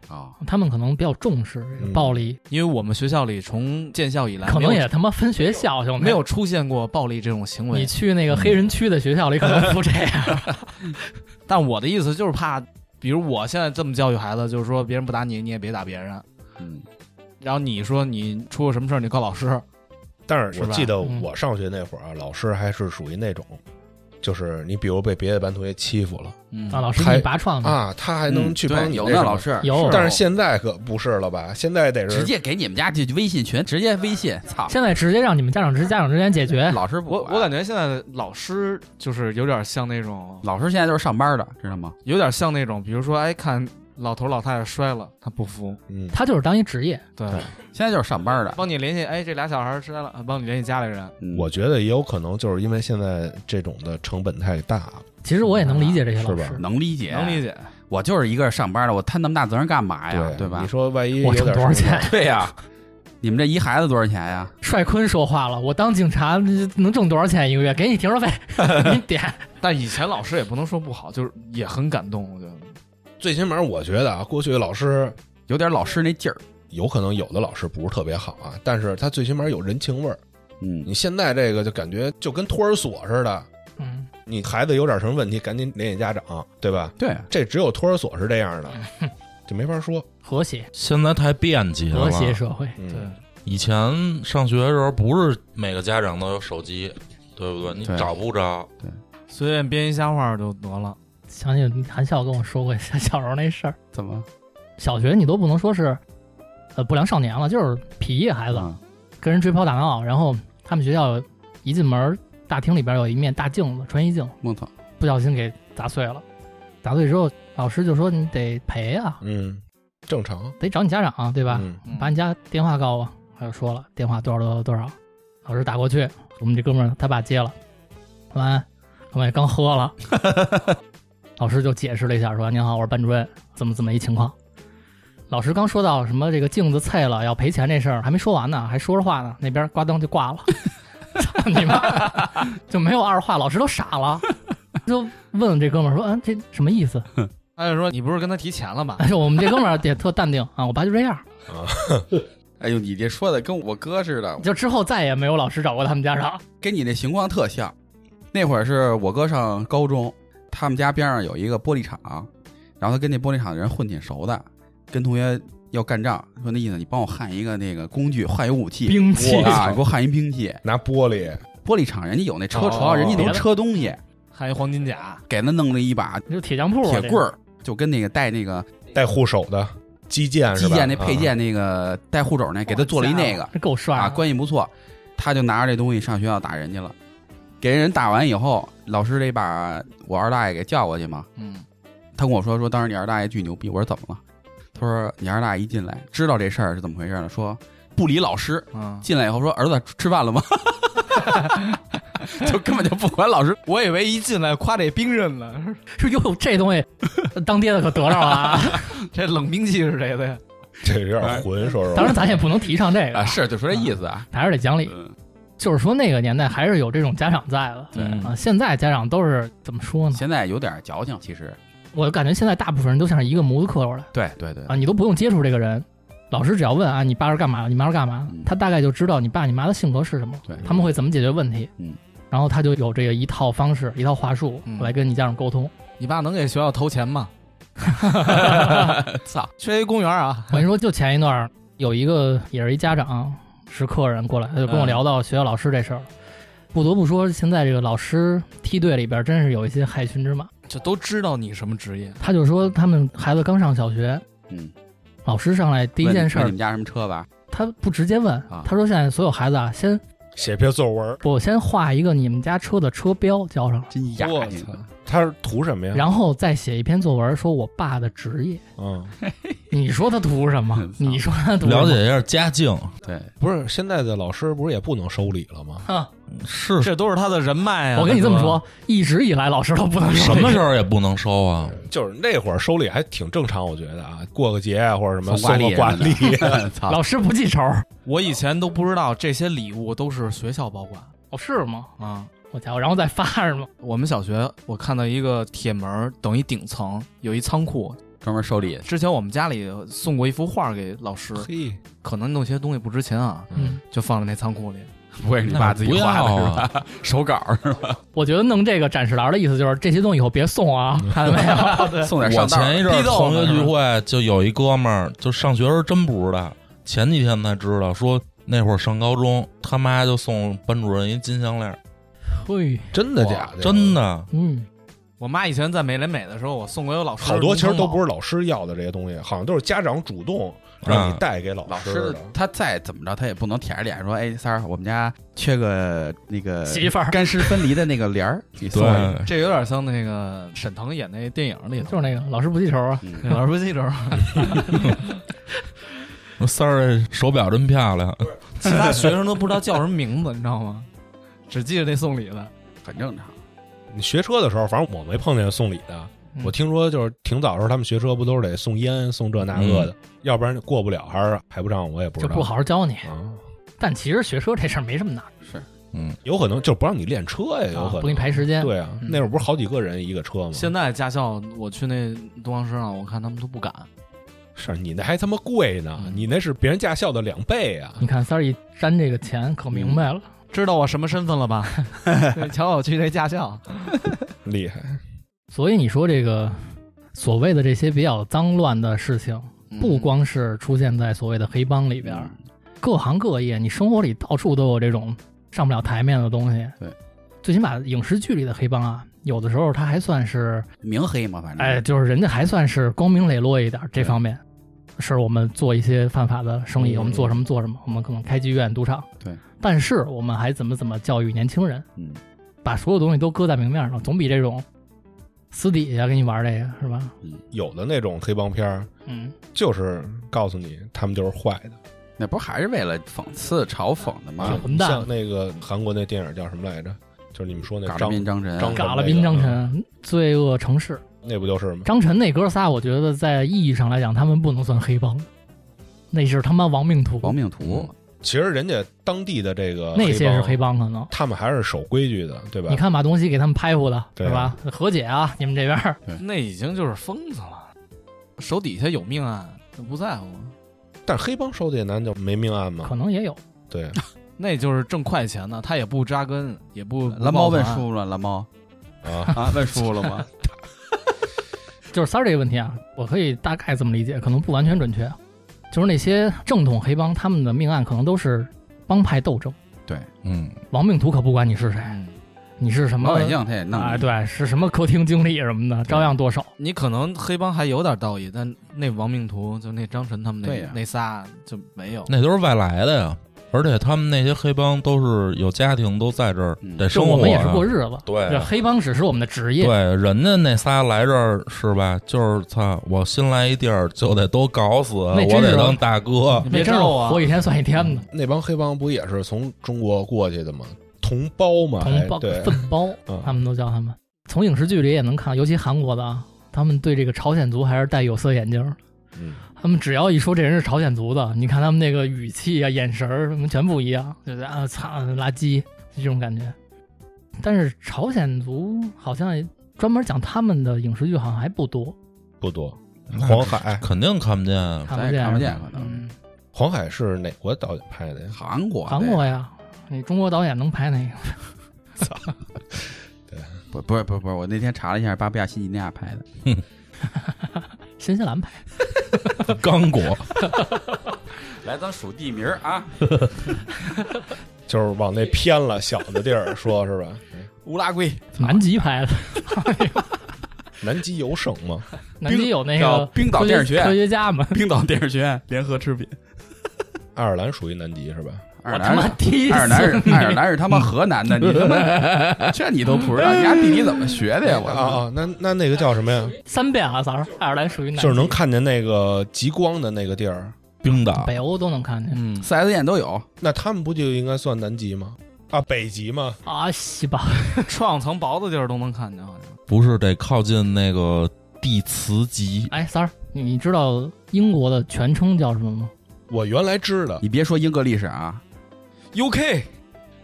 Speaker 3: 啊，
Speaker 1: 他们可能比较重视这个暴力，
Speaker 2: 因为我们学校里从建校以来
Speaker 1: 可
Speaker 2: 没有
Speaker 1: 能也他妈分学校，兄弟。
Speaker 2: 没有出现过暴力这种行
Speaker 1: 你
Speaker 2: 为。
Speaker 1: 去那个黑人区的学校里，可能不这样。
Speaker 2: 但我的意思就是怕，比如我现在这么教育孩子，就是说别人不打你，你也别打别人。
Speaker 3: 嗯，
Speaker 2: 然后你说你出了什么事儿，你告老师，
Speaker 4: 但是我
Speaker 2: 是吧
Speaker 4: 记得
Speaker 1: 嗯
Speaker 4: 我上学那会儿啊，老师还是属于那种，就是你比如被别的班同学欺负了
Speaker 2: 嗯
Speaker 1: 啊，老师给
Speaker 4: 还
Speaker 1: 你拔创的，
Speaker 4: 啊，他还能去
Speaker 3: 嗯
Speaker 4: 帮
Speaker 3: 对
Speaker 4: 你
Speaker 3: 有
Speaker 4: 那什么
Speaker 3: 老。师
Speaker 1: 有
Speaker 4: 但是现在可不是了吧？现在得是
Speaker 3: 直接给你们家这微信群，直接微信，操！
Speaker 1: 现在直接让你们家长之家长之间解决。
Speaker 3: 老师不
Speaker 2: 我
Speaker 3: 管
Speaker 2: 我感觉现在的老师就是有点像那种，
Speaker 3: 老师现在就是上班的，知道吗？
Speaker 2: 有点像那种，比如说哎，看老头老太太摔了，他不服，
Speaker 4: 嗯，
Speaker 1: 他就是当一职业，
Speaker 2: 对，
Speaker 3: 现在就是上班的。
Speaker 2: 帮你联系，哎，这俩小孩摔了，帮你联系家里人，
Speaker 3: 嗯
Speaker 4: 我觉得也有可能就是因为现在这种的成本太大了，
Speaker 1: 其实我也能理解这些老
Speaker 4: 是
Speaker 1: 师，
Speaker 3: 能理解，
Speaker 2: 能理解。
Speaker 3: 我就是一个上班的，我摊那么大责任干嘛哎呀？对吧
Speaker 4: 你？说万一
Speaker 1: 我
Speaker 4: 有
Speaker 1: 挣
Speaker 4: 点
Speaker 1: 多少
Speaker 4: 什么
Speaker 1: 钱？
Speaker 3: 对呀、你们这一孩子多少钱呀？
Speaker 1: 帅坤说话了，我当警察能挣多少钱一个月？给你停车费， 你点。
Speaker 2: 但以前老师也不能说不好，就是也很感动，我觉得。
Speaker 4: 最起码我觉得啊，过去老师
Speaker 3: 有点老师那劲儿。
Speaker 4: 有可能有的老师不是特别好啊，但是他最起码有人情味儿。
Speaker 3: 嗯，
Speaker 4: 你现在这个就感觉就跟托儿所似的，
Speaker 1: 嗯，
Speaker 4: 你孩子有点什么问题，赶紧联系家长，对吧？
Speaker 3: 对，
Speaker 4: 这只有托儿所是这样的，就没法说。
Speaker 1: 和谐，
Speaker 5: 现在太便捷了
Speaker 1: 和。谐社会，
Speaker 4: 嗯
Speaker 2: 对，
Speaker 5: 以前上学的时候，不是每个家长都有手机，对不对？你
Speaker 3: 对
Speaker 5: 找不着，
Speaker 2: 随便编一瞎话就得了。
Speaker 1: 想起韩笑跟我说过小小时候那事儿，
Speaker 3: 怎么
Speaker 1: 小学你都不能说是，呃，不良少年了，就是痞孩子，
Speaker 3: 嗯
Speaker 1: 跟人追跑打闹。然后他们学校一进门，大厅里边有一面大镜子，穿衣镜，
Speaker 3: 木头，
Speaker 1: 不小心给砸碎了。砸碎之后，老师就说你得赔啊，
Speaker 4: 嗯，正常，
Speaker 1: 得找你家长啊、对吧？
Speaker 4: 嗯，
Speaker 1: 把你家电话告我。他就说了电话多少多少多少，老师打过去，我们这哥们儿他爸接了，晚安，哥们儿刚喝了，老师就解释了一下，说您好，我是班主任，怎么怎么一情况。老师刚说到什么这个镜子碎了要赔钱这事儿，还没说完呢，还说着话呢，那边呱噔就挂了，操你妈，就没有二话，老师都傻了，就问这哥们儿说，嗯、这什么意思？
Speaker 2: 他就说：“你不是跟他提钱了吗
Speaker 1: 但是我们这哥们儿也特淡定啊，我爸就这样，
Speaker 3: 哎呦，你这说的跟我哥似的，
Speaker 1: 就之后再也没有老师找过他们家长。
Speaker 3: 跟你那情况特像。那会儿是我哥上高中，他们家边上有一个玻璃厂，然后他跟那玻璃厂的人混挺熟的，跟同学要干仗，说那意思你帮我焊一个那个工具，焊一武器，
Speaker 1: 兵器
Speaker 4: 哇
Speaker 3: 啊，你给我焊一兵器。
Speaker 4: 拿玻璃，
Speaker 3: 玻璃厂人家有那车
Speaker 2: 哦
Speaker 3: 床，人家能车东西，？”
Speaker 2: 还有黄金甲，
Speaker 3: 给他弄了一把
Speaker 1: 就铁匠铺
Speaker 3: 铁
Speaker 1: 啊
Speaker 3: 棍，儿，就跟那个带那个
Speaker 4: 带护手的击剑
Speaker 3: 击
Speaker 4: 是吧？啊
Speaker 3: 剑那配件那个带护肘那，给他做了一那个
Speaker 1: 这够帅
Speaker 3: 啊，
Speaker 1: 的
Speaker 3: 关系不错，他就拿着这东西上学校打人去了，给人打完以后，老师得把我二大爷给叫过去嘛。
Speaker 2: 嗯，
Speaker 3: 他跟我说说，当时你二大爷巨牛逼，我说怎么了？他说你二大爷一进来知道这事儿是怎么回事了，说不理老师，
Speaker 2: 嗯，
Speaker 3: 进来以后说儿子吃饭了吗？ 就根本就不 管老师，
Speaker 2: 我以为一进来夸这兵刃了，
Speaker 1: 说哟，这东西 当爹的可得着了 啊！
Speaker 2: 这冷兵器是谁的呀？
Speaker 4: 这有点混，说实
Speaker 1: 当
Speaker 4: 话。
Speaker 1: 然，咱也不能提倡这个
Speaker 3: 啊，，是就说这意思啊。
Speaker 1: 还是得讲理。
Speaker 3: 嗯，
Speaker 1: 就是说，那个年代还是有这种家长在的。
Speaker 3: 对
Speaker 1: 啊，现在家长都是怎么说呢？
Speaker 3: 现在有点矫情，其实。
Speaker 1: 我感觉现在大部分人都像是一个模子刻出来
Speaker 3: 对对对
Speaker 1: 啊，你都不用接触这个人，老师只要问啊，你爸是干嘛的，你妈是干嘛的
Speaker 3: 嗯，
Speaker 1: 他大概就知道你爸你妈的性格是什么，
Speaker 3: 对，
Speaker 1: 他们会怎么解决问题。
Speaker 3: 嗯，
Speaker 1: 然后他就有这个一套方式、一套话术
Speaker 2: 嗯
Speaker 1: 来跟你家长沟通。
Speaker 2: 你爸能给学校投钱 吗？
Speaker 3: 操，
Speaker 2: 缺一公园啊，
Speaker 1: 我跟你说，就前一段儿有一个也是一家长是客人过来，他就跟我聊到学校老师这事儿了。不得不说，现在这个老师梯队里边真是有一些害群之马。
Speaker 2: 就都知道你什么职业。
Speaker 1: 他就说他们孩子刚上小学，
Speaker 3: 嗯，
Speaker 1: 老师上来第一件事
Speaker 3: 问你
Speaker 1: 儿
Speaker 3: 们，家什么车吧？
Speaker 1: 他不直接问
Speaker 3: 啊，
Speaker 1: 他说现在所有孩子啊，先
Speaker 4: 写篇作文，
Speaker 1: 我先画一个你们家车的车标交上来，
Speaker 3: 真雅，
Speaker 2: 我操
Speaker 3: 你们？
Speaker 4: 他是图什么呀？
Speaker 1: 然后再写一篇作文，说我爸的职业。
Speaker 4: 嗯，
Speaker 1: 你说他图什么你说他图什么
Speaker 5: 了？解一下家境，
Speaker 3: 对，
Speaker 4: 不是现在的老师不是也不能收礼了吗？
Speaker 1: 哼
Speaker 5: 是
Speaker 2: 这都是他的人脉啊！
Speaker 1: 我跟你这么
Speaker 2: 大哥
Speaker 1: 说，，一直以来老师都不能说
Speaker 5: 什么时候也不能收啊。
Speaker 4: 就是那会儿收礼还挺正常，我觉得啊，过个节啊或者什么
Speaker 3: 送挂
Speaker 4: 送
Speaker 3: 历
Speaker 4: 个挂
Speaker 3: 什么
Speaker 4: 历，
Speaker 3: 的操，
Speaker 1: 老师不记仇。
Speaker 2: 我以前都不知道这些礼物都是学校保管
Speaker 1: 哦，是吗？
Speaker 2: 啊。
Speaker 1: 我家伙，然后再发是吗？
Speaker 2: 我们小学我看到一个铁门儿等于顶层有一仓库，
Speaker 3: 专门收礼。
Speaker 2: 之前我们家里送过一幅画给老师，
Speaker 4: 嘿，
Speaker 2: 可能弄些东西不值钱啊，
Speaker 1: 嗯，
Speaker 2: 就放在那仓 库里。
Speaker 3: 不会是你爸自己
Speaker 5: 不要
Speaker 3: 画的是
Speaker 5: 啊
Speaker 3: 吧？手稿儿是吧？
Speaker 1: 我觉得弄这个展示栏的意思就是这些东西以后别送啊，
Speaker 4: 嗯
Speaker 1: 看见没有？
Speaker 3: 送点
Speaker 5: 我
Speaker 3: 上道儿。
Speaker 5: 前一阵儿
Speaker 2: 批斗
Speaker 5: 同学
Speaker 2: 呢
Speaker 5: 聚
Speaker 2: 是吧
Speaker 5: 会，就有一哥们儿，就上学时候真不知道，前几天才知道，说那会儿上高中，他妈就送班主任一金项链儿，
Speaker 1: 嘿，
Speaker 4: 真的假的？
Speaker 5: 真。的。
Speaker 1: 嗯，
Speaker 2: 我妈以前在美联美的时候，我送给我老师
Speaker 4: 好多其实都不
Speaker 2: 是
Speaker 4: 是老师要的这些东西，好像都是家长主动让你带给老
Speaker 3: 老
Speaker 4: 师
Speaker 3: 师
Speaker 4: 的。
Speaker 3: 他再怎么着，他也不能舔着脸说：“哎，三儿，我们家缺个那
Speaker 4: 呃
Speaker 3: 个
Speaker 1: 媳妇儿
Speaker 3: 干湿分离的那个帘 儿，你送
Speaker 5: 对
Speaker 3: 我一个。
Speaker 2: 这有点像那个沈腾演那电影里
Speaker 1: 就
Speaker 2: 头
Speaker 1: 是，那个老师不记仇啊。
Speaker 3: 嗯
Speaker 2: 老师不记着，
Speaker 5: 我三儿这手表真漂亮，
Speaker 2: 其 他学生都不知道叫什么名字，你知道吗？只记着那送礼的。
Speaker 3: 很正常。
Speaker 4: 你学车的时候，反正我没碰见送礼的。
Speaker 1: 嗯
Speaker 4: 我听说就是挺早的时候，他们学车不都是得送烟、送这那个的，要不然过不了，还是排不上，我也不
Speaker 1: 嗯
Speaker 4: 知
Speaker 1: 就
Speaker 4: 道。
Speaker 1: 不好好教你。
Speaker 4: 啊，
Speaker 1: 但其实学车这事儿没这么难，
Speaker 5: 嗯，
Speaker 4: 有可能就是不让你练车呀，哎有
Speaker 1: 啊
Speaker 4: 可能
Speaker 1: 不给你排时间。
Speaker 4: 对啊，
Speaker 1: 嗯
Speaker 4: 那会儿不是好几个人一个车吗？
Speaker 2: 现在驾校，我去那东阳市场，我看他们都不敢。
Speaker 4: 是你那还他妈贵呢，
Speaker 2: 嗯
Speaker 4: 你那是别人驾校的两倍啊！
Speaker 1: 你看三儿一沾这个钱可明白了，
Speaker 4: 嗯
Speaker 2: 知道我什么身份了吧？ 对瞧我去这驾校，
Speaker 4: 厉害，
Speaker 1: 所以你说这个所谓的这些比较脏乱的事情，
Speaker 2: 嗯
Speaker 1: 不光是出现在所谓的黑帮里边儿，
Speaker 3: 嗯
Speaker 1: 各行各业，你生活里到处都有这种上不了台面的东西。
Speaker 3: 对，
Speaker 1: 最起码影视剧里的黑帮啊，有的时候他还算是，
Speaker 3: 明黑嘛，反正
Speaker 1: 哎，就是人家还算是光明磊落一点儿这方面。是我们做一些犯法的生意，
Speaker 4: 嗯
Speaker 1: 我们做什么做什么，我们可能开妓院、赌场。
Speaker 3: 对，
Speaker 1: 但是我们还怎么怎么教育年轻人，
Speaker 3: 嗯，
Speaker 1: 把所有东西都搁在明面上，总比这种私底下给你玩这个是吧？
Speaker 4: 有的那种黑帮片儿
Speaker 1: 嗯，
Speaker 4: 就是告诉你他们就是坏的，啊
Speaker 3: 那不还是为了讽刺、嘲讽的
Speaker 1: 是
Speaker 3: 吗？
Speaker 1: 混蛋
Speaker 4: 像那个韩国那电影叫什么来着？就是你们说那
Speaker 3: 嘎着
Speaker 4: 张
Speaker 3: 宾张晨，
Speaker 4: 张
Speaker 1: 嘎了宾张晨，嗯罪恶城市。
Speaker 4: 那不就是吗？
Speaker 1: 张晨那哥仨，我觉得在意义上来讲，他们不能算黑帮，那是他妈亡命徒，
Speaker 3: 亡命徒，
Speaker 4: 其实人家当地的这个
Speaker 1: 那些是黑
Speaker 4: 帮，啊
Speaker 1: 帮可能。
Speaker 4: 他们还是守规矩的，对吧？
Speaker 1: 你看马东锡给他们拍糊的
Speaker 4: 对
Speaker 1: 是吧？和解啊，你们这边儿
Speaker 2: 那已经就是疯子了，手底下有命案，他不在乎，
Speaker 4: 但黑帮收的也难，就没命案嘛
Speaker 1: 可。能也有。
Speaker 4: 对，
Speaker 2: 那就是挣快钱呢，他也不扎根，也嗯不
Speaker 3: 呃蓝猫问
Speaker 2: 叔，
Speaker 3: 叔了，蓝猫
Speaker 4: 啊，
Speaker 3: 啊，问叔了吗？
Speaker 1: 就是三儿这个问题啊，我可以大概这么理解，可能不完全准确，啊就是那些正统黑帮他们的命案可能都是帮派斗争，
Speaker 5: 嗯，
Speaker 1: 亡命徒可不管你是谁，
Speaker 2: 嗯
Speaker 1: 你是什么
Speaker 3: 老百姓他也弄，
Speaker 1: 啊，对，是什么客厅经理什么的，照样剁手。
Speaker 2: 你可能黑帮还有点道义，但那亡命徒就那张晨他们那、
Speaker 3: 对呀
Speaker 2: 那仨就没有。
Speaker 5: 那都是外来的呀，而且他们那些黑帮都是有家庭，都在这儿
Speaker 3: 嗯
Speaker 5: 得
Speaker 1: 就
Speaker 5: 生活呀。啊
Speaker 1: 我们也是过日子，
Speaker 5: 对
Speaker 1: 这黑帮只是我们的职业，
Speaker 5: 对，人家那仨来这儿是吧？就是操，我新来一地儿就得都搞死，
Speaker 1: 那
Speaker 5: 我
Speaker 1: 真是
Speaker 5: 得当大哥
Speaker 1: 那
Speaker 2: 你。别
Speaker 1: 真
Speaker 2: 招
Speaker 1: 是
Speaker 2: 我啊
Speaker 1: 活一天算一天的，
Speaker 4: 那帮黑帮不也是从中国过去的吗？同胞嘛，
Speaker 1: 同胞
Speaker 4: 哎 对，
Speaker 1: 粪 包，
Speaker 4: 嗯
Speaker 1: 他们都叫他们。从影视剧里也能看，尤其韩国的啊，他们对这个朝鲜族还是戴有色眼镜儿。
Speaker 4: 嗯，
Speaker 1: 他们只要一说这人是朝鲜族的，你看他们那个语气啊、眼神儿什么全不一样，就是啊操垃圾 就这种感觉。但是朝鲜族好像专门讲他们的影视剧好像还不多，
Speaker 4: 不多。
Speaker 5: 那
Speaker 4: 黄海，
Speaker 5: 肯定看不见啊，
Speaker 1: 看
Speaker 3: 咱
Speaker 1: 不
Speaker 3: 也
Speaker 1: 见，
Speaker 3: 看不见，可能
Speaker 1: 嗯，
Speaker 4: 黄海是哪国导演拍的呀？
Speaker 3: 韩国的
Speaker 1: 韩国呀，你中国导演能拍哪个？
Speaker 3: 不不是不是不是，我那天查了一下，巴布亚新几内亚拍的，
Speaker 1: 新西兰拍。
Speaker 5: 刚果。
Speaker 3: 来咱数地名啊，
Speaker 4: 就是往那偏了小的地儿说，是吧？
Speaker 2: 乌拉圭
Speaker 1: 南极拍的，
Speaker 4: 南极有省吗？
Speaker 1: 南极有那
Speaker 3: 叫
Speaker 1: 个
Speaker 3: 冰岛
Speaker 1: 科学
Speaker 3: 电影学
Speaker 1: 科
Speaker 3: 院，
Speaker 1: 学家们。
Speaker 3: 冰岛电影学院联合制品。
Speaker 4: 爱尔兰属于南极是吧？
Speaker 3: 爱尔
Speaker 1: 他妈
Speaker 3: 兰，
Speaker 1: 第一
Speaker 3: 爱尔
Speaker 1: 次
Speaker 3: 兰是爱尔兰是他妈河南的，你他妈 这你都不知道，你家地理怎么学的呀？我
Speaker 4: 啊
Speaker 3: 操！
Speaker 4: 啊，那那那个叫什么呀？
Speaker 1: 三遍啊，三儿，爱尔兰属于南极，
Speaker 4: 就是能看见那个极光的那个地儿，
Speaker 5: 冰岛
Speaker 1: 北欧都能看见
Speaker 2: 嗯，
Speaker 3: 四 S 店都有，
Speaker 4: 那他们不就应该算南极吗？啊，北极吗？
Speaker 1: 啊，西吧，
Speaker 2: 创层薄的地儿都能看见，好像
Speaker 5: 不是得靠近那个地磁极，
Speaker 1: 哎，三儿，你你知道英国的全称叫什么吗？
Speaker 4: 我原来知道
Speaker 3: 你别说英格历史啊，
Speaker 4: UK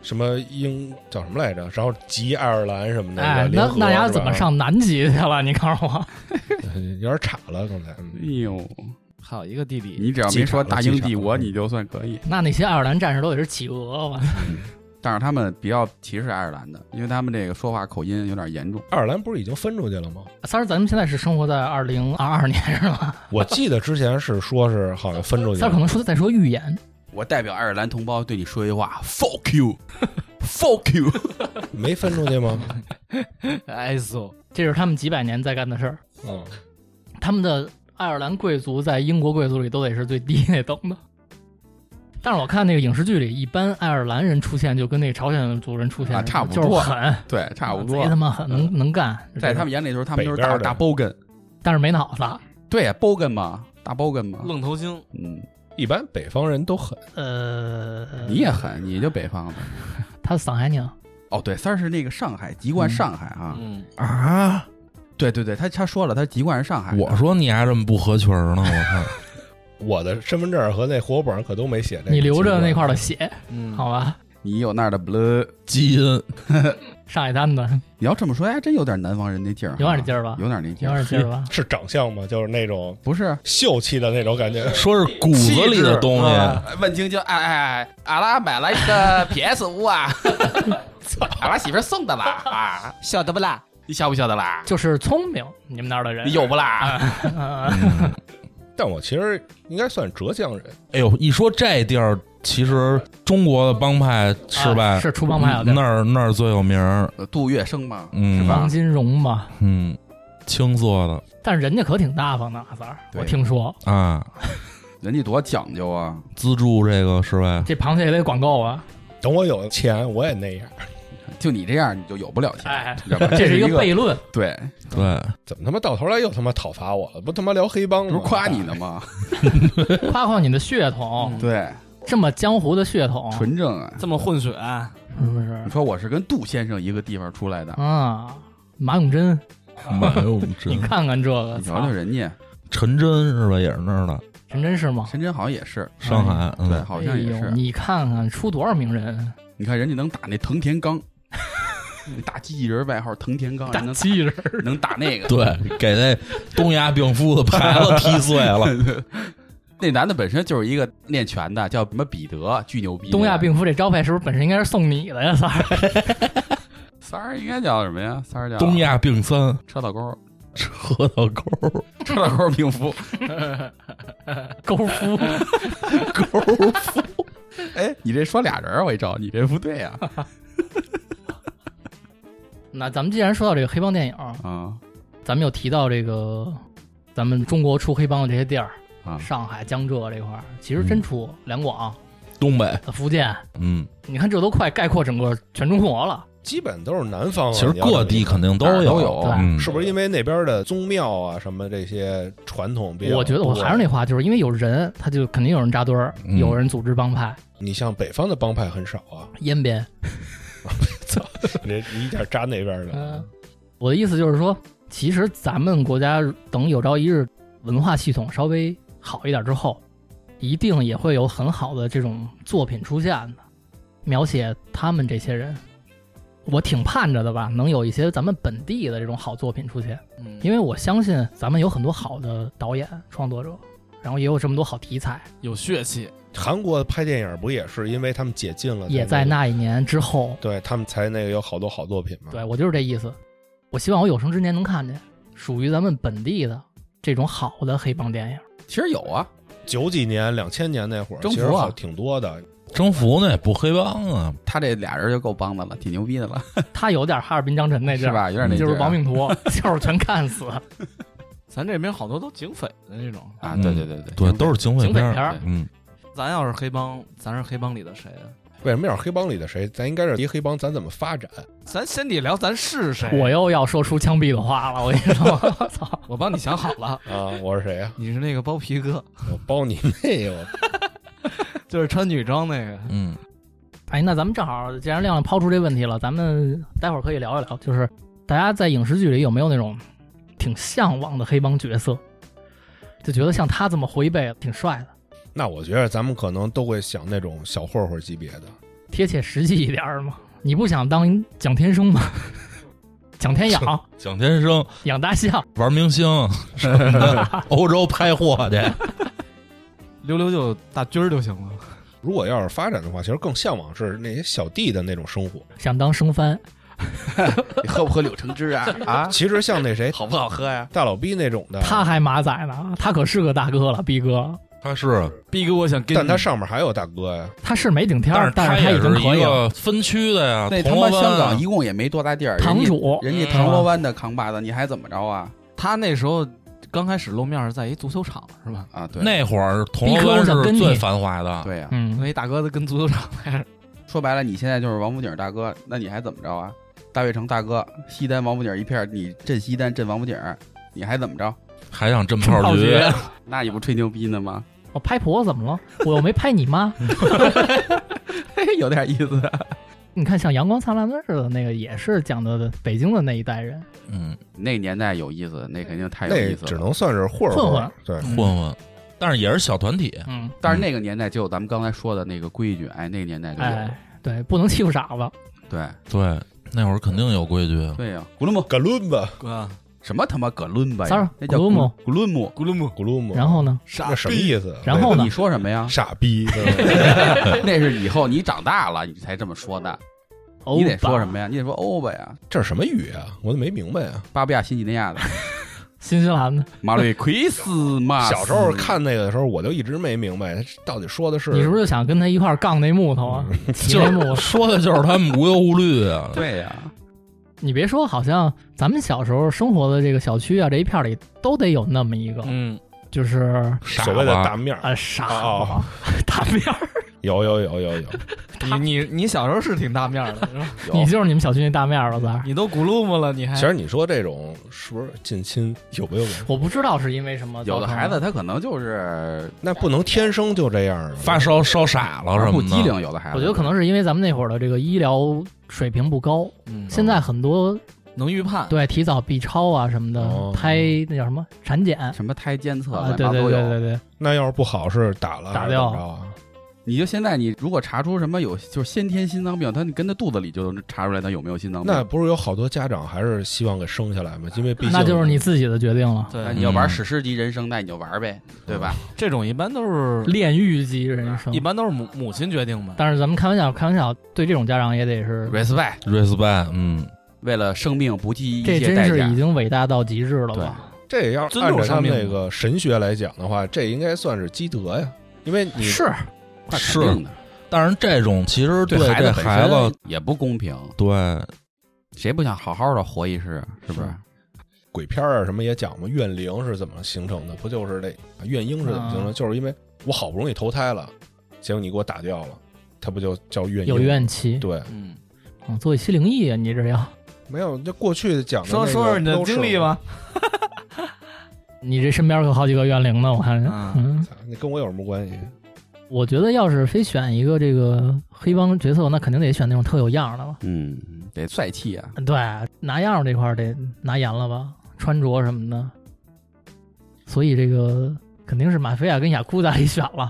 Speaker 4: 什么英叫什么来着，然后极爱尔兰什么的，
Speaker 1: 哎，
Speaker 4: 联
Speaker 1: 那
Speaker 4: 合
Speaker 1: 那丫
Speaker 4: 是吧
Speaker 1: 怎么上南极去了？你告诉我，
Speaker 4: 有点岔了，刚才。
Speaker 3: 哎呦，
Speaker 2: 还有一个地理。
Speaker 3: 你只要没说大英帝国，
Speaker 4: 机场
Speaker 3: 你就算可以。
Speaker 1: 那那些爱尔兰战士都得是企鹅吧？
Speaker 3: 但是他们比较歧视爱尔兰的，因为他们这个说话口音有点严重。
Speaker 4: 爱尔兰不是已经分出去了吗？
Speaker 1: 三儿，咱们现在是生活在二零二二年是吗？
Speaker 4: 我记得之前是说是好像分出 去
Speaker 1: 三儿可
Speaker 4: 了，
Speaker 1: 能说在说预言，
Speaker 3: 我代表爱尔兰同胞对你说一句话：fuck you，fuck you。
Speaker 4: 没分出去吗？
Speaker 2: 哎呦，
Speaker 1: 这是他们几百年在干的事儿。
Speaker 4: 嗯，
Speaker 1: 他们的爱尔兰贵族在英国贵族里都得是最低那等的。但是我看那个影视剧里，一般爱尔兰人出现就跟那个朝鲜族人出现
Speaker 3: 啊
Speaker 1: 似的
Speaker 3: 差不
Speaker 1: 就是
Speaker 3: 多
Speaker 1: 狠，
Speaker 3: 对，差不
Speaker 1: 啊贼他
Speaker 3: 多。嗯
Speaker 1: 妈狠，能能干，
Speaker 3: 在他们眼里头，他们就是
Speaker 4: 啊
Speaker 3: 大
Speaker 4: 北边的
Speaker 3: 大 bogan，
Speaker 1: 但是没脑子。
Speaker 3: 对呀，bogan 嘛，大 bogan 嘛。
Speaker 2: 愣头青，
Speaker 3: 嗯，
Speaker 4: 一般北方人都很
Speaker 1: 呃，
Speaker 3: 你也狠，你就北方的。
Speaker 1: 他是上海人，
Speaker 3: 哦，对，三儿是那个上海籍贯
Speaker 1: 嗯
Speaker 3: 上海啊，
Speaker 2: 嗯，
Speaker 5: 啊！
Speaker 3: 对对对，他他说了，他籍贯是
Speaker 1: 哎
Speaker 3: 上海的。
Speaker 5: 我说你还这么不合群儿呢，我看
Speaker 4: 我的身份证和那户口本上可都没写这个。啊
Speaker 1: 你留着那块儿的，血，
Speaker 2: 嗯
Speaker 1: 好吧？
Speaker 3: 你有那儿的 blue，
Speaker 5: 基因
Speaker 1: 上海滩的，
Speaker 3: 你要这么说，还真有点南方人那劲儿哈，
Speaker 1: 有点劲儿吧
Speaker 3: 有点那劲
Speaker 1: 有
Speaker 3: 儿，
Speaker 1: 点劲儿吧？
Speaker 4: 是长相吗？就是那种
Speaker 3: 不是？
Speaker 4: 秀气的那种 感觉。
Speaker 5: 说是骨子里的东
Speaker 1: 嗯
Speaker 5: 西，
Speaker 3: 问清就哎哎，阿拉买了一个 PS 五啊， 阿拉媳妇送的啦啊，晓得不啦？你晓不晓得啦？
Speaker 1: 就是聪明，你们那儿的人
Speaker 3: 有不啦？
Speaker 1: 嗯嗯嗯
Speaker 5: 嗯
Speaker 4: 但我其实应该算浙江人，
Speaker 5: 哎呦，一说这地儿，其实中国的帮派是吧？
Speaker 1: 啊是出帮派的地儿
Speaker 5: 那儿那儿最有名儿，
Speaker 3: 呃杜月笙嘛，
Speaker 5: 嗯
Speaker 3: 是
Speaker 1: 王
Speaker 3: 吧？
Speaker 1: 金荣嘛。
Speaker 5: 嗯，青色的
Speaker 1: 但是人家可挺大方的，阿三儿，
Speaker 3: 对
Speaker 1: 我听说
Speaker 5: 啊，
Speaker 3: 人家多讲究啊！
Speaker 5: 资助这个是吧？
Speaker 1: 这螃蟹也得管够啊。
Speaker 4: 等我有钱我也那样。
Speaker 3: 就你这样，你就有不了钱，
Speaker 1: 哎
Speaker 3: 知道吧？
Speaker 1: 这
Speaker 3: 是
Speaker 1: 是一
Speaker 3: 个
Speaker 1: 个悖论，
Speaker 3: 对，
Speaker 5: 对，
Speaker 4: 怎么他妈到头来又他妈讨伐我了？不他妈聊黑帮
Speaker 3: 不
Speaker 4: 吗？
Speaker 3: 是夸你呢吗？
Speaker 1: 夸夸你的血统，
Speaker 3: 对，
Speaker 1: 这么江湖的血统，
Speaker 3: 嗯纯正啊！
Speaker 2: 这么混血，
Speaker 1: 是不是
Speaker 3: 你？说我是跟杜先生一个地方出来的，
Speaker 1: 啊，马永贞，
Speaker 5: 妈呀，我们
Speaker 1: 你
Speaker 5: 真
Speaker 1: 看看这个，
Speaker 3: 你瞧瞧
Speaker 1: 操
Speaker 3: 人家，
Speaker 5: 陈真是吧？也是那儿的，
Speaker 1: 陈真是吗？
Speaker 3: 陈真好像也是，
Speaker 5: 上海，嗯
Speaker 3: 对，，好像也
Speaker 1: 哎呦
Speaker 3: 是。
Speaker 1: 你看看出多少名人，
Speaker 3: 你看人家能打那藤田刚， 那大机器人外号藤田刚，人能
Speaker 1: 机器人，
Speaker 3: 能打那个。
Speaker 5: 对，给那东亚病夫的牌子踢碎了，
Speaker 3: 那男的本身就是一个练拳的，叫什么彼得，巨牛逼的。
Speaker 1: 东亚病夫这招牌是不是本身应该是送你的呀，三 儿？
Speaker 3: 三儿应该叫什么呀？三儿叫
Speaker 5: 东亚病三，
Speaker 3: 车道沟，
Speaker 5: 喝到沟儿
Speaker 3: 车道沟 病夫。
Speaker 1: 勾 夫，
Speaker 3: 哎，你这说俩人儿，我一照你这不对啊呀。
Speaker 1: 那咱们既然说到这个黑帮电影，
Speaker 3: 啊
Speaker 1: 咱们又提到这个咱们中国出黑帮的这些地儿，
Speaker 3: 啊，
Speaker 1: 上海、江浙这块儿，其实真出两广、
Speaker 5: 东北，
Speaker 1: 福建，
Speaker 5: 嗯，
Speaker 1: 你看这都快概括整个全中国了。
Speaker 4: 基本都是南方啊。
Speaker 5: 其实
Speaker 4: 你要这么
Speaker 5: 各地
Speaker 4: 一看
Speaker 5: 肯定都
Speaker 3: 哪儿都
Speaker 5: 有
Speaker 3: 有，
Speaker 5: 嗯，
Speaker 4: 是不是因为那边的宗庙啊什么这些传统比较多？啊
Speaker 1: 我觉得我还是那话，就是因为有人，他就肯定有人扎堆儿，
Speaker 5: 嗯
Speaker 1: 有人组织帮派，
Speaker 4: 你像北方的帮派很少啊，
Speaker 1: 烟边。
Speaker 4: 你这你一点扎那边的
Speaker 1: 嗯，我的意思就是说，其实咱们国家等有朝一日文化系统稍微好一点之后，一定也会有很好的这种作品出现的，描写他们这些人。我挺盼着的吧，能有一些咱们本地的这种好作品出现，
Speaker 2: 嗯
Speaker 1: 因为我相信咱们有很多好的导演、创作者，然后也有这么多好题材，
Speaker 2: 有血气，
Speaker 4: 韩国拍电影不也是因为他们解禁了，
Speaker 1: 也在
Speaker 4: 那个
Speaker 1: 那一年之后，
Speaker 4: 对他们才那个有好多好作
Speaker 3: 嗯
Speaker 4: 品嘛。
Speaker 1: 对我就是这意思。我希望我有生之年能看见属于咱们本地的这种好的黑帮电影。
Speaker 3: 其实有啊，
Speaker 4: 九几年、两千年那会儿，
Speaker 3: 征
Speaker 4: 其
Speaker 3: 服
Speaker 4: 实
Speaker 3: 啊
Speaker 4: 好挺多的。
Speaker 5: 征服那也不黑帮啊，
Speaker 3: 他这俩人就够帮的了，挺牛逼的了，
Speaker 1: 他有点哈尔滨张晨那劲
Speaker 3: 是
Speaker 1: 儿，
Speaker 3: 吧？有点那
Speaker 1: 就是
Speaker 3: 劲儿啊
Speaker 1: 亡命徒， 就是全干死，
Speaker 2: 咱这边好多都警匪的那种。
Speaker 3: 啊！
Speaker 5: 嗯
Speaker 3: 对对对对，
Speaker 5: 对，都是警匪
Speaker 1: 警匪
Speaker 5: 片
Speaker 1: 片
Speaker 5: 儿，
Speaker 1: 儿。
Speaker 5: 嗯，
Speaker 2: 咱要是黑帮，咱是黑帮里的谁啊？
Speaker 4: 为什么要是黑帮里的谁？咱应该是一黑帮，咱怎么发展？
Speaker 2: 咱先得聊咱是谁。
Speaker 1: 我又要说出枪毙的话了，我跟你说， 我操！
Speaker 2: 我帮你想好 了，
Speaker 4: 啊， 我是谁呀、
Speaker 2: 你是那个包皮哥，
Speaker 4: 我包你妹！我
Speaker 2: 就是穿女装那个。
Speaker 5: 嗯，
Speaker 1: 哎，那咱们正好，既然亮亮抛出这问题了，咱们待会儿可以聊一聊，就是大家在影视剧里有没有那种挺向往的黑帮角色，就觉得像他这么活一辈子挺帅的，
Speaker 4: 那我觉得咱们可能都会想那种小混混级别的，
Speaker 1: 贴切实际一点儿嘛？你不想当蒋天生吗？ 蒋 天养，
Speaker 5: 蒋天生
Speaker 1: 养大象，
Speaker 5: 玩明星什么的，欧洲拍货去，
Speaker 2: 溜溜就大军儿就行了。
Speaker 4: 如果要是发展的话，其实更向往是那些小弟的那种生活。
Speaker 1: 想当生番，
Speaker 3: 你喝不喝柳橙 汁啊？啊，
Speaker 4: 其实像那谁
Speaker 2: 好不好喝呀？
Speaker 4: 大老逼那种的，
Speaker 1: 他还马仔呢，他可是个大哥了，逼哥。
Speaker 5: 他是，
Speaker 2: 逼哥，我想跟
Speaker 4: 但他上面还有大哥呀。
Speaker 1: 他是没顶天
Speaker 5: 但
Speaker 1: 儿
Speaker 5: 是，他
Speaker 1: 是他
Speaker 5: 也
Speaker 1: 已经
Speaker 5: 是
Speaker 1: 可以
Speaker 5: 一
Speaker 1: 了。
Speaker 5: 个分区的呀，
Speaker 3: 那他
Speaker 5: 铜
Speaker 3: 妈
Speaker 5: 锣
Speaker 3: 香
Speaker 5: 湾啊
Speaker 3: 港一共也没多大地儿，人
Speaker 1: 堂
Speaker 3: 家
Speaker 1: 主
Speaker 3: 人家
Speaker 5: 嗯
Speaker 3: 唐罗湾的扛把子，你还怎么着啊？
Speaker 2: 他那时候刚开始露面是在一足球场是吧？
Speaker 3: 啊，对，
Speaker 5: 那会儿铜锣湾是最繁华的，
Speaker 3: 对呀、
Speaker 1: 嗯，
Speaker 2: 那一大哥跟足球场那 儿
Speaker 3: 说白了，你现在就是王府井大哥，那你还怎么着啊？大悦城大哥，西单王府井一片儿，你镇西单镇王府井，你还怎么着？
Speaker 5: 还想震
Speaker 1: 正
Speaker 5: 炮
Speaker 1: 炮
Speaker 5: 局
Speaker 1: 局，
Speaker 3: 那你不吹牛逼呢吗？
Speaker 1: 嗯我拍婆怎么了？我又没拍你妈。
Speaker 3: 有点意思。
Speaker 1: 你看像《阳光灿烂的日子》那个也是讲的北京的那一代人，
Speaker 5: 嗯，
Speaker 3: 那年代有意思，那肯定太有
Speaker 4: 那
Speaker 3: 意思
Speaker 4: 只
Speaker 3: 了。
Speaker 4: 能算是混
Speaker 1: 混混
Speaker 4: 对，
Speaker 5: 混混，但是也是小团体，
Speaker 1: 嗯，
Speaker 3: 但是那个年代就有咱们刚才说的那个规矩，哎，那个年代就有。
Speaker 1: 哎，对，不能欺负傻子，
Speaker 3: 对
Speaker 5: 对，那会儿肯定有规矩。啊
Speaker 3: 对呀、古鲁姆
Speaker 4: 格伦吧，
Speaker 2: 哥，
Speaker 3: 什么他妈葛伦巴
Speaker 1: 三
Speaker 3: 呀
Speaker 1: 儿？
Speaker 3: 那叫
Speaker 1: 古鲁姆
Speaker 3: 古伦姆。
Speaker 2: 咕噜木，
Speaker 4: 古鲁姆，
Speaker 1: 然后呢，
Speaker 2: 傻
Speaker 4: 那什么意思？
Speaker 1: 然后呢
Speaker 3: 你，说什么呀
Speaker 4: 那？ 傻逼， 对
Speaker 3: 那是以后你长大了你才这么说的。
Speaker 1: 欧
Speaker 3: 你得
Speaker 1: 巴
Speaker 3: 说什么呀？你得说欧巴呀，
Speaker 4: 这是什么语啊？我都没明白啊。
Speaker 3: 巴布亚新几内亚的
Speaker 1: 新西兰的，
Speaker 3: 马瑞奎斯嘛。。
Speaker 2: 啊
Speaker 4: 小时候看那个的时候，我就一直没明白他到底说的是
Speaker 1: 你是不是就想跟他一块儿杠那木头啊？骑那木头，
Speaker 5: 说的就是他们无忧无虑啊
Speaker 3: 对呀、
Speaker 1: 你别说，好像咱们小时候生活的这个小区啊，这一片儿里都得有那么一个，
Speaker 2: 嗯，
Speaker 1: 就是
Speaker 5: 傻
Speaker 4: 所谓的
Speaker 5: 瓜
Speaker 4: 大面儿。
Speaker 1: 啊傻
Speaker 4: 哦
Speaker 1: 子， 大面儿，
Speaker 4: 有有有有有，
Speaker 2: 你你你小时候是挺大面 儿的，是吧？
Speaker 1: 你就是你们小区那大面儿吧，三儿。
Speaker 2: 你都咕噜木了，你
Speaker 1: 哎
Speaker 2: 还
Speaker 4: 其实你说这种是不是近亲有没有？
Speaker 1: 我不知道是因为什么，
Speaker 3: 有的孩子，他可能就是
Speaker 4: 那不
Speaker 1: 哎
Speaker 4: 能天生就这样啊！
Speaker 5: 发烧烧傻了什
Speaker 3: 不
Speaker 5: 么
Speaker 3: 机
Speaker 5: 的，
Speaker 3: 灵，有的孩子
Speaker 1: 我觉得可能是因为咱们那会儿的这个医疗水平不高，
Speaker 2: 嗯
Speaker 1: 现在很多
Speaker 2: 能预判，
Speaker 1: 对提早 B 超啊什么
Speaker 4: 哦
Speaker 1: 的，胎那叫什么产检啊，
Speaker 3: 什么胎监测乱七
Speaker 1: 对
Speaker 3: 八糟
Speaker 1: 对
Speaker 3: 都有。
Speaker 1: 对对对，
Speaker 4: 那要是不好是打了
Speaker 1: 打
Speaker 4: 还是
Speaker 1: 掉
Speaker 4: 怎么着啊？
Speaker 3: 你就现在你如果查出什么有就是先天心脏病，他你跟他肚子里就能查出来他有没有心脏病。
Speaker 4: 那不是有好多家长还是希望给生下来吗？因为毕竟
Speaker 1: 那就是你自己的决定了。
Speaker 3: 那
Speaker 2: 对
Speaker 3: 你要玩史诗级人生，那你就玩呗，对吧？
Speaker 2: 这种一般都是
Speaker 1: 炼狱级人生
Speaker 2: 一，般都是母母亲决定吧。
Speaker 1: 但是咱们开玩笑，开玩笑，对这种家长也得是，
Speaker 3: respect，
Speaker 5: respect，嗯，
Speaker 3: 为了生命不计一
Speaker 1: 这
Speaker 3: 切
Speaker 1: 真
Speaker 3: 代
Speaker 1: 是已
Speaker 3: 价。
Speaker 1: 经伟大到极致了
Speaker 3: 对
Speaker 1: 吧？
Speaker 4: 这要
Speaker 2: 尊
Speaker 4: 按
Speaker 2: 重
Speaker 4: 照他
Speaker 2: 生
Speaker 4: 们
Speaker 2: 命
Speaker 4: 那个神学来讲的话，这应该算是积德呀，因为你
Speaker 1: 是，
Speaker 3: 那肯
Speaker 5: 是
Speaker 3: 定的，
Speaker 5: 但是这种其实
Speaker 3: 对
Speaker 5: 这
Speaker 3: 子
Speaker 5: 孩
Speaker 3: 本身
Speaker 5: 子，
Speaker 3: 也不公平，
Speaker 5: 对
Speaker 3: 谁不想好好的活一世？啊是不是
Speaker 4: 是？鬼片儿啊什么也讲嘛，怨灵是怎么形成的？不就是那怨婴是怎么形成的？
Speaker 1: 啊
Speaker 4: 就是因为我好不容易投胎了，结果你给我打掉了，它不就叫怨婴？
Speaker 1: 有怨气，
Speaker 4: 对，
Speaker 2: 嗯，
Speaker 1: 嗯做一些灵异啊，你这要，
Speaker 4: 没有，就过去讲的
Speaker 2: 说
Speaker 4: 那
Speaker 2: 说
Speaker 4: 个
Speaker 2: 说你的
Speaker 4: 都是
Speaker 2: 经历吧。
Speaker 1: 你这身边有好几个怨灵呢，我看，
Speaker 2: 啊
Speaker 1: 嗯，
Speaker 4: 我，你跟我有什么关系？
Speaker 1: 我觉得要是非选一个这个黑帮角色，那肯定得选那种特有样儿的了。
Speaker 3: 嗯，得帅气啊！
Speaker 1: 对，拿样儿这块儿得拿严了吧，穿着什么的。所以这个肯定是马菲亚跟雅库达里选了，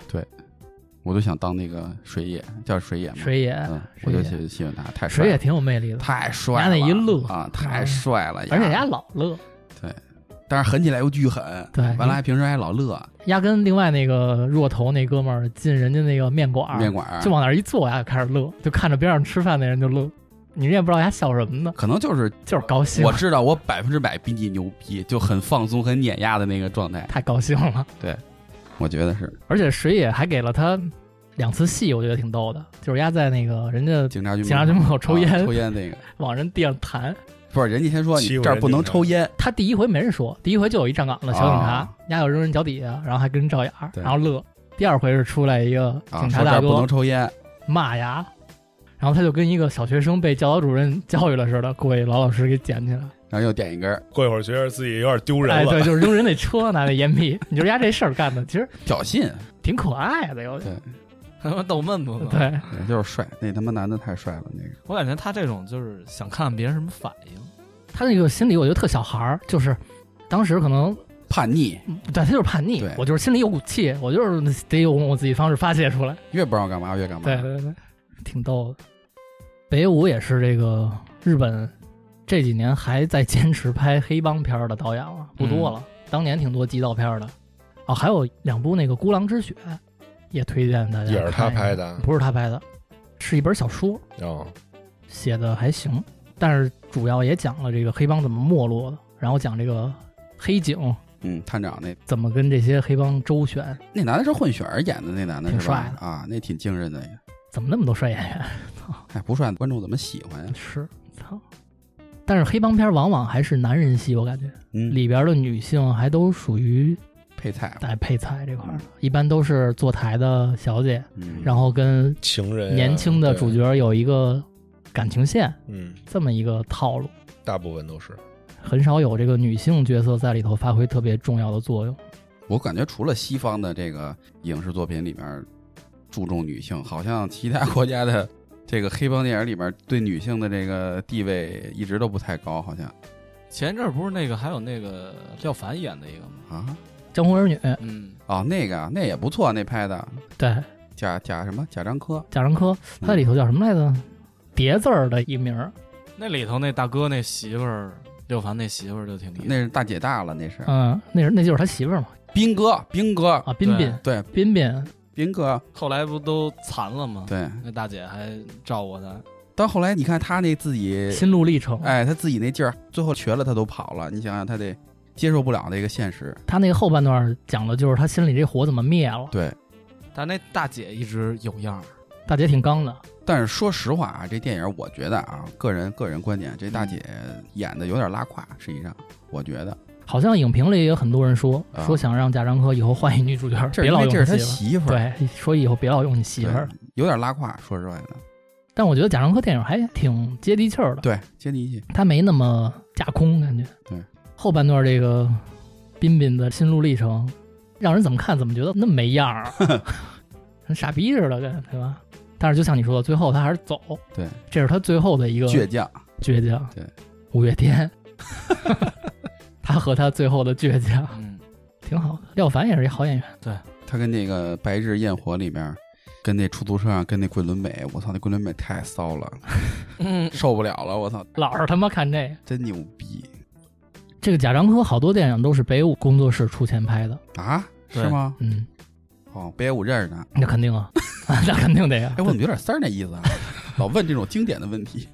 Speaker 3: 我就想当那个水野，叫水野嘛。
Speaker 1: 水野，
Speaker 3: 嗯，
Speaker 1: 水
Speaker 3: 我就
Speaker 1: 野
Speaker 3: 喜喜欢他，太
Speaker 1: 水
Speaker 3: 帅了
Speaker 1: 野，挺有魅力的，
Speaker 3: 太帅了，
Speaker 1: 人家那一乐
Speaker 3: 啊，太帅了，
Speaker 1: 而且人
Speaker 3: 呀
Speaker 1: 家老乐，
Speaker 3: 但是狠起来又巨狠，
Speaker 1: 对
Speaker 3: 完了还平时还老乐，
Speaker 1: 压跟另外那个弱头那哥们儿进人家那个面馆儿，
Speaker 3: 面馆儿
Speaker 1: 就往那儿一坐，哎呀，开始乐，就看着边上吃饭那人就乐，你也不知道他笑什么呢，
Speaker 3: 可能就是
Speaker 1: 就是高兴
Speaker 3: 我，知道我百分之百比你牛逼，就很放松、很碾压的那个状态，
Speaker 1: 太高兴了。
Speaker 3: 我觉得是
Speaker 1: 而且水野还给了他两次戏，我觉得挺逗的，就是压在那个人家
Speaker 3: 警察局
Speaker 1: 警察局门口抽烟，
Speaker 3: 啊抽烟那个，
Speaker 1: 往人地上弹。
Speaker 3: 不是人家先说你
Speaker 4: 欺负人
Speaker 3: 这儿不能抽烟，
Speaker 1: 他第一回没人说，第一回就有一站岗的小警察
Speaker 3: 啊，
Speaker 1: 丫、有扔人脚底下，然后还跟人照眼儿，
Speaker 3: 对
Speaker 1: 然后乐。第二回是出来一个
Speaker 3: 啊，
Speaker 1: 警
Speaker 3: 说
Speaker 1: 察
Speaker 3: 这
Speaker 1: 大
Speaker 3: 儿不
Speaker 1: 哥
Speaker 3: 能抽烟，
Speaker 1: 骂牙，然后他就跟一个小学生被教导主任教育了似的，过去老老实实给捡起来。
Speaker 3: 然后又点一根儿，
Speaker 4: 过一会儿觉得自己有点丢
Speaker 1: 哎，对，就是扔人那车拿那烟屁，你就丫这事儿干的，其实
Speaker 3: 挑衅，
Speaker 1: 挺可爱的，有点。
Speaker 2: 他妈逗闷
Speaker 3: 啊
Speaker 2: 子呢。
Speaker 1: 对，
Speaker 3: 对哎就是帅，那他妈男的太帅了，那个
Speaker 2: 我感觉他这种就是想看别人什么反应。
Speaker 1: 他那个心理我觉得特小孩儿，就是当时可能
Speaker 3: 叛逆，
Speaker 1: 对他就是叛逆
Speaker 3: 对，
Speaker 1: 我就是心里有股气，我就是得用我自己方式发泄出来。
Speaker 3: 越不让干嘛越干嘛，
Speaker 4: 嗯
Speaker 1: 对对对，挺逗的。北野武也是这个日本这几年还在坚持拍黑帮片儿的导演了，不
Speaker 4: 嗯
Speaker 1: 多了。当年挺多激道片儿的，哦，还有两部那个《孤狼之血》，也推荐大家。
Speaker 4: 也是他拍
Speaker 1: 的，
Speaker 4: 的啊
Speaker 1: 不是他拍的，是一本小说，。
Speaker 4: 哦
Speaker 1: 写的还行，但是主要也讲了这个黑帮怎么没落的，然后讲这个黑警
Speaker 3: 嗯，探长那
Speaker 1: 怎么跟这些黑帮周旋，
Speaker 3: 那男的是混血儿演的，那男的
Speaker 1: 挺
Speaker 3: 是吧
Speaker 1: 帅？的
Speaker 3: 啊，那挺精神的，
Speaker 1: 怎么那么多帅演员。
Speaker 3: 哎，不帅观众怎么喜欢啊呀？
Speaker 1: 是，操！但是黑帮片往往还是男人戏，我感觉
Speaker 3: 嗯，
Speaker 1: 里边的女性还都属于
Speaker 3: 配菜，
Speaker 1: 在配菜这块儿的，一般都是坐台的小姐，
Speaker 3: 嗯，
Speaker 1: 然后跟
Speaker 4: 情人啊
Speaker 1: 年轻的主，
Speaker 4: 对
Speaker 1: 角有一个感情线，
Speaker 4: 嗯，
Speaker 1: 这么一个套路，
Speaker 4: 大部分都是
Speaker 1: 很少有这个女性角色在里头发挥特别重要的作用。
Speaker 3: 我感觉除了西方的这个影视作品里面注重女性，好像其他国家的这个黑帮电影里边对女性的这个地位一直都不太高，好像
Speaker 2: 前一阵儿不是那个还有那个廖凡演的一个吗？
Speaker 3: 啊，
Speaker 1: 江湖儿女，
Speaker 2: 嗯，
Speaker 3: 哦，那个啊那也不错，那拍的
Speaker 1: 对，
Speaker 3: 贾贾什么贾樟柯，
Speaker 1: 贾樟柯，他在里头叫什么来
Speaker 3: 嗯
Speaker 1: 着？叠字儿的一名儿，
Speaker 2: 那里头那大哥那媳妇儿，廖凡那媳妇儿就挺厉害。
Speaker 3: 那是大姐大了，那是
Speaker 1: 嗯，那是那就是他媳妇儿嘛，
Speaker 3: 斌哥，斌哥，
Speaker 1: 啊，彬彬，
Speaker 3: 对，
Speaker 1: 彬彬，
Speaker 3: 斌哥，
Speaker 2: 后来不都残了吗？
Speaker 3: 对。
Speaker 2: 那大姐还照顾他，
Speaker 3: 到后来你看他那自己
Speaker 1: 心路历程，
Speaker 3: 哎，他自己那劲儿，最后瘸了他都跑了。你想想，他得接受不了的一个现实。
Speaker 1: 他那个后半段讲的就是他心里这火怎么灭了。
Speaker 3: 对，
Speaker 2: 但那大姐一直有样儿。
Speaker 1: 大姐挺刚的，
Speaker 3: 但是说实话啊，这电影我觉得啊，个人个人观点，这大姐演的有点拉胯。实际上，我觉得
Speaker 1: 好像影评里也有很多人说、
Speaker 3: 啊
Speaker 1: 说想让贾樟柯以后换一女主角，
Speaker 3: 这
Speaker 1: 别
Speaker 3: 因
Speaker 1: 老
Speaker 3: 为
Speaker 1: 用
Speaker 3: 这是他
Speaker 1: 媳妇儿。
Speaker 3: 媳妇儿，
Speaker 1: 对，说以后别老用你媳妇儿
Speaker 3: 对。，有点拉胯。说实话的，
Speaker 1: 但我觉得贾樟柯电影还挺接地气儿的，
Speaker 3: 对，接地气。
Speaker 1: 他没那么架空感觉。
Speaker 3: 对，
Speaker 1: 后半段这个彬彬的心路历程，让人怎么看怎么觉得那么没样儿， 跟傻逼似的，跟对吧？但是就像你说的，最后他还是走，
Speaker 3: 对，
Speaker 1: 这是他最后的一个
Speaker 3: 倔强，
Speaker 1: 倔强。
Speaker 3: 对，
Speaker 1: 五月天， 他和他最后的倔强
Speaker 3: 啊
Speaker 2: 嗯，
Speaker 1: 挺好的。廖凡也是一好演员，
Speaker 3: 他跟那个《白日焰火》里边，跟那出租车上跟那桂纶镁，我操，那桂纶镁太骚了，
Speaker 2: 嗯，
Speaker 3: 受不了了，我操，
Speaker 1: 老是他妈看这个。
Speaker 3: 真牛逼
Speaker 1: 这个贾樟柯好多电影都是北舞工作室出钱拍的，
Speaker 3: 啊！是
Speaker 2: 对
Speaker 3: 吗？
Speaker 1: 嗯，
Speaker 3: 哦，北野武认识他。
Speaker 1: 那肯定啊， 那肯定得啊呀
Speaker 3: 哎，。我怎么有点三儿那意思啊？老问这种经典的问题。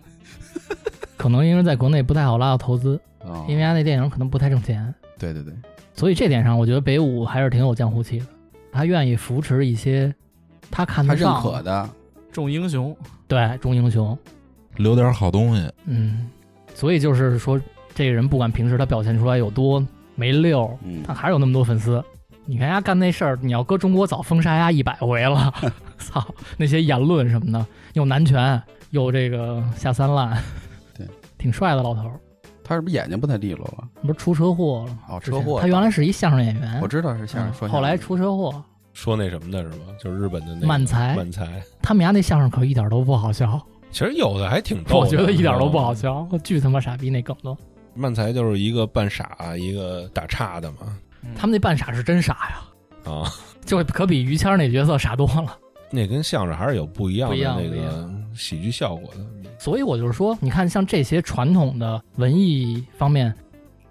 Speaker 1: 可能因为在国内不太好拉到投资，
Speaker 3: 哦
Speaker 1: 因为他那电影可能不太挣钱，
Speaker 3: 对对对，
Speaker 1: 所以这点上我觉得北舞还是挺有江湖气的。他愿意扶持一些他看
Speaker 3: 他
Speaker 1: 得
Speaker 3: 认
Speaker 1: 上
Speaker 3: 可的，
Speaker 2: 众英雄，
Speaker 1: 对中英雄，
Speaker 5: 留点好东西。
Speaker 1: 嗯，所以就是说，这个人不管平时他表现出来有多没溜，
Speaker 3: 嗯，
Speaker 1: 但还是有那么多粉丝。你看人家干那事儿，你要搁中国早封杀人家一百回了。 操，那些言论什么的，又男权，又这个下三滥，
Speaker 3: 对，
Speaker 1: 挺帅的老头儿。
Speaker 3: 他是不是眼睛不太利落了？
Speaker 1: 不是出车祸了吗？
Speaker 3: 哦，
Speaker 1: 之
Speaker 3: 车
Speaker 1: 前
Speaker 3: 祸。
Speaker 1: 他原来是一相声演员
Speaker 3: 我，知道是相
Speaker 1: 嗯
Speaker 3: 声说相声，
Speaker 1: 后来出车祸。
Speaker 4: 说那什么的是吧？就是日本的那个
Speaker 1: 漫才
Speaker 4: 漫才，
Speaker 1: 他们家那相声可一点都不好笑，
Speaker 3: 哦
Speaker 4: 其实有的还挺逗的，
Speaker 1: 我觉得一点都不好
Speaker 4: 你知道吗。
Speaker 1: 笑，巨他妈傻逼那梗都。
Speaker 4: 漫才就是一个扮傻，一个打岔的嘛。
Speaker 3: 嗯
Speaker 1: 他们那扮傻是真傻呀，
Speaker 4: 啊，
Speaker 1: 就可比于谦儿那角色傻多了。
Speaker 4: 那跟相声还是有不一样的
Speaker 1: 不一样
Speaker 4: 那
Speaker 1: 不一
Speaker 4: 个喜剧效果的。
Speaker 1: 所以我就是说，你看像这些传统的文艺方面，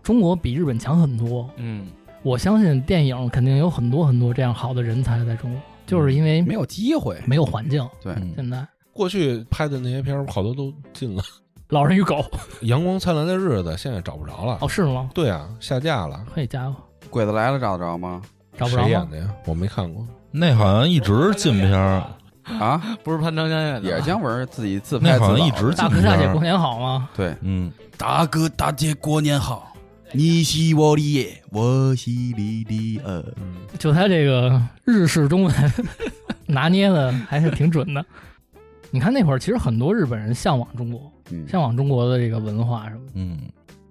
Speaker 1: 中国比日本强很多。
Speaker 2: 嗯，
Speaker 1: 我相信电影肯定有很多很多这样好的人才在中国，就是因为
Speaker 3: 没有机会。
Speaker 1: 没有环境。
Speaker 3: 对，
Speaker 5: 嗯，
Speaker 1: 现在《
Speaker 4: 过去拍的那些片儿，好多都进了《
Speaker 1: 老人与狗》
Speaker 4: 阳光灿烂的日子》，现在找不着了。
Speaker 1: 哦，是吗？
Speaker 4: 对啊，下架了。
Speaker 1: 嘿，家伙，
Speaker 3: 鬼子来了找得着吗？
Speaker 1: 找不着
Speaker 4: 谁演
Speaker 1: 吗？
Speaker 4: 的呀？我没看过。
Speaker 5: 那好像一直禁片儿，
Speaker 3: 啊，
Speaker 2: 不是潘长江演的，
Speaker 3: 也是姜文自己自拍
Speaker 5: 那
Speaker 3: 自导
Speaker 5: 好
Speaker 3: 的。
Speaker 5: 像一直
Speaker 1: 大
Speaker 5: 禁
Speaker 1: 哥
Speaker 5: 片
Speaker 1: 大姐过
Speaker 5: 儿。
Speaker 1: 年好吗？
Speaker 3: 对，
Speaker 5: 嗯，
Speaker 3: 大哥大姐过年好，你是我的夜，我是你的儿。
Speaker 4: 嗯，
Speaker 1: 就他这个日式中文 拿捏的还是挺准的。你看那会儿，其实很多日本人向往中国，
Speaker 3: 嗯，
Speaker 1: 向往中国的这个文化什么的。
Speaker 5: 嗯，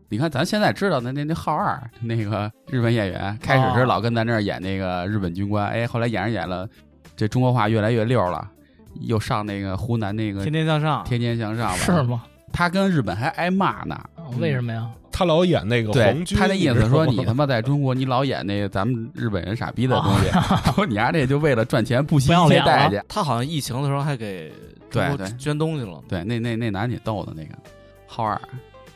Speaker 3: 你看咱现在知道的那那那浩二那个日本演员，开始是老跟咱这儿演那个日本军官，哎，后来演着演了，这中国话越来越溜了，又上那个湖南那个
Speaker 2: 天天向上，
Speaker 3: 天天向上了。
Speaker 1: 是吗？
Speaker 3: 他跟日本还挨骂呢。
Speaker 1: 啊为什么呀？
Speaker 4: 他老演那个
Speaker 3: 对
Speaker 4: 皇军，
Speaker 3: 他那意
Speaker 4: 知
Speaker 3: 思
Speaker 4: 道
Speaker 3: 说
Speaker 4: 吗
Speaker 3: 你他妈在中国你老演那个咱们日本人傻逼的东 西，
Speaker 4: 啊
Speaker 3: 说 你丫、这就为了赚钱不惜一切代价。
Speaker 2: 他好像疫情的时候还给中
Speaker 3: 对
Speaker 2: 国
Speaker 3: 对
Speaker 2: 捐东西了。
Speaker 3: 对，那那那男的挺逗的那个浩二，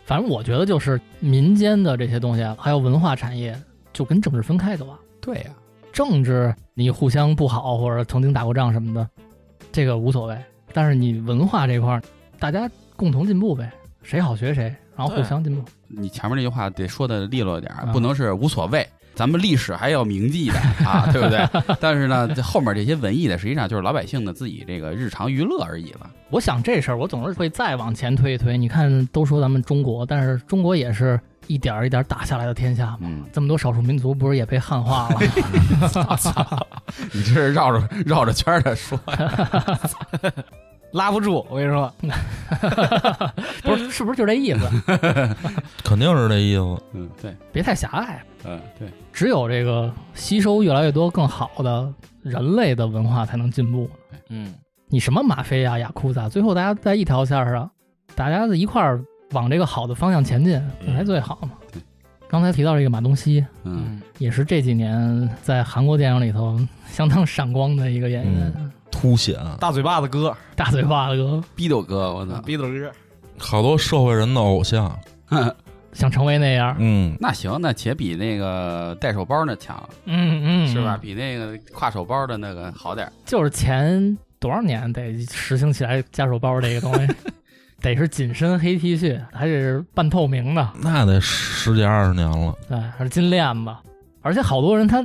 Speaker 1: 反正我觉得就是民间的这些东西啊，还有文化产业，就跟政治分开的吧。
Speaker 3: 对呀、
Speaker 1: 政治你互相不好或者曾经打过仗什么的，这个无所谓。但是你文化这块儿，大家共同进步呗，谁好学谁，然后互相进步。
Speaker 3: 你前面那句话得说的利落点儿
Speaker 1: 啊，
Speaker 3: 不能是无所谓。咱们历史还要铭记的啊，对不对？ 但是呢，这后面这些文艺的，实际上就是老百姓的自己这个日常娱乐而已了。
Speaker 1: 我想这事儿，我总是会再往前推一推。你看，都说咱们中国，但是中国也是一点儿一点儿打下来的天下嘛。
Speaker 3: 嗯，
Speaker 1: 这么多少数民族不是也被汉化了？
Speaker 3: 你这是绕着绕着圈的说，
Speaker 2: 拉不住，我跟你说，
Speaker 1: 不是，是不是就这意思？
Speaker 5: 肯定是这意思。
Speaker 3: 嗯，对，
Speaker 1: 别太狭隘，
Speaker 3: 嗯，对，
Speaker 1: 只有这个吸收越来越多更好的人类的文化才能进步。
Speaker 2: 嗯，
Speaker 1: 你什么吗啡啊、雅库萨，最后大家在一条线儿上，大家一块儿往这个好的方向前进，这
Speaker 3: 嗯
Speaker 1: 才最好嘛。
Speaker 3: 对
Speaker 1: 刚才提到这个马东锡，
Speaker 3: 嗯，
Speaker 1: 也是这几年在韩国电影里头相当闪光的一个演员，
Speaker 3: 嗯
Speaker 5: 凸显
Speaker 2: 大嘴巴子哥，
Speaker 1: 大嘴巴子
Speaker 3: 逼斗哥，我
Speaker 6: 啊
Speaker 1: 嗯
Speaker 3: 操，
Speaker 2: 嗯 逼斗哥，
Speaker 5: 好多社会人的偶像。
Speaker 1: 想成为那样，
Speaker 5: 嗯，
Speaker 3: 那行，那且比那个带手包那强
Speaker 1: 嗯嗯，
Speaker 3: 是吧？？比那个挎手包的那个好点儿。
Speaker 1: 就是前多少年得实行起来夹手包这个东 西，得是紧身黑 T 恤，还得是半透明的，
Speaker 5: 那得十几二十年了。
Speaker 1: 对，还是金链子。而且好多人他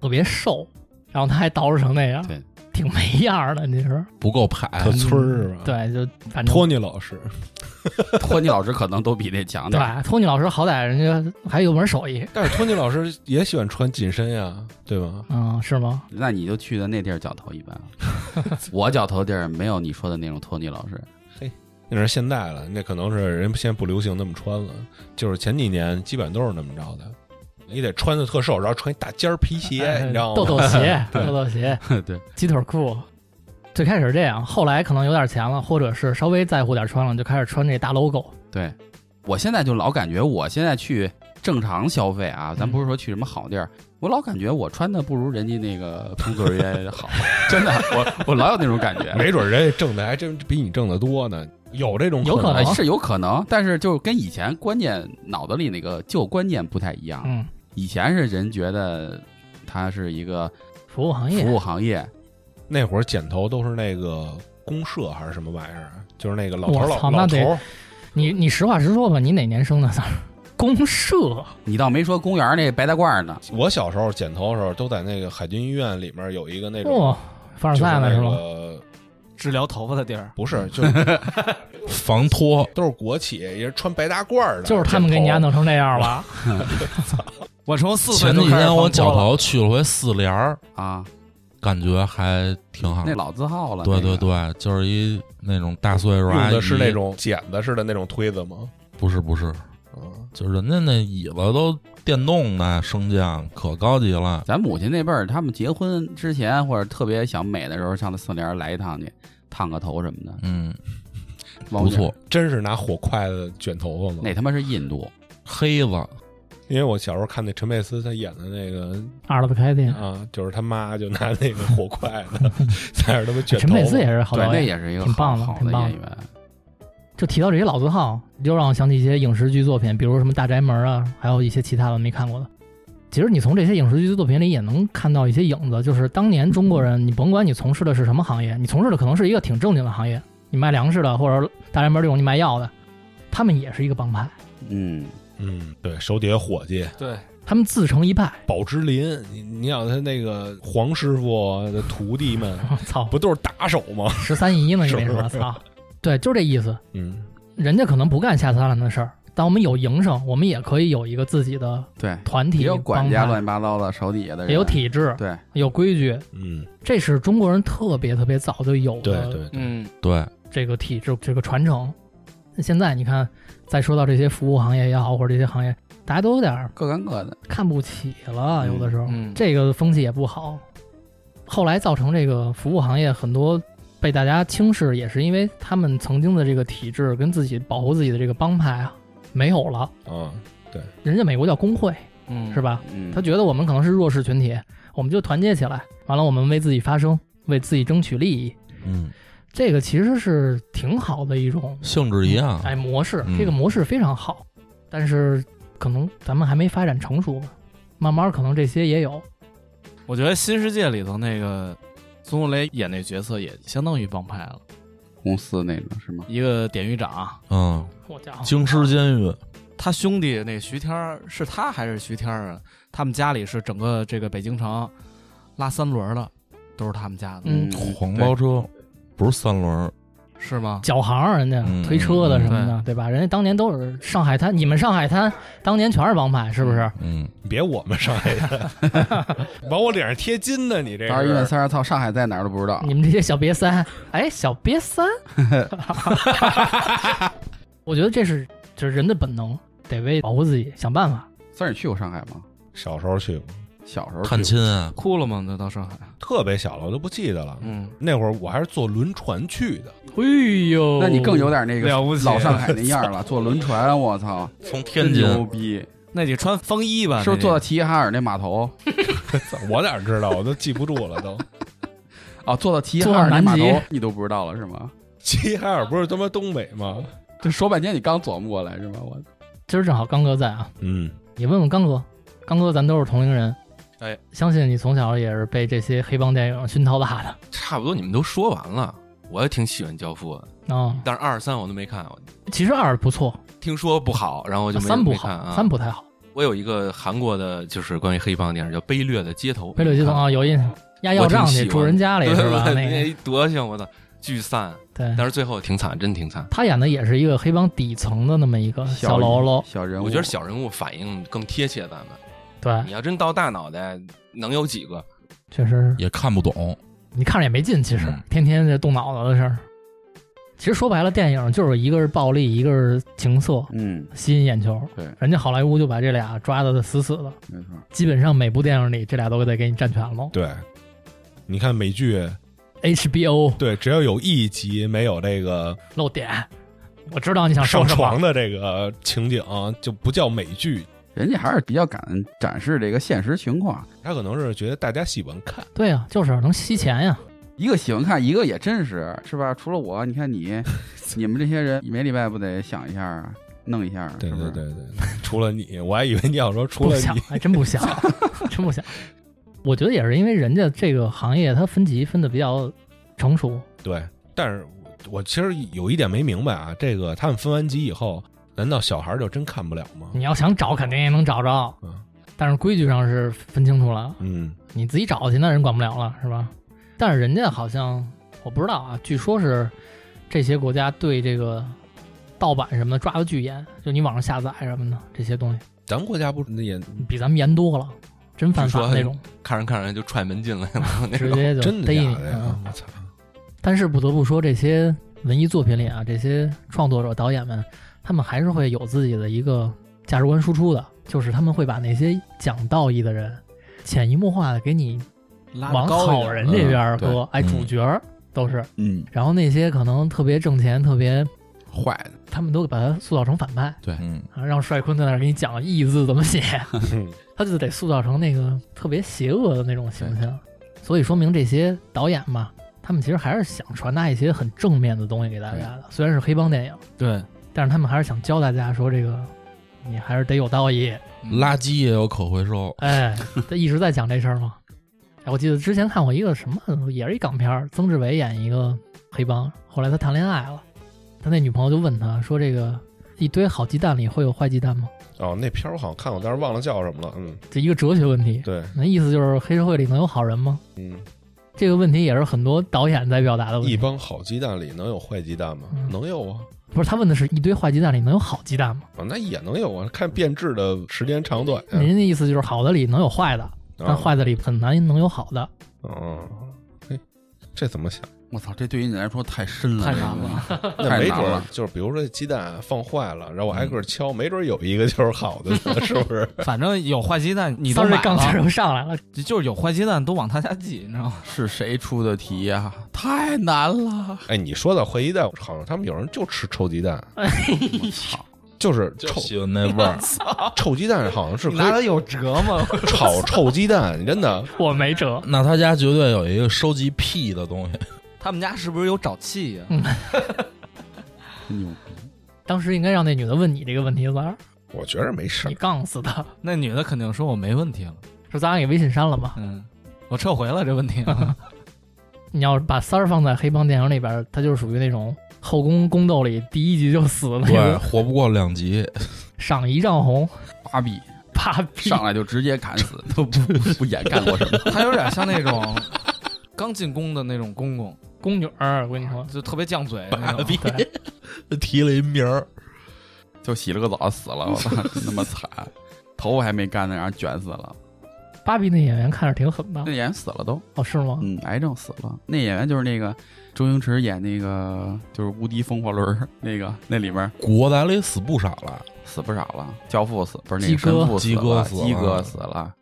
Speaker 1: 特别瘦，然后他还捯饬成那样，
Speaker 3: 对，
Speaker 1: 挺没样儿的。你说嗯
Speaker 5: 不够拍，
Speaker 4: 可村儿啊是吧？，
Speaker 1: 对，就反正
Speaker 4: 托尼老师，
Speaker 3: 托尼老师可能都比这强点
Speaker 1: 对
Speaker 3: 儿。
Speaker 1: 托尼老师好歹人家还有门手艺，
Speaker 4: 但是托尼老师也喜欢穿紧身呀，对吧？
Speaker 1: 嗯，是吗？
Speaker 3: 那你就去的那地儿绞头一般了， 我绞头地儿没有你说的那种托尼老师。
Speaker 4: 那是现在了，那可能是人现在不流行那么穿了，就是前几年基本都是那么着的。你得穿的特瘦，然后穿一大尖儿皮鞋，你知道吗？
Speaker 1: 哎豆豆鞋，豆豆鞋，
Speaker 3: 对，
Speaker 1: 鸡腿裤。最开始是这样，后来可能有点钱了，或者是稍微在乎点穿了，就开始穿这大 logo。
Speaker 3: 对，我现在就老感觉我现在去正常消费啊，
Speaker 5: 嗯
Speaker 3: 咱不是说去什么好地儿，我老感觉我穿的不如人家那个工作人员 好，真的，我我老有那种感觉。
Speaker 4: 没准人家挣的还真比你挣的多呢，有这种
Speaker 1: 有可
Speaker 4: 能
Speaker 1: 能
Speaker 3: 哎，是有可能，但是就是跟以前观念脑子里那个旧观念不太一样。
Speaker 1: 嗯，
Speaker 3: 以前是人觉得它是一个
Speaker 1: 服务
Speaker 5: 哎
Speaker 1: 行业，
Speaker 3: 服务行业，
Speaker 4: 那会儿剪头都是那个公社还是什么玩意儿啊，就是那个老头儿
Speaker 1: 我
Speaker 4: 老
Speaker 1: 操
Speaker 4: 老
Speaker 1: 那得
Speaker 4: 头儿，
Speaker 1: 你你实话实说吧，你哪年生的？ 公社
Speaker 3: 你倒没说公园那白大褂呢。
Speaker 4: 我小时候剪头的时候，都在那个海军医院里面有一个那种，
Speaker 1: 哇，凡尔
Speaker 4: 就是
Speaker 1: 赛呢是
Speaker 4: 那
Speaker 1: 吗？
Speaker 4: 个
Speaker 2: 治疗头发的地儿，
Speaker 4: 不是，就是
Speaker 5: 防脱
Speaker 4: 都是国企，也是穿白大褂儿的，
Speaker 1: 就是他们给你家
Speaker 4: 剪头
Speaker 1: 弄成那样了。
Speaker 2: 我从四岁
Speaker 5: 前
Speaker 2: 就
Speaker 5: 几
Speaker 2: 开始
Speaker 5: 天我
Speaker 2: 放
Speaker 5: 脚
Speaker 2: 脱了，
Speaker 5: 头去了回四联儿，
Speaker 3: 啊，
Speaker 5: 感觉还挺好
Speaker 3: 那。老字号了。
Speaker 5: 对
Speaker 3: 那
Speaker 5: 对
Speaker 3: 个，
Speaker 5: 对，就是一那种大岁数阿
Speaker 4: 用
Speaker 5: 姨，
Speaker 4: 的是那种剪子似的那种推子吗？
Speaker 5: 不是不是，
Speaker 4: 嗯，
Speaker 5: 就人家那椅子都电动的升降，可高级了。
Speaker 3: 咱母亲那辈儿，他们结婚之前或者特别想美的时候，上那四联来一趟去，烫个头什么的，
Speaker 5: 嗯，
Speaker 3: 往
Speaker 5: 不错，
Speaker 4: 真是拿火筷子卷头发吗？
Speaker 3: 那他妈是印度，
Speaker 5: 黑子
Speaker 4: 因为我小时候看那陈佩斯他演的那个
Speaker 1: 二子开店，
Speaker 4: 啊，就是他妈就拿那个火筷子 在那儿他妈卷头
Speaker 1: 陈
Speaker 4: 发。
Speaker 1: 佩斯也是好
Speaker 3: 对，
Speaker 1: 导
Speaker 3: 那
Speaker 1: 演。
Speaker 3: 也是一个
Speaker 1: 挺
Speaker 3: 好
Speaker 1: 棒的
Speaker 3: 好
Speaker 1: 挺
Speaker 3: 的
Speaker 1: 棒的
Speaker 3: 演员。
Speaker 1: 就提到这些老字号，就让我想起一些影视剧作品，比如什么《大宅门》啊，还有一些其他的没看过的。其实你从这些影视剧作品里也能看到一些影子，就是当年中国人，你甭管你从事的是什么行业，你从事的可能是一个挺正经的行业，你卖粮食的，或者《大宅门》这种你卖药的，他们也是一个帮派，
Speaker 3: 嗯，
Speaker 4: 嗯，对手底下伙计
Speaker 2: 对，
Speaker 1: 他们自成一派。
Speaker 4: 宝芝林，你你想他那个黄师傅的徒弟们
Speaker 1: 操，
Speaker 4: 不都是打手吗？
Speaker 1: 十三姨呢？你没
Speaker 4: 是
Speaker 1: 说，
Speaker 4: 不是
Speaker 1: 操，对，就这意思。
Speaker 4: 嗯，
Speaker 1: 人家可能不干下三滥的事儿，但我们有营生，我们也可以有一个自己的
Speaker 3: 对，
Speaker 1: 团体
Speaker 3: 也有管
Speaker 1: 帮
Speaker 3: 家
Speaker 1: 派
Speaker 3: 乱七八糟的，手底下的人
Speaker 1: 也有，体制，
Speaker 3: 对，
Speaker 1: 有规矩，
Speaker 4: 嗯，
Speaker 1: 这是中国人特别特别早就有
Speaker 4: 对
Speaker 1: 的
Speaker 4: 对，
Speaker 2: 嗯，
Speaker 5: 对，
Speaker 1: 这个体制，这个传承。那现在你看，再说到这些服务行业也好，或者这些行业，大家都有点儿
Speaker 3: 各干各的。
Speaker 1: 看不起了，
Speaker 3: 嗯
Speaker 1: 有的时候、
Speaker 2: 嗯
Speaker 1: 这个风气也不好。后来造成这个服务行业很多被大家轻视，也是因为他们曾经的这个体制跟自己保护自己的这个帮派啊没有了。
Speaker 4: 啊，
Speaker 1: 人家美国叫工会
Speaker 2: 嗯
Speaker 1: 是？吧？
Speaker 3: 嗯，
Speaker 1: 他觉得我们可能是弱势群体，我们就团结起来，完了我们为自己发声，为自己争取利益，
Speaker 5: 嗯，
Speaker 1: 这个其实是挺好的一种
Speaker 5: 性质一样。
Speaker 1: 哎模式，
Speaker 5: 嗯
Speaker 1: 这个模式非常好，但是可能咱们还没发展成熟吧，慢慢可能这些也有，
Speaker 2: 我觉得《新世界》里头那个孙红雷演那角色也相当于帮派了，
Speaker 3: 公司那种是吗？
Speaker 2: 一个典狱长，
Speaker 5: 嗯，
Speaker 1: 我家伙
Speaker 5: 京师监狱
Speaker 2: 他兄弟那徐天儿是他还是徐天儿啊？他们家里是整个这个北京城拉三轮的，都是他们家的，
Speaker 1: 嗯
Speaker 5: 黄包车，不是三轮儿，
Speaker 2: 是吗？
Speaker 1: 脚行儿人家
Speaker 5: 嗯
Speaker 1: 推车的什么的，
Speaker 2: 嗯
Speaker 1: 对吧？人家当年都是上海滩，你们上海滩当年全是帮派，是不是？
Speaker 5: 嗯，
Speaker 4: 你别我们上海的， 往我脸上贴金呢，你这
Speaker 3: 二院
Speaker 4: 是。
Speaker 3: 三儿操，上海在哪儿都不知
Speaker 6: 啊
Speaker 3: 道。
Speaker 1: 你们这些小瘪三，哎，小 瘪三， 我觉得这是就是人的本能，得为保护自己想办法。
Speaker 3: 三儿，你去过上海吗？
Speaker 4: 小时候去过，
Speaker 3: 小时候
Speaker 5: 探亲啊，
Speaker 2: 哭了吗？那到上海，
Speaker 4: 特别小了，我都不记得了。
Speaker 2: 嗯，
Speaker 4: 那会儿我还是坐轮船去的，
Speaker 1: 哎呦，
Speaker 3: 那你更有点那个
Speaker 2: 了不起
Speaker 3: 老上海那样了，坐轮船，我操，
Speaker 5: 从天
Speaker 3: 真
Speaker 5: 津
Speaker 3: 牛逼！
Speaker 2: 那得穿风衣吧？
Speaker 3: 是
Speaker 2: 那
Speaker 3: 不是
Speaker 2: 得
Speaker 3: 坐到齐齐哈尔那码头？
Speaker 4: 我哪知道，我都记不住了都。
Speaker 3: 啊，坐到齐齐哈尔那码
Speaker 1: 坐到
Speaker 3: 头
Speaker 1: 南，
Speaker 3: 你都不知道了是吗？
Speaker 4: 齐齐哈尔不是他妈东北吗？
Speaker 3: 这说半天你刚琢磨过来是吗？我
Speaker 1: 今儿正好刚哥在啊，
Speaker 4: 嗯，
Speaker 1: 你问问刚哥，刚哥咱都是同龄人，
Speaker 2: 哎，
Speaker 1: 相信你从小也是被这些黑帮电影熏陶大的啊
Speaker 6: 差不多你们都说完了。我也挺喜欢《教父》的，、但是二三我都没看，我
Speaker 1: 啊其实二不错，
Speaker 6: 听说不好，然后我就没
Speaker 1: 三不
Speaker 6: 没
Speaker 1: 好，
Speaker 6: 看啊。
Speaker 1: 三不太好。
Speaker 6: 我有一个韩国的，就是关于黑帮电影叫《卑劣的街头》，
Speaker 1: 贝勒街头啊，有印象，压要账去住人家里
Speaker 6: 对
Speaker 1: 是
Speaker 6: 对
Speaker 1: 吧？
Speaker 6: 对，
Speaker 1: 那个
Speaker 6: 那德行，我操，聚散，
Speaker 1: 对
Speaker 6: 但，是最后挺惨，真挺惨。
Speaker 1: 他演的也是一个黑帮底层的那么一个小喽啰，
Speaker 3: 小人物，
Speaker 6: 我觉得小人物反应更贴切咱们。
Speaker 1: 对，
Speaker 6: 你要真到大脑袋，能有几个？
Speaker 1: 确实
Speaker 5: 也看不懂，
Speaker 1: 你看着也没劲，其实
Speaker 5: 嗯
Speaker 1: 天天这动脑子的事儿。其实说白了，电影就是一个是暴力，一个是情色，
Speaker 3: 嗯，
Speaker 1: 吸引眼球。
Speaker 3: 对
Speaker 1: 人家好莱坞就把这俩抓的死死的，
Speaker 3: 没错，
Speaker 1: 基本上每部电影里这俩都得给你占全了。
Speaker 4: 对。你看美剧，
Speaker 1: HBO
Speaker 4: 对，只要有一集没有这个
Speaker 1: 露点，我知道你想说
Speaker 4: 上
Speaker 1: 什
Speaker 4: 床
Speaker 1: 么。
Speaker 4: 的这个情景，就不叫美剧。
Speaker 3: 人家还是比较敢展示这个现实情况。
Speaker 4: 他可能是觉得大家喜欢看，
Speaker 1: 对呀、就是能吸钱呀、
Speaker 3: 一个喜欢看，一个也真实，是吧？除了我，你看你，你们这些人每礼拜不得想一下啊，弄一下啊，
Speaker 4: 对
Speaker 3: 是不
Speaker 4: 对
Speaker 3: 是？
Speaker 4: 对对， 除了你，我还以为你要说除
Speaker 1: 不
Speaker 4: 了
Speaker 1: 想
Speaker 4: 你，，
Speaker 1: 还真不 想，真不想。我觉得也是因为人家这个行业它分级分的比较成熟，
Speaker 4: 对。但是我我其实有一点没明白啊，这个他们分完级以后，难道小孩儿就真看不了吗？
Speaker 1: 你要想找肯定也能找着
Speaker 4: 嗯，
Speaker 1: 但是规矩上是分清楚了，
Speaker 4: 嗯，
Speaker 1: 你自己找去那人管不了了，是吧？但是人家好像我不知道啊，据说是这些国家对这个盗版什么的抓的巨严，就你网上下载什么的这些东西
Speaker 4: 咱们国家不是也
Speaker 1: 比咱们严多了，真犯法
Speaker 6: 据说
Speaker 1: 那种，
Speaker 6: 看着看着就踹门进来了，那
Speaker 1: 直
Speaker 6: 种。
Speaker 1: 接就
Speaker 4: 真的
Speaker 1: 逮你
Speaker 4: 假。的呀
Speaker 1: 嗯？
Speaker 4: 我操！
Speaker 1: 但是不得不说，这些文艺作品里啊，这些创作者、导演们，他们还是会有自己的一个价值观输出的，就是他们会把那些讲道义的人，潜移默化的给你
Speaker 2: 拉
Speaker 1: 往
Speaker 2: 得高一点
Speaker 1: 好人这边
Speaker 6: 嗯对
Speaker 1: 搁，哎，
Speaker 5: 嗯
Speaker 1: 主角儿都是，
Speaker 3: 嗯，
Speaker 1: 然后那些可能特别挣钱、特别，
Speaker 3: 坏的，
Speaker 1: 他们都把他塑造成反派，
Speaker 5: 嗯，
Speaker 1: 啊让帅坤在那儿给你讲义字怎么写，他就得塑造成那个特别邪恶的那种形象。所以说明这些导演嘛，他们其实还是想传达一些很正面的东西给大家的。虽然是黑帮电影，
Speaker 2: 对，
Speaker 1: 但是他们还是想教大家说这个，你还是得有道义。
Speaker 5: 垃圾也有可回收，
Speaker 1: 哎，他一直在讲这事儿嘛。哎，我记得之前看过一个什么，也是一港片儿，曾志伟演一个黑帮，后来他谈恋爱了，他那女朋友就问他说：“这个一堆好鸡蛋里会有坏鸡蛋吗
Speaker 4: 哦，那片儿我好像看过，但是忘了叫什么了。嗯，？”
Speaker 1: 这一个哲学问题。
Speaker 4: 对，
Speaker 1: 那意思就是黑社会里能有好人吗？
Speaker 4: 嗯，
Speaker 1: 这个问题也是很多导演在表达
Speaker 2: 嗯
Speaker 1: 的问
Speaker 4: 一
Speaker 1: 题。
Speaker 4: 帮好鸡蛋里能有坏鸡蛋吗？
Speaker 1: 嗯
Speaker 4: 能有啊，
Speaker 1: 不是他问的是一堆坏鸡蛋里能有好鸡蛋吗？
Speaker 4: 啊，那也能有啊，看变质的时间长短呀。
Speaker 2: 嗯
Speaker 1: 人家的意思就是好的里能有坏的，但
Speaker 4: 嗯啊，
Speaker 1: 坏的里很难能有好的。
Speaker 4: 嗯，嘿，这怎 么想？
Speaker 3: 我操，这对于你来说太深了，
Speaker 2: 太难了。
Speaker 4: 那
Speaker 3: 太
Speaker 4: 没
Speaker 3: 难
Speaker 4: 准儿
Speaker 3: 了
Speaker 4: 就是，比如说鸡蛋放坏了，然后我挨个敲，没准儿有一个就是好的呢，
Speaker 2: 嗯
Speaker 4: 是不是？
Speaker 2: 反正有坏鸡蛋你都
Speaker 1: 三
Speaker 2: 买
Speaker 1: 这杠
Speaker 2: 了
Speaker 1: 子又上来了，
Speaker 2: 就就是有坏鸡蛋都往他家寄，你知道吗？
Speaker 3: 是谁出的题呀、太难 了！
Speaker 4: 哎，你说到坏鸡蛋，好像他们有人就吃臭鸡蛋，
Speaker 2: 哎
Speaker 3: 我操，
Speaker 4: 就是
Speaker 5: 就
Speaker 4: 臭
Speaker 5: 喜欢那味儿。
Speaker 4: 臭鸡蛋，好像是
Speaker 2: 拿
Speaker 4: 可
Speaker 2: 它
Speaker 4: 以
Speaker 2: 有辙吗？
Speaker 4: 炒臭鸡蛋，真的。
Speaker 1: 我没 辙。
Speaker 5: 那他家绝对有一个收集屁的东西，
Speaker 2: 他们家是不是有沼气呀、
Speaker 3: 真牛逼！
Speaker 1: 当时应该让那女的问你这个问题，咱
Speaker 4: 我觉着没事儿
Speaker 1: 你，杠死她，
Speaker 2: 那女的肯定说我没问题了，
Speaker 1: 说咱俩给微信删了吧。
Speaker 2: 嗯，我撤回了这问题。
Speaker 1: 你要把三儿放在黑帮电影里边，他就是属于那种后宫宫斗里第一集就死的那
Speaker 5: 对，啊
Speaker 1: 种，
Speaker 5: 活不过两集，
Speaker 1: 赏一丈红，
Speaker 3: 芭比
Speaker 1: 啪屁
Speaker 3: 上来就直接砍死， 都不不掩盖过什么。
Speaker 2: 她有点像那种刚进宫的那种公公，
Speaker 1: 宫女儿，我跟你 说，
Speaker 2: 就特别犟嘴那种。
Speaker 1: 对，
Speaker 5: 提了一名儿，
Speaker 3: 就洗了个澡死了，我操，真他妈惨！头发还没干呢，让人卷死了。
Speaker 1: 芭比那演员看着挺狠的
Speaker 3: 那，演员死了都，
Speaker 1: 哦是吗？
Speaker 3: 嗯，癌症死了。那演员就是那个周星驰演那个就是《无敌风火轮》那个，那里边
Speaker 5: 古惑仔里死不少了，
Speaker 3: 死不少了，教父死不是那
Speaker 1: 鸡
Speaker 3: 个
Speaker 1: 哥
Speaker 3: 神父死了，
Speaker 5: 鸡哥死了
Speaker 3: 鸡哥死了，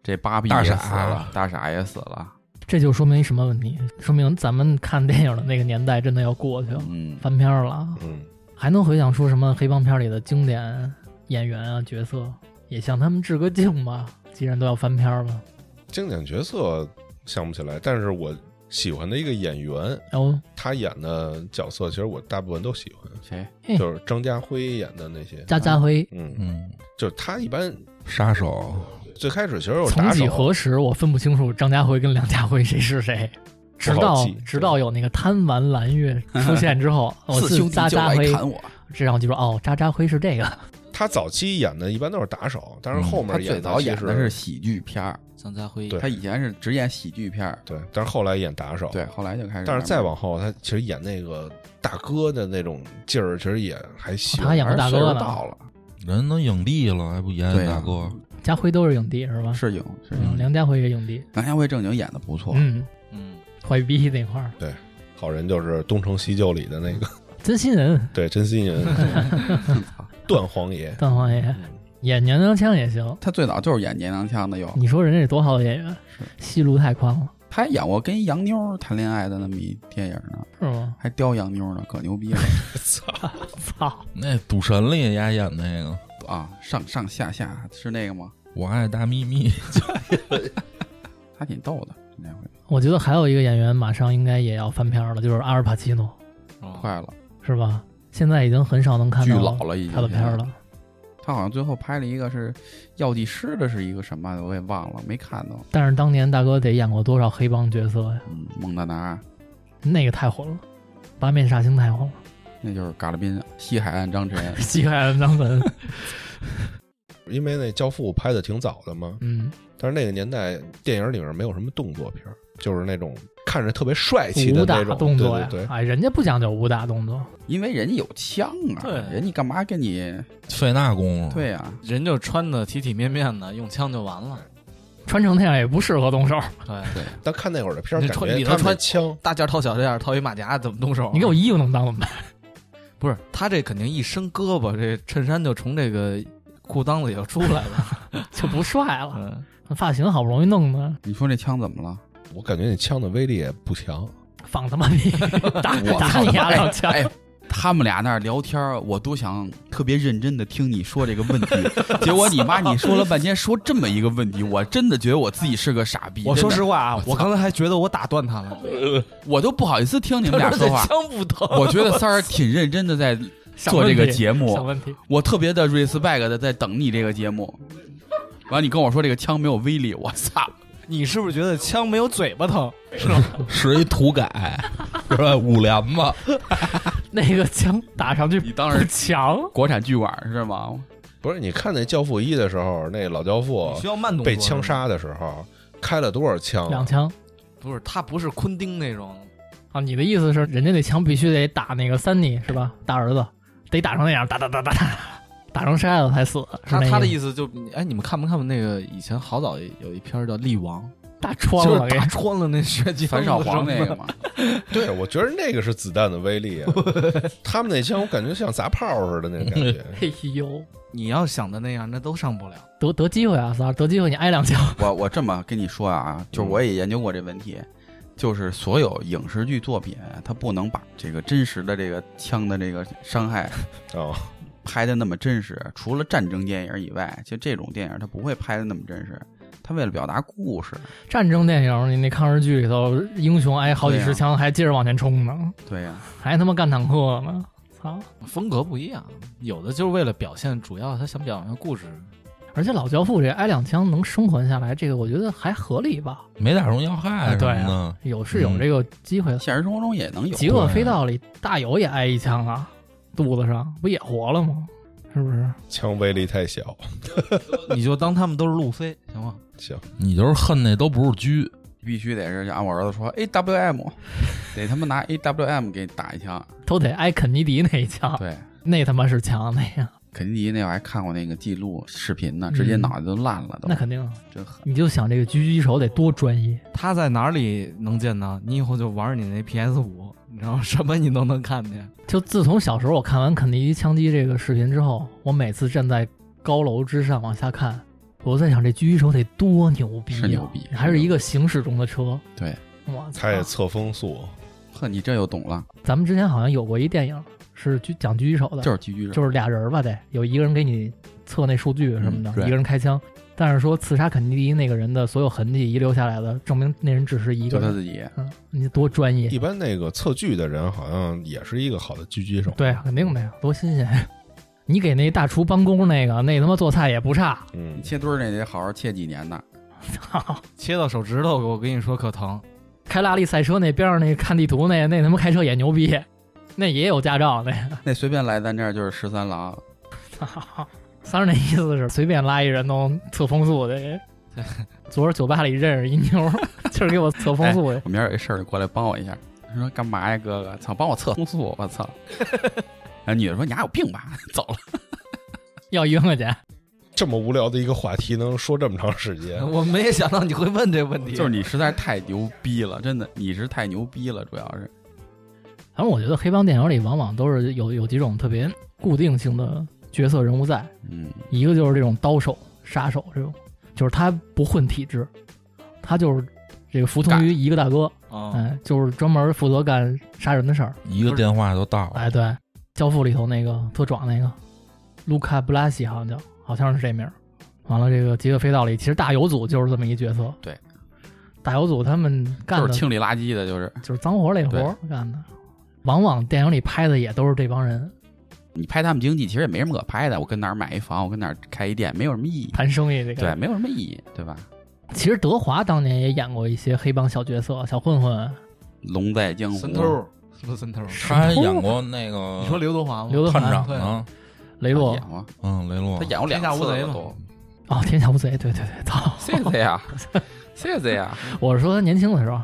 Speaker 3: 这芭比
Speaker 5: 大
Speaker 3: 也
Speaker 5: 傻
Speaker 3: 死了，大傻也死了，
Speaker 1: 这就说明什么问题？说明咱们看电影的那个年代真的要过去了，
Speaker 3: 嗯，
Speaker 1: 翻篇儿了，
Speaker 4: 嗯，
Speaker 1: 还能回想出什么黑帮片里的经典演员啊角色，也向他们致个敬吧。既然都要翻篇儿了，
Speaker 4: 经典角色想不起来，但是我喜欢的一个演员，
Speaker 1: 然后
Speaker 4: 他演的角色其实我大部分都喜欢，
Speaker 3: 谁？
Speaker 1: 嗯
Speaker 4: 就是张家辉演的那些，
Speaker 1: 加加辉，
Speaker 4: 嗯，
Speaker 5: 嗯，
Speaker 4: 就是他一般
Speaker 5: 杀手
Speaker 4: 最开始其实有
Speaker 1: 曾
Speaker 4: 打
Speaker 1: 几
Speaker 4: 手，
Speaker 1: 何时，我分不清楚张家辉跟梁家辉谁是谁。直
Speaker 4: 不好
Speaker 1: 到
Speaker 4: 记
Speaker 1: 直到有那个贪玩蓝月出现之后，我
Speaker 3: 四
Speaker 1: 哦是
Speaker 3: 兄弟
Speaker 1: 渣
Speaker 3: 就
Speaker 1: 渣
Speaker 3: 来
Speaker 1: 辉，
Speaker 3: 砍我，
Speaker 1: 这让我记住哦，渣渣辉是这个。
Speaker 4: 他早期演的一般都是打手，但
Speaker 1: 嗯
Speaker 4: 是后
Speaker 3: 他
Speaker 4: 面
Speaker 3: 最
Speaker 4: 演
Speaker 3: 早演
Speaker 4: 其
Speaker 3: 的
Speaker 4: 实
Speaker 3: 是喜剧片儿，
Speaker 2: 张家辉，
Speaker 4: 对
Speaker 3: 他以前是只演喜剧片儿，
Speaker 4: 对，但是后来演打手，
Speaker 3: 对，，后来就开始慢慢，
Speaker 4: 但是再往后他其实演那个大哥的那种劲儿，其实也还行。
Speaker 1: 他演过
Speaker 3: 而
Speaker 1: 大
Speaker 3: 岁数
Speaker 1: 哥呢，
Speaker 3: 到了，
Speaker 5: 人都影帝了，还不演
Speaker 3: 对
Speaker 5: 演
Speaker 3: 啊
Speaker 5: 大哥？
Speaker 1: 家辉都是影帝是吧？
Speaker 3: 是有是有，
Speaker 1: 嗯，梁家辉也影帝。
Speaker 3: 梁家辉正经演的不错，
Speaker 1: 嗯，
Speaker 2: 嗯，
Speaker 1: 坏逼那块儿，
Speaker 4: 好人就是《东成西就》里的那个，
Speaker 1: 真心人，
Speaker 4: 对，真 心人
Speaker 3: 操
Speaker 4: 段皇爷，
Speaker 1: 蛋黄爷演娘娘腔也行。
Speaker 3: 他最早就是演娘娘腔的有，
Speaker 1: 你说人家多好的演员，戏路太宽了，
Speaker 3: 他还演过跟洋妞儿谈恋爱的那么一电影呢，
Speaker 1: 是吗？
Speaker 3: 还叼洋妞呢，可牛逼了
Speaker 4: 操，
Speaker 1: 操，
Speaker 5: 那赌神里丫演那个，
Speaker 3: 啊！上上下下是那个吗？
Speaker 5: 我爱大咪咪，
Speaker 3: 他挺逗的，那回
Speaker 1: 我觉得还有一个演员马上应该也要翻篇儿了，就是阿尔帕奇诺，
Speaker 2: 哦，
Speaker 3: 快了，
Speaker 1: 是吧？现在已经很少能看
Speaker 3: 巨
Speaker 1: 到
Speaker 3: 老了已经。
Speaker 1: 他的片儿了。
Speaker 3: 他好像最后拍了一个是药剂师的，是一个什么，我也忘了，没看到。
Speaker 1: 但是当年大哥得演过多少黑帮角色呀？
Speaker 3: 嗯，蒙大拿，
Speaker 1: 那个太火了，八面煞星太火了，。
Speaker 3: 那就是嘎拉宾，西海岸张晨
Speaker 1: 西海岸张文，
Speaker 4: 因为那《教父》拍的挺早的嘛，
Speaker 1: 嗯，
Speaker 4: 但是那个年代电影里面没有什么动作片儿，就是那种看着特别帅气的
Speaker 1: 武打
Speaker 4: 那种
Speaker 1: 动作呀，
Speaker 4: 对对对，
Speaker 1: 哎，人家不讲究武打动作，
Speaker 3: 因为人家有枪啊，
Speaker 2: 对
Speaker 3: 人家干嘛跟你？
Speaker 5: 费那功夫。
Speaker 3: 对呀、啊，
Speaker 2: 人就穿的体体面面的，用枪就完了。
Speaker 1: 穿成那样也不适合动手。
Speaker 7: 哦
Speaker 2: 对，
Speaker 4: 但看那会儿的片儿，
Speaker 2: 你
Speaker 4: 感
Speaker 2: 穿
Speaker 4: 觉
Speaker 2: 里头
Speaker 4: 他们
Speaker 2: 穿
Speaker 4: 枪，
Speaker 2: 大件套小件，套一马甲怎么动手啊？
Speaker 1: 你给我衣服能当怎么办？
Speaker 2: 不是他这肯定一伸胳膊，这衬衫就从这个裤裆里就出来了。
Speaker 1: 就不帅了，
Speaker 2: 嗯，
Speaker 1: 发型好不容易弄的，
Speaker 3: 你说这枪怎么了？
Speaker 4: 我感觉那枪的威力也不强。
Speaker 1: 放他妈屁，打
Speaker 3: 我
Speaker 1: 打你啊丫两枪！
Speaker 3: 哎，他们俩那儿聊天儿，我都想特别认真的听你说这个问题，结果你妈你说了半天，说这么一个问题，我真的觉得我自己是个傻逼。
Speaker 2: 我说
Speaker 3: 真的
Speaker 2: 实话啊，我刚才还觉得我打断他 了，。
Speaker 3: 我都不好意思听你们俩说话
Speaker 2: 枪不疼。
Speaker 3: 我觉得三儿挺认真的在做这个节
Speaker 1: 想
Speaker 3: 目，
Speaker 1: 问题，
Speaker 3: 我特别的 respect 的在等你这个节目。完，你跟我说这个枪没有威力，我操！
Speaker 2: 你是不是觉得枪没有嘴巴疼？
Speaker 5: 是一土改，是吧？五连吧，
Speaker 1: 那个枪打上去
Speaker 3: 你当时
Speaker 1: 强，
Speaker 3: 国产剧馆 是吗？
Speaker 4: 不是，你看那《教父一》的时候，那老教父
Speaker 2: 你需要慢动作。
Speaker 4: 被枪，杀的时候开了多少枪啊？
Speaker 1: 两枪
Speaker 2: 不是他不是昆汀那种，
Speaker 1: 啊！你的意思是，人家那枪必须得打那个三妮是吧？大儿子得打成那样，打打打打打，打成筛子才死。是
Speaker 2: 他
Speaker 1: 那
Speaker 2: 他的
Speaker 1: 意
Speaker 2: 意思就，哎，你们看没看过那个以前好早有一片儿叫《力王
Speaker 1: 思打》，穿
Speaker 2: 就
Speaker 1: 了，
Speaker 2: 是
Speaker 1: 给
Speaker 2: 打穿了那血 迹，
Speaker 3: 樊少皇那个嘛，
Speaker 4: 对，我觉得那个是子弹的威力 啊。他们那枪，我感觉像砸炮似的那种感觉。
Speaker 1: 哎呦，
Speaker 2: 你要想的那样，那都上不了。
Speaker 1: 得得机会啊，三儿，得机会你挨两枪。
Speaker 3: 我我这么跟你说啊，就是
Speaker 1: 嗯
Speaker 3: 我也研究过这问题，就是所有影视剧作品，它不能把这个真实的这个枪的这个伤害
Speaker 4: 哦，
Speaker 3: 拍的那么真实。除了战争电影以外，其实这种电影它不会拍的那么真实，它为了表达故事。
Speaker 1: 战争电影，你那抗日剧里头，英雄挨好几
Speaker 3: 对
Speaker 1: 十
Speaker 3: 啊
Speaker 1: 枪还接着往前冲呢，
Speaker 3: 对呀、
Speaker 1: 还他妈干坦克呢，操！
Speaker 2: 风格不一样，有的就是为了表现，主要他想表现故事。
Speaker 1: 而且老教父这挨两枪能生还下来，这个我觉得还合理吧？
Speaker 5: 没打中要害
Speaker 1: 哎
Speaker 5: 什
Speaker 1: 对
Speaker 5: 么
Speaker 1: 啊
Speaker 5: 的。
Speaker 1: 有是有这个机会的。
Speaker 3: 现实生活中也能嗯有。
Speaker 1: 极恶飞盗里大友也挨一枪啊，肚子上不也活了吗？是不是？
Speaker 4: 枪威力太小。
Speaker 2: 你就当他们都是路飞，行吗？
Speaker 4: 行，
Speaker 5: 你就是恨那都不是狙，
Speaker 3: 必须得是按我儿子说 A W M，得 他妈拿 A W M 给打一枪。
Speaker 1: 都得挨肯尼迪那一枪，
Speaker 3: 对，
Speaker 1: 那他妈是强那样，
Speaker 3: 肯尼迪那我还看过那个记录视频呢，直接
Speaker 1: 嗯
Speaker 3: 脑袋都烂了都，
Speaker 1: 那肯定。啊
Speaker 3: 真狠。
Speaker 1: 你就想这个狙击手得多专业，
Speaker 2: 他在哪里能见到？你以后就玩你那 PS 五，你知道吗什么你都能看见。
Speaker 1: 就自从小时候我看完肯尼迪枪击这个视频之后，我每次站在高楼之上往下看，我在想这狙击手得多牛逼、啊，
Speaker 3: 是牛逼
Speaker 1: 还是一个行驶中的车，
Speaker 3: 对，
Speaker 1: 我操
Speaker 4: 它！
Speaker 2: 啊
Speaker 4: 也测风速，
Speaker 3: 呵，你这又懂了，
Speaker 1: 咱们之前好像有过一电影是狙讲狙击手的，
Speaker 3: 就是狙击手，
Speaker 1: 就是俩人儿吧，得有一个人给你测那数据什么的，
Speaker 3: 嗯对
Speaker 1: 一个人开枪。但是说刺杀肯尼迪那个人的所有痕迹遗留下来的，证明那人只是一个
Speaker 3: 就他
Speaker 1: 人。
Speaker 3: 自己。
Speaker 1: 嗯，你多专业
Speaker 4: 一，般那个测距的人好像也是一个好的狙击手，
Speaker 1: 对，肯定的呀，多新鲜 呀！你给那大厨帮工那个，那他妈做菜也不差，
Speaker 4: 嗯，
Speaker 3: 切墩儿那得好好切几年呢，
Speaker 1: 操！
Speaker 2: 切到手指头，我跟你说可疼。
Speaker 1: 开拉力赛车那边上那看地图那那他妈开车也牛逼，那也有驾照那个。
Speaker 3: 那随便来咱这儿就是十三郎，
Speaker 1: 操三儿那意思是随便拉一人都测风速的。昨儿酒吧里认识一妞儿， 就是给我测风速的。
Speaker 3: 我明儿有一事儿就过来帮我一下。他说干嘛呀，哥哥？操，帮我测风速，我操！然后女的说你还有病吧？ 走了。
Speaker 1: 要一万块钱，
Speaker 4: 这么无聊的一个话题能说这么长时间，
Speaker 7: 嗯
Speaker 2: 我没想到你会问这问题，
Speaker 3: 就是你实在是太牛逼了，真的，你是太牛逼了，主要是。
Speaker 1: 反正我觉得黑帮电影里往往都是有有几种特别固定性的角色人物在，
Speaker 3: 嗯，
Speaker 1: 一个就是这种刀手、杀手这种，就是他不混体制，他就是这个服从于一个大哥，
Speaker 7: 嗯
Speaker 2: 啊，
Speaker 1: 哎，就是专门负责干杀人的事儿。
Speaker 5: 一个电话就到了。
Speaker 1: 哎，对，《教父》里头那个特壮那个卢卡布拉西，好像叫，好像是这名儿。完了，这个《极恶飞盗》里，其实大有组就是这么一角色。
Speaker 3: 对，
Speaker 1: 大有组他们干
Speaker 3: 就
Speaker 1: 的
Speaker 3: 是清理垃圾的，就是
Speaker 1: 就是脏活累活儿干的，往往电影里拍的也都是这帮人
Speaker 3: 你拍他们经济，其实也没什么可拍的。我跟哪儿买一房，我跟哪儿开一店，没有什么意义。
Speaker 1: 谈生意这个。
Speaker 3: 对，，没有什么意义，对吧？
Speaker 1: 其实德华当年也演过一些黑帮小角色、小混混。
Speaker 3: 龙在江湖，
Speaker 2: 神偷是不是神偷？
Speaker 3: 嗯
Speaker 5: 他还演过那个
Speaker 2: 你说刘德华吗？
Speaker 1: 刘德华
Speaker 5: 探长
Speaker 2: 对
Speaker 5: 呢？
Speaker 1: 啊雷洛
Speaker 3: 演过，
Speaker 5: 嗯，雷洛
Speaker 3: 他。演过啊两
Speaker 2: 天下
Speaker 3: 次
Speaker 2: 无贼
Speaker 3: 了
Speaker 2: 嘛
Speaker 3: 都。
Speaker 1: 哦，天下无贼，对对对，操！
Speaker 3: 谢谢呀，谢谢呀。
Speaker 1: 我是说他年轻的时候，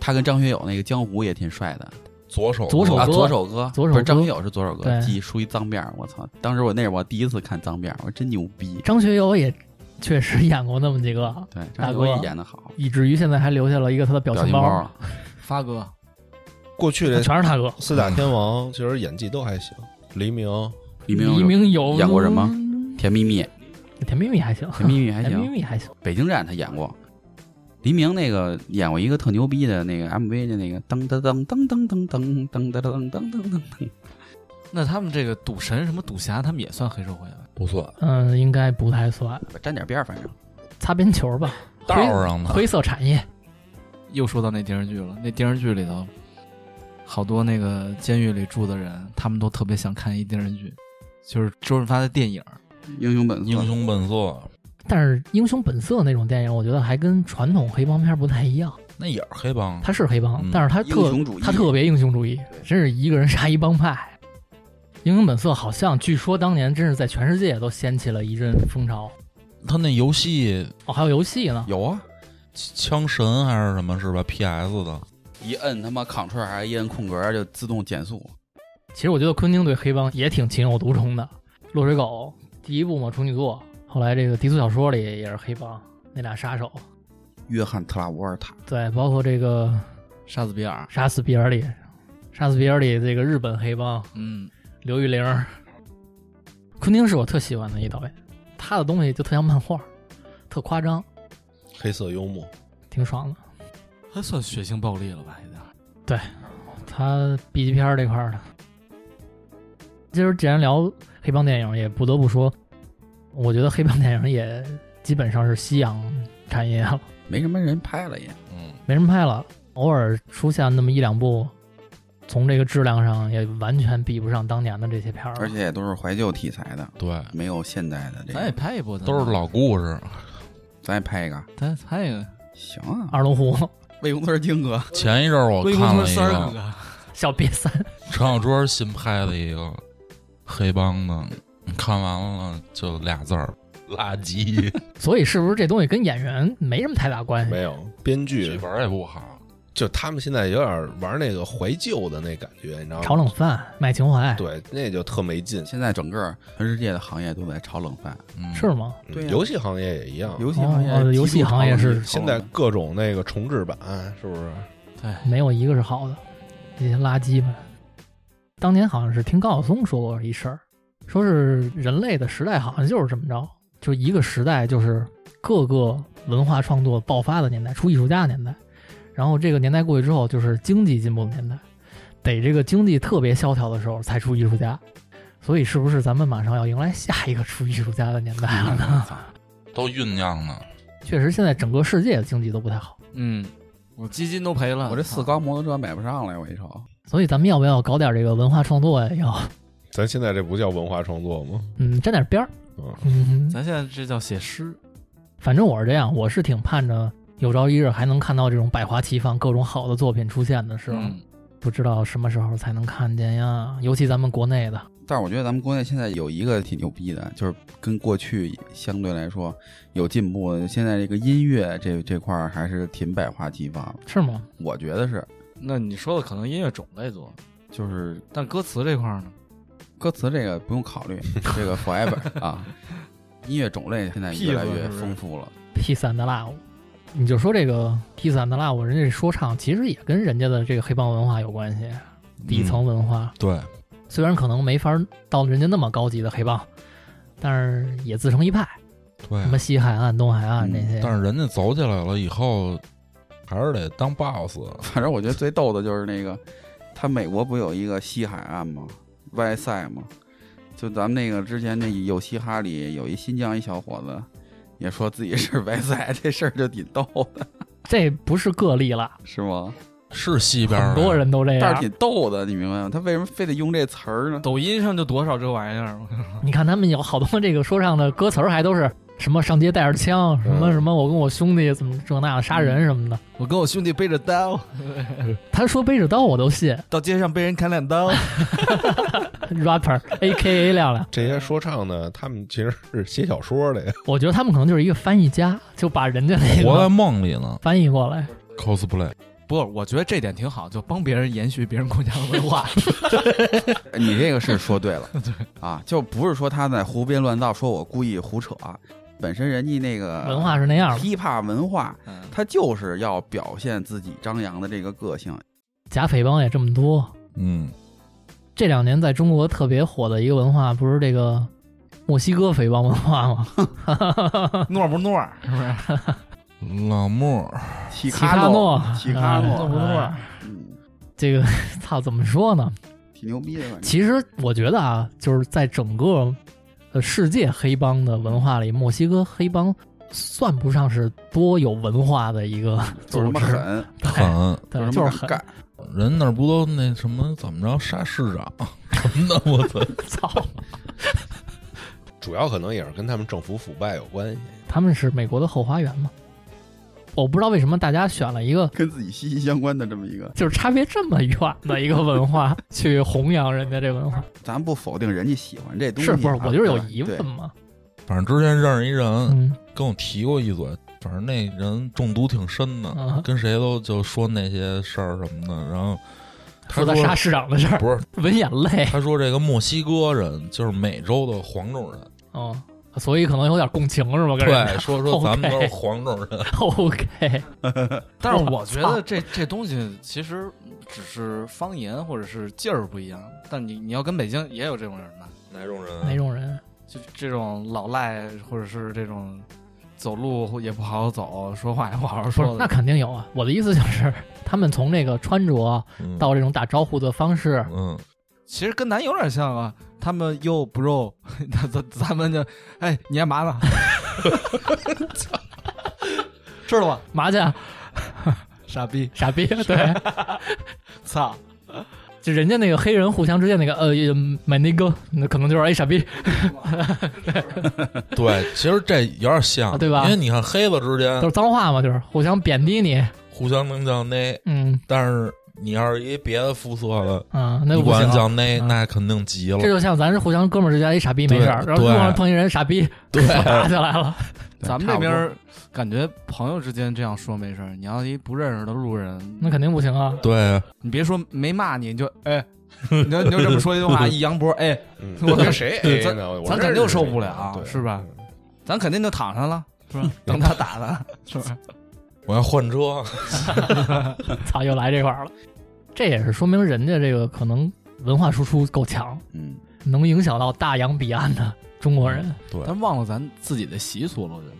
Speaker 3: 他跟张学友那个江湖也挺帅的，
Speaker 5: 左手
Speaker 1: 左手
Speaker 3: 啊，
Speaker 1: 哥
Speaker 3: 左手哥，
Speaker 1: 左手
Speaker 3: 不
Speaker 1: 哥
Speaker 3: 是张学友是左手哥，
Speaker 1: 对
Speaker 3: 记梳一脏辫儿，我操！当时我那是我第一次看脏辫儿，我说真牛逼。
Speaker 1: 张学友也确实演过那么几个，
Speaker 3: 对，
Speaker 1: 大
Speaker 3: 张
Speaker 1: 哥
Speaker 3: 学友演的好，
Speaker 1: 以至于现在还留下了一个他的表
Speaker 3: 表情
Speaker 1: 包，
Speaker 3: 包啊
Speaker 2: 发哥，
Speaker 4: 过去这
Speaker 1: 全是他哥。
Speaker 4: 四大天
Speaker 7: 嗯
Speaker 4: 王其实演技都还行，黎明
Speaker 3: 黎明
Speaker 1: 黎
Speaker 3: 有
Speaker 1: 明有
Speaker 3: 演过什么？甜蜜蜜，
Speaker 1: 甜蜜蜜哎还行，
Speaker 3: 甜蜜蜜 还
Speaker 1: 甜蜜
Speaker 3: 行。
Speaker 1: 蜜还行。
Speaker 3: 北京站他演过，黎明那个演过一个特牛逼的那个 MV 的那个噔噔噔噔噔噔噔噔噔噔噔噔噔噔，
Speaker 2: 那他们这个赌神什么赌侠，他们也算黑社会啊吧？
Speaker 5: 不算，
Speaker 1: 嗯，应该不太算，
Speaker 3: 沾点边儿，反正
Speaker 1: 擦边球吧，
Speaker 5: 道上
Speaker 3: 啊
Speaker 5: 呢。
Speaker 1: 灰色产业。
Speaker 2: 又说到那电视剧了，那电视剧里头好多那个监狱里住的人，他们都特别想看一电视剧，就是周润发的电影。
Speaker 3: 英雄本色。
Speaker 5: 英雄本色
Speaker 1: 但是《英雄本色》那种电影，我觉得还跟传统黑帮片不太一样。
Speaker 5: 那也是黑帮，
Speaker 1: 他是黑帮，
Speaker 5: 嗯
Speaker 1: 但是他
Speaker 3: 英
Speaker 1: 特
Speaker 3: 雄主义
Speaker 1: 他特别英雄主义，真是一个人杀一帮派。英雄本色好像据说当年真是在全世界都掀起了一阵风潮。
Speaker 5: 他那游戏
Speaker 1: 哦，还有游戏呢，
Speaker 3: 有啊，
Speaker 5: 枪神还是什么是吧？PS 的，
Speaker 3: 一摁他妈 Ctrl 还是一摁空格就自动减速，
Speaker 1: 其实我觉得昆汀对黑帮也挺情有独钟的，《落水狗》第一部嘛，处女座，后来这个低俗小说里也是黑帮那俩杀手，
Speaker 3: 约翰特拉沃尔塔，
Speaker 1: 对，包括这个
Speaker 2: 沙子比尔，
Speaker 1: 《杀死比尔》里，《杀死比尔》里这个日本黑帮
Speaker 2: 嗯，
Speaker 1: 刘玉玲，昆汀是我特喜欢的一导演，他的东西就特像漫画，特夸张，
Speaker 4: 黑色幽默，
Speaker 1: 挺爽的。
Speaker 2: 还算血腥暴力了吧？有点儿
Speaker 1: 他 B 级片儿这块儿的。今儿既然聊黑帮电影，也不得不说，我觉得黑帮电影也基本上是夕阳产业了，
Speaker 3: 没什么人拍了也。
Speaker 5: 嗯，
Speaker 1: 没人拍了，偶尔出现那么一两部，从这个质量上也完全比不上当年的这些片儿了。
Speaker 3: 而且也都是怀旧题材的，
Speaker 5: 对，
Speaker 3: 没有现代的这
Speaker 2: 咱也
Speaker 7: 哎
Speaker 3: 个。
Speaker 2: 拍一部，咱
Speaker 5: 嗯都是老故事。
Speaker 3: 咱也拍一个，
Speaker 2: 咱也拍一个。
Speaker 3: 行啊。
Speaker 1: 二龙湖
Speaker 3: 魏公村金哥，
Speaker 5: 前一阵儿我看了一个
Speaker 1: 小瘪三，
Speaker 5: 陈小春新拍的一个黑帮的，看完了就俩字儿垃圾，
Speaker 1: 所以是不是这东西跟演员没什么太大
Speaker 7: 哎
Speaker 1: 关系
Speaker 4: 没？有编
Speaker 5: 剧
Speaker 4: 剧，
Speaker 5: 本也不好。
Speaker 4: 就他们现在有点玩那个怀旧的那感觉，你知道
Speaker 1: 炒
Speaker 4: 吗？
Speaker 1: 冷饭卖情怀，
Speaker 4: 对，那就特没劲。
Speaker 3: 现在整个全世界的行业都在炒冷饭，
Speaker 5: 嗯，
Speaker 1: 是吗？
Speaker 4: 嗯
Speaker 3: 对呀
Speaker 4: 游戏行业也一样，
Speaker 3: 游戏行业
Speaker 1: 哦
Speaker 3: 极度
Speaker 1: 游戏行业是
Speaker 3: 炒
Speaker 4: 现
Speaker 3: 冷
Speaker 4: 在
Speaker 3: 饭
Speaker 4: 各种那个重置版，是不是？
Speaker 2: 对，
Speaker 1: 没有一个是好的，这些垃圾们。当年好像是听高晓松说过一事儿，说是人类的时代好像就是这么着，就一个时代就是各个文化创作爆发的年代，出艺术家的年代。然后这个年代过去之后，就是经济进步的年代，得这个经济特别萧条的时候才出艺术家。所以，是不是咱们马上要迎来下一个出艺术家的年代了呢？
Speaker 5: 都酝酿呢。
Speaker 1: 确实，现在整个世界经济都不太好，
Speaker 7: 嗯，我基金都 赔了，
Speaker 3: 我这四缸摩托车买不上了，我一瞅。
Speaker 1: 所以咱们要不要搞点这个文化创作呀？要，
Speaker 4: 咱现在这不叫文化创作吗？
Speaker 1: 嗯，沾点边儿。
Speaker 4: 嗯
Speaker 1: 嗯，
Speaker 7: 咱现在这叫写诗，
Speaker 1: 反正我是这样，我是挺盼着有朝一日还能看到这种百花齐放、各种好的作品出现的，是吧？
Speaker 7: 嗯
Speaker 1: 不知道什么时候才能看见呀？尤其咱们国内的，
Speaker 3: 但是我觉得咱们国内现在有一个挺牛逼的，就是跟过去相对来说有进步的。现在这个音乐这这块儿还是挺百花齐放，
Speaker 1: 是吗？
Speaker 3: 我觉得是，
Speaker 7: 那你说的可能音乐种类多，
Speaker 3: 就是
Speaker 7: 但歌词这块儿呢？
Speaker 3: 歌词这个不用考虑，这个 forever 啊，音乐种类现在
Speaker 7: 屁
Speaker 3: 越来
Speaker 7: 了
Speaker 3: 越
Speaker 7: 是不是
Speaker 3: 丰富了。
Speaker 1: Peace and Love，你就说这个 Peace and Love，人家这说唱其实也跟人家的这个黑帮文化有关系，底
Speaker 5: 嗯
Speaker 1: 层文化。
Speaker 5: 对，
Speaker 1: 虽然可能没法到人家那么高级的黑帮，但是也自成一派，
Speaker 5: 对啊
Speaker 1: 什么啊西海岸、东海岸
Speaker 3: 嗯
Speaker 1: 这些。
Speaker 5: 但是人家走起来了以后，还是得当 boss。
Speaker 3: 反正我觉得最逗的就是那个，他美国不有一个西海岸吗？外塞吗？就咱们那个之前那有嘻哈里有一新疆一小伙子，也说自己是外塞， 这事儿就挺逗的，
Speaker 1: 这不是个例了，
Speaker 3: 是吗？
Speaker 5: 是西边儿
Speaker 1: 很
Speaker 5: 的
Speaker 1: 多人都这
Speaker 3: 但
Speaker 1: 样
Speaker 3: 是。挺逗的，你明白吗？他为什么非得用这词儿呢？
Speaker 7: 抖音上就多少这玩意儿，
Speaker 1: 你看他们有好多这个说唱的歌词儿，还都是什么上街带着枪，什么
Speaker 4: 嗯
Speaker 1: 什么我跟我兄弟怎么这那的杀人什么的。
Speaker 7: 我跟我兄弟背着刀
Speaker 1: 他说背着刀我都信
Speaker 7: 到街上被人砍两刀，
Speaker 1: ，rapper A K A 亮亮，
Speaker 4: 这些说唱
Speaker 7: 嗯
Speaker 4: 呢，他们其实是写小说的呀。
Speaker 1: 我觉得他们可能就是一个翻译家，就把人家那
Speaker 5: 活在
Speaker 1: 个
Speaker 5: 梦里呢
Speaker 1: 翻译过来。
Speaker 5: ，cosplay。
Speaker 7: 不，我觉得这点挺好，就帮别人延续别人国家的文化。
Speaker 3: 你这个是说对 了，啊，就不是说他在胡编乱造，说我故意胡扯，啊本身人家那个
Speaker 1: 文化是那样的，
Speaker 3: hiphop 文化，
Speaker 7: 嗯
Speaker 3: 他就是要表现自己张扬的这个个性。
Speaker 1: 假匪帮也这么多。
Speaker 5: 嗯，
Speaker 1: 这两年在中国特别火的一个文化，不是这个墨西哥匪帮文化吗？
Speaker 7: 诺不诺？是不是？
Speaker 5: 老莫儿
Speaker 3: 奇
Speaker 1: 奇卡诺，
Speaker 3: 奇卡
Speaker 1: 啊
Speaker 3: 诺，
Speaker 1: 啊
Speaker 3: 嗯，
Speaker 1: 这个 操，怎么说呢？
Speaker 3: 挺牛逼的， 反正
Speaker 1: 其实我觉得啊，就是在整个呃世界黑帮的文化里，墨西哥黑帮算不上是多有文化的一个
Speaker 3: 就
Speaker 1: 组
Speaker 3: 是他妈
Speaker 1: 织，
Speaker 3: 狠，
Speaker 1: 对，
Speaker 5: 狠，
Speaker 1: 对
Speaker 3: 是
Speaker 1: 就
Speaker 3: 他
Speaker 1: 是
Speaker 3: 妈
Speaker 1: 狠，
Speaker 3: 干。
Speaker 5: 人那儿不都那什么怎么着杀市长什么的，我操！
Speaker 1: 操，
Speaker 4: 主要可能也是跟他们政府腐败有关系。
Speaker 1: 他们是美国的后花园嘛。我不知道为什么大家选了一个
Speaker 3: 跟自己息息相关的这么一个，
Speaker 1: 就是差别这么远的一个文化去弘扬人家这文化，
Speaker 3: 咱不否定人家喜欢这东西
Speaker 1: 是
Speaker 3: 啊，
Speaker 1: 不是？我就是有
Speaker 3: 对
Speaker 1: 疑问嘛。
Speaker 5: 反正之前认识一人
Speaker 1: 嗯
Speaker 5: 跟我提过一嘴，反正那人中毒挺深的，
Speaker 1: 嗯，
Speaker 5: 跟谁都就说那些事儿什么的。然后他
Speaker 1: 说他杀市长的事儿，
Speaker 5: 不是，
Speaker 1: 闻眼泪。
Speaker 5: 他说这个墨西哥人就是美洲的黄种人，
Speaker 1: 嗯，所以可能有点共情是吧？跟人
Speaker 5: 对，说说
Speaker 1: OK
Speaker 5: 咱们都是黄种人，
Speaker 1: OK，
Speaker 7: 但是我觉得这这东西其实只是方言或者是劲儿不一样，但你你要跟北京也有这种人吧，
Speaker 5: 哪种人啊
Speaker 1: 哪种人？
Speaker 7: 就这种老赖或者是这种走路也不好好走，说话也不好好
Speaker 1: 不是
Speaker 7: 说，的。
Speaker 1: 那肯定有啊。我的意思就是， 他们从这个穿着
Speaker 5: 嗯
Speaker 1: 到这种打招呼的方式，
Speaker 5: 嗯，
Speaker 7: 其实跟咱有点像啊，他们又 bro，咱 咱咱们就哎，你干嘛呢？ 知道吧，
Speaker 1: 麻去啊
Speaker 7: 傻逼，
Speaker 1: 傻逼，对，
Speaker 7: 操！
Speaker 1: 就人家那个黑人互相之间那个呃买那个，那可能就是哎傻逼，
Speaker 5: 对，其实这有点像，
Speaker 1: 啊对吧
Speaker 5: 因为你看黑子之
Speaker 1: 都
Speaker 5: 间
Speaker 1: 是脏话嘛，就是互相贬低你。
Speaker 5: 互相能叫那，
Speaker 1: 嗯
Speaker 5: 但是你要是一别的肤色的，
Speaker 1: 啊，那
Speaker 5: 你
Speaker 1: 就不
Speaker 5: 管
Speaker 1: 行
Speaker 5: 人
Speaker 1: 啊。
Speaker 5: 叫那，
Speaker 1: 嗯
Speaker 5: 那肯定急了
Speaker 1: 这。就像咱是互相哥们儿之间，一哎傻逼没事儿，
Speaker 5: 对
Speaker 1: 然后路上
Speaker 5: 对
Speaker 1: 碰一人傻逼，
Speaker 5: 对
Speaker 1: 打起来了。
Speaker 3: 对
Speaker 7: 咱们
Speaker 3: 差
Speaker 7: 这
Speaker 3: 不多
Speaker 7: 边儿感觉朋友之间这样说没事儿，你要一不认识的路人，
Speaker 1: 那肯定不行啊！
Speaker 5: 对，
Speaker 7: 你别说没骂你，你就哎，你就你就这么说一句话，一扬脖，哎，
Speaker 4: 嗯，
Speaker 7: 我
Speaker 4: 跟谁 A
Speaker 7: 咱
Speaker 4: 呢？我
Speaker 7: 咱
Speaker 4: 认识
Speaker 7: 肯定受
Speaker 4: 谁啊
Speaker 7: 不了
Speaker 4: 对
Speaker 7: 是吧咱肯定就躺上了，是吧？等他打他，是吧？
Speaker 5: 我要换车，
Speaker 1: 操，又来这块儿了。这也是说明人家这个可能文化输出够强，
Speaker 3: 嗯，
Speaker 1: 能影响到大洋彼岸的中国人，
Speaker 5: 对，
Speaker 2: 咱忘了咱自己的习俗了，我觉得。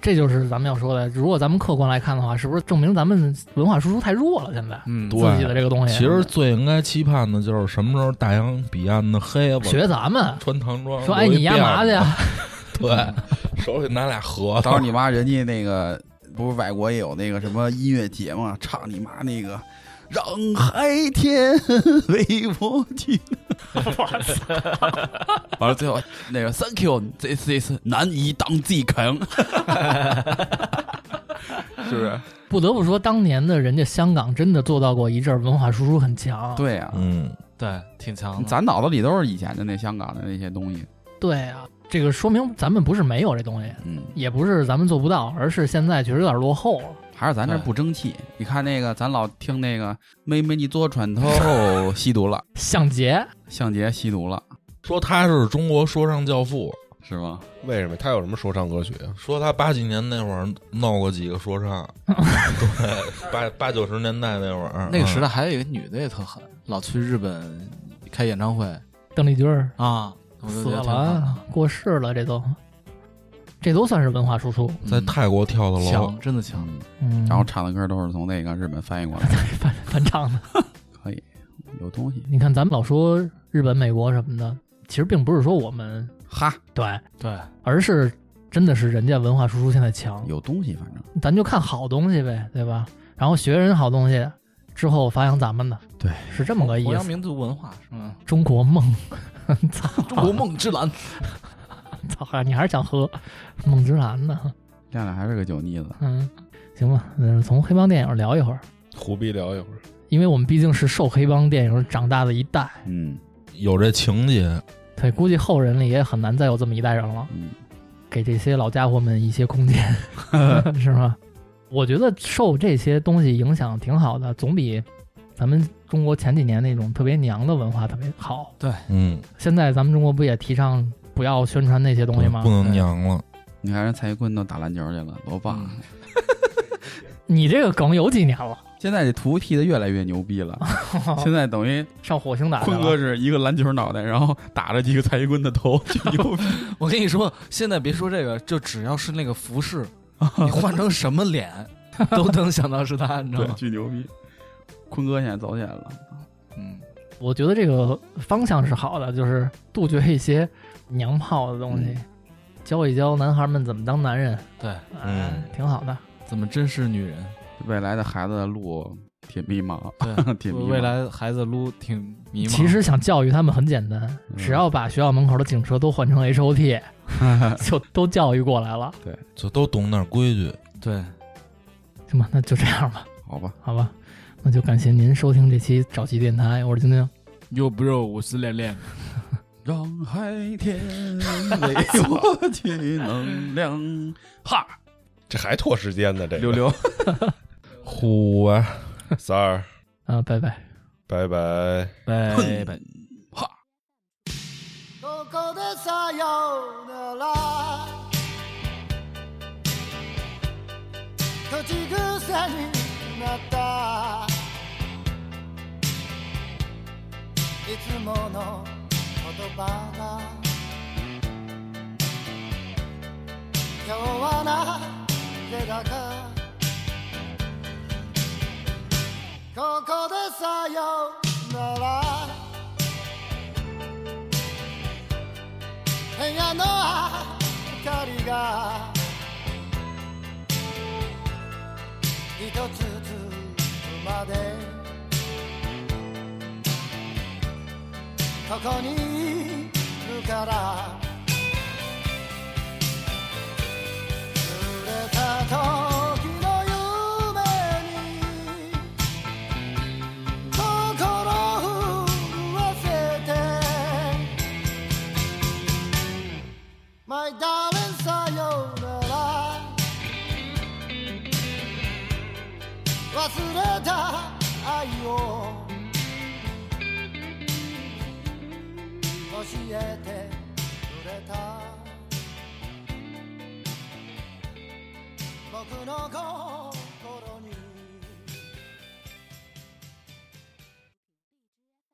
Speaker 1: 这就是咱们要说的。如果咱们客观来看的话，是不是证明咱们文化输出太弱了？现在
Speaker 2: 嗯，
Speaker 5: 对
Speaker 1: 自己的这个东西，
Speaker 5: 其实最应该期盼的就是什么时候大洋彼岸的黑子
Speaker 1: 学咱们
Speaker 5: 穿唐装，
Speaker 1: 说，哎，
Speaker 5: 留一
Speaker 1: 你压
Speaker 5: 辫
Speaker 1: 嘛
Speaker 5: 子
Speaker 1: 去呀？
Speaker 5: 对，手里拿俩盒
Speaker 3: 到时候
Speaker 5: 子，
Speaker 3: 你妈人家那个不是外国也有那个什么音乐节嘛，唱你妈那个。让海天为我 去，完了最后那个 Thank you，this is 难以当继承， 是不是？
Speaker 1: 不得不说，当年的人家香港真的做到过一阵儿文化输出很强。
Speaker 3: 对啊呀、
Speaker 5: 嗯，
Speaker 2: 对，挺强的。
Speaker 3: 咱脑子里都是以前的那香港的那些东西，
Speaker 1: 对啊，这个说明咱们不是没有这东西，
Speaker 3: 嗯，
Speaker 1: 也不是咱们做不到，而是现在确实有点落后了。
Speaker 3: 还是咱这
Speaker 2: 对
Speaker 3: 不争气。你看那个，咱老听那个妹妹你坐船头 吸毒了，
Speaker 1: 向杰
Speaker 3: 向杰吸毒了，
Speaker 5: 说他是中国说唱教父，
Speaker 3: 是吗？
Speaker 4: 为什么？他有什么说唱歌曲啊？
Speaker 5: 说他八几年那会儿闹过几个说 唱，对，八八九十年代那会 儿，
Speaker 2: 那个时
Speaker 5: 代，
Speaker 2: 代还有一个女的也特狠，老去日本开演唱会
Speaker 1: 邓丽君儿
Speaker 2: 啊，我就
Speaker 1: 死
Speaker 2: 觉得挺狠的
Speaker 1: 了，过世了，这都，这都算是文化输出。
Speaker 5: 在
Speaker 2: 嗯
Speaker 5: 泰国跳的楼
Speaker 2: 强，，真的强。
Speaker 3: 嗯，
Speaker 1: 嗯，
Speaker 3: 然后唱的歌都是从那个日本翻译过来的，
Speaker 1: 翻翻唱的。
Speaker 3: 可以有东西。
Speaker 1: 你看，咱们老说日本、美国什么的，其实并不是说我们
Speaker 3: 哈，
Speaker 1: 对，
Speaker 2: 对，
Speaker 1: 而是真的是人家文化输出现在强，
Speaker 3: 有东西，反正
Speaker 1: 咱就看好东西呗，对吧？然后学人好东西，之后发扬咱们的，
Speaker 3: 对，
Speaker 1: 是这么个意
Speaker 2: 弘扬
Speaker 1: 思。
Speaker 2: 民族文化，嗯，
Speaker 1: 中国梦， 操，
Speaker 2: 中国梦之蓝，
Speaker 1: 操，你还是想喝 梦之蓝呢？
Speaker 3: 亮亮还是个酒腻子。
Speaker 1: 嗯，行吧，嗯，从黑帮电影聊一会儿，
Speaker 4: 胡逼聊一会儿，
Speaker 1: 因为我们毕竟是受黑帮电影长大的一代，
Speaker 3: 嗯
Speaker 5: 有这情节，
Speaker 1: 对，估计后人里也很难再有这么一代人了。
Speaker 3: 嗯，
Speaker 1: 给这些老家伙们一些空间， 是吗？我觉得受这些东西影响挺好的，总比咱们中国前几年那种特别娘的文化特别好。
Speaker 5: 嗯，
Speaker 1: 现在咱们中国不也提倡不要宣传那些东西吗哎
Speaker 5: 不？能娘了，
Speaker 3: 你看人蔡徐坤都打篮球去了，多棒！啊
Speaker 2: 嗯
Speaker 1: 你这个梗有几年 了？
Speaker 3: 现在这图 T 的越来越牛逼了，现在等于
Speaker 1: 上火星打去
Speaker 3: 坤哥
Speaker 1: 了，
Speaker 3: 是一个篮球脑袋，然后打了几个蔡徐坤的头，就牛 逼。
Speaker 2: 我跟你说，现在别说这个，就只要是那个服 饰，你换成什么脸，都能想到是他，你知道
Speaker 3: 对，
Speaker 2: 吗？
Speaker 3: 巨牛逼。坤哥现在走起来了，
Speaker 2: 嗯，
Speaker 1: 我觉得这个方向是好的，就是杜绝一些娘炮的东西，
Speaker 5: 嗯
Speaker 1: 教一教男孩们怎么当男人，
Speaker 2: 对，
Speaker 1: 哎
Speaker 5: 嗯
Speaker 1: 挺好的。
Speaker 2: 怎么珍视女人？
Speaker 3: 未来的孩子的路 挺迷茫，
Speaker 2: 对
Speaker 3: 挺迷茫
Speaker 2: 未来孩子撸挺迷茫。
Speaker 1: 其实想教育他们很简单，只要把学校门口的警车都换成 HOT，就都教育过来了。
Speaker 5: 就都懂点规矩，
Speaker 2: 对，
Speaker 1: 行吧，那就这样吧，
Speaker 3: 好吧？
Speaker 1: 好吧，那就感谢您收听这期早期电台，我是晶晶，
Speaker 2: 哟 bro，我是恋恋，
Speaker 3: 让海 天为我 去能量。哈，
Speaker 4: 这还拖时间
Speaker 2: 哎
Speaker 4: 呢。这
Speaker 3: 溜
Speaker 4: 个
Speaker 3: 溜，
Speaker 5: 虎啊。
Speaker 4: 三儿，
Speaker 1: 啊、拜拜。
Speaker 4: 拜拜。
Speaker 2: 哎拜拜。
Speaker 8: どこでさようなら口癖になったいつもの言葉が今日はなぜだかここでさようなら部屋の明かりが一つずつまでここにいるから濡れた時の夢に心震わせて My darling さようなら忘れた愛を教えてくれた僕の心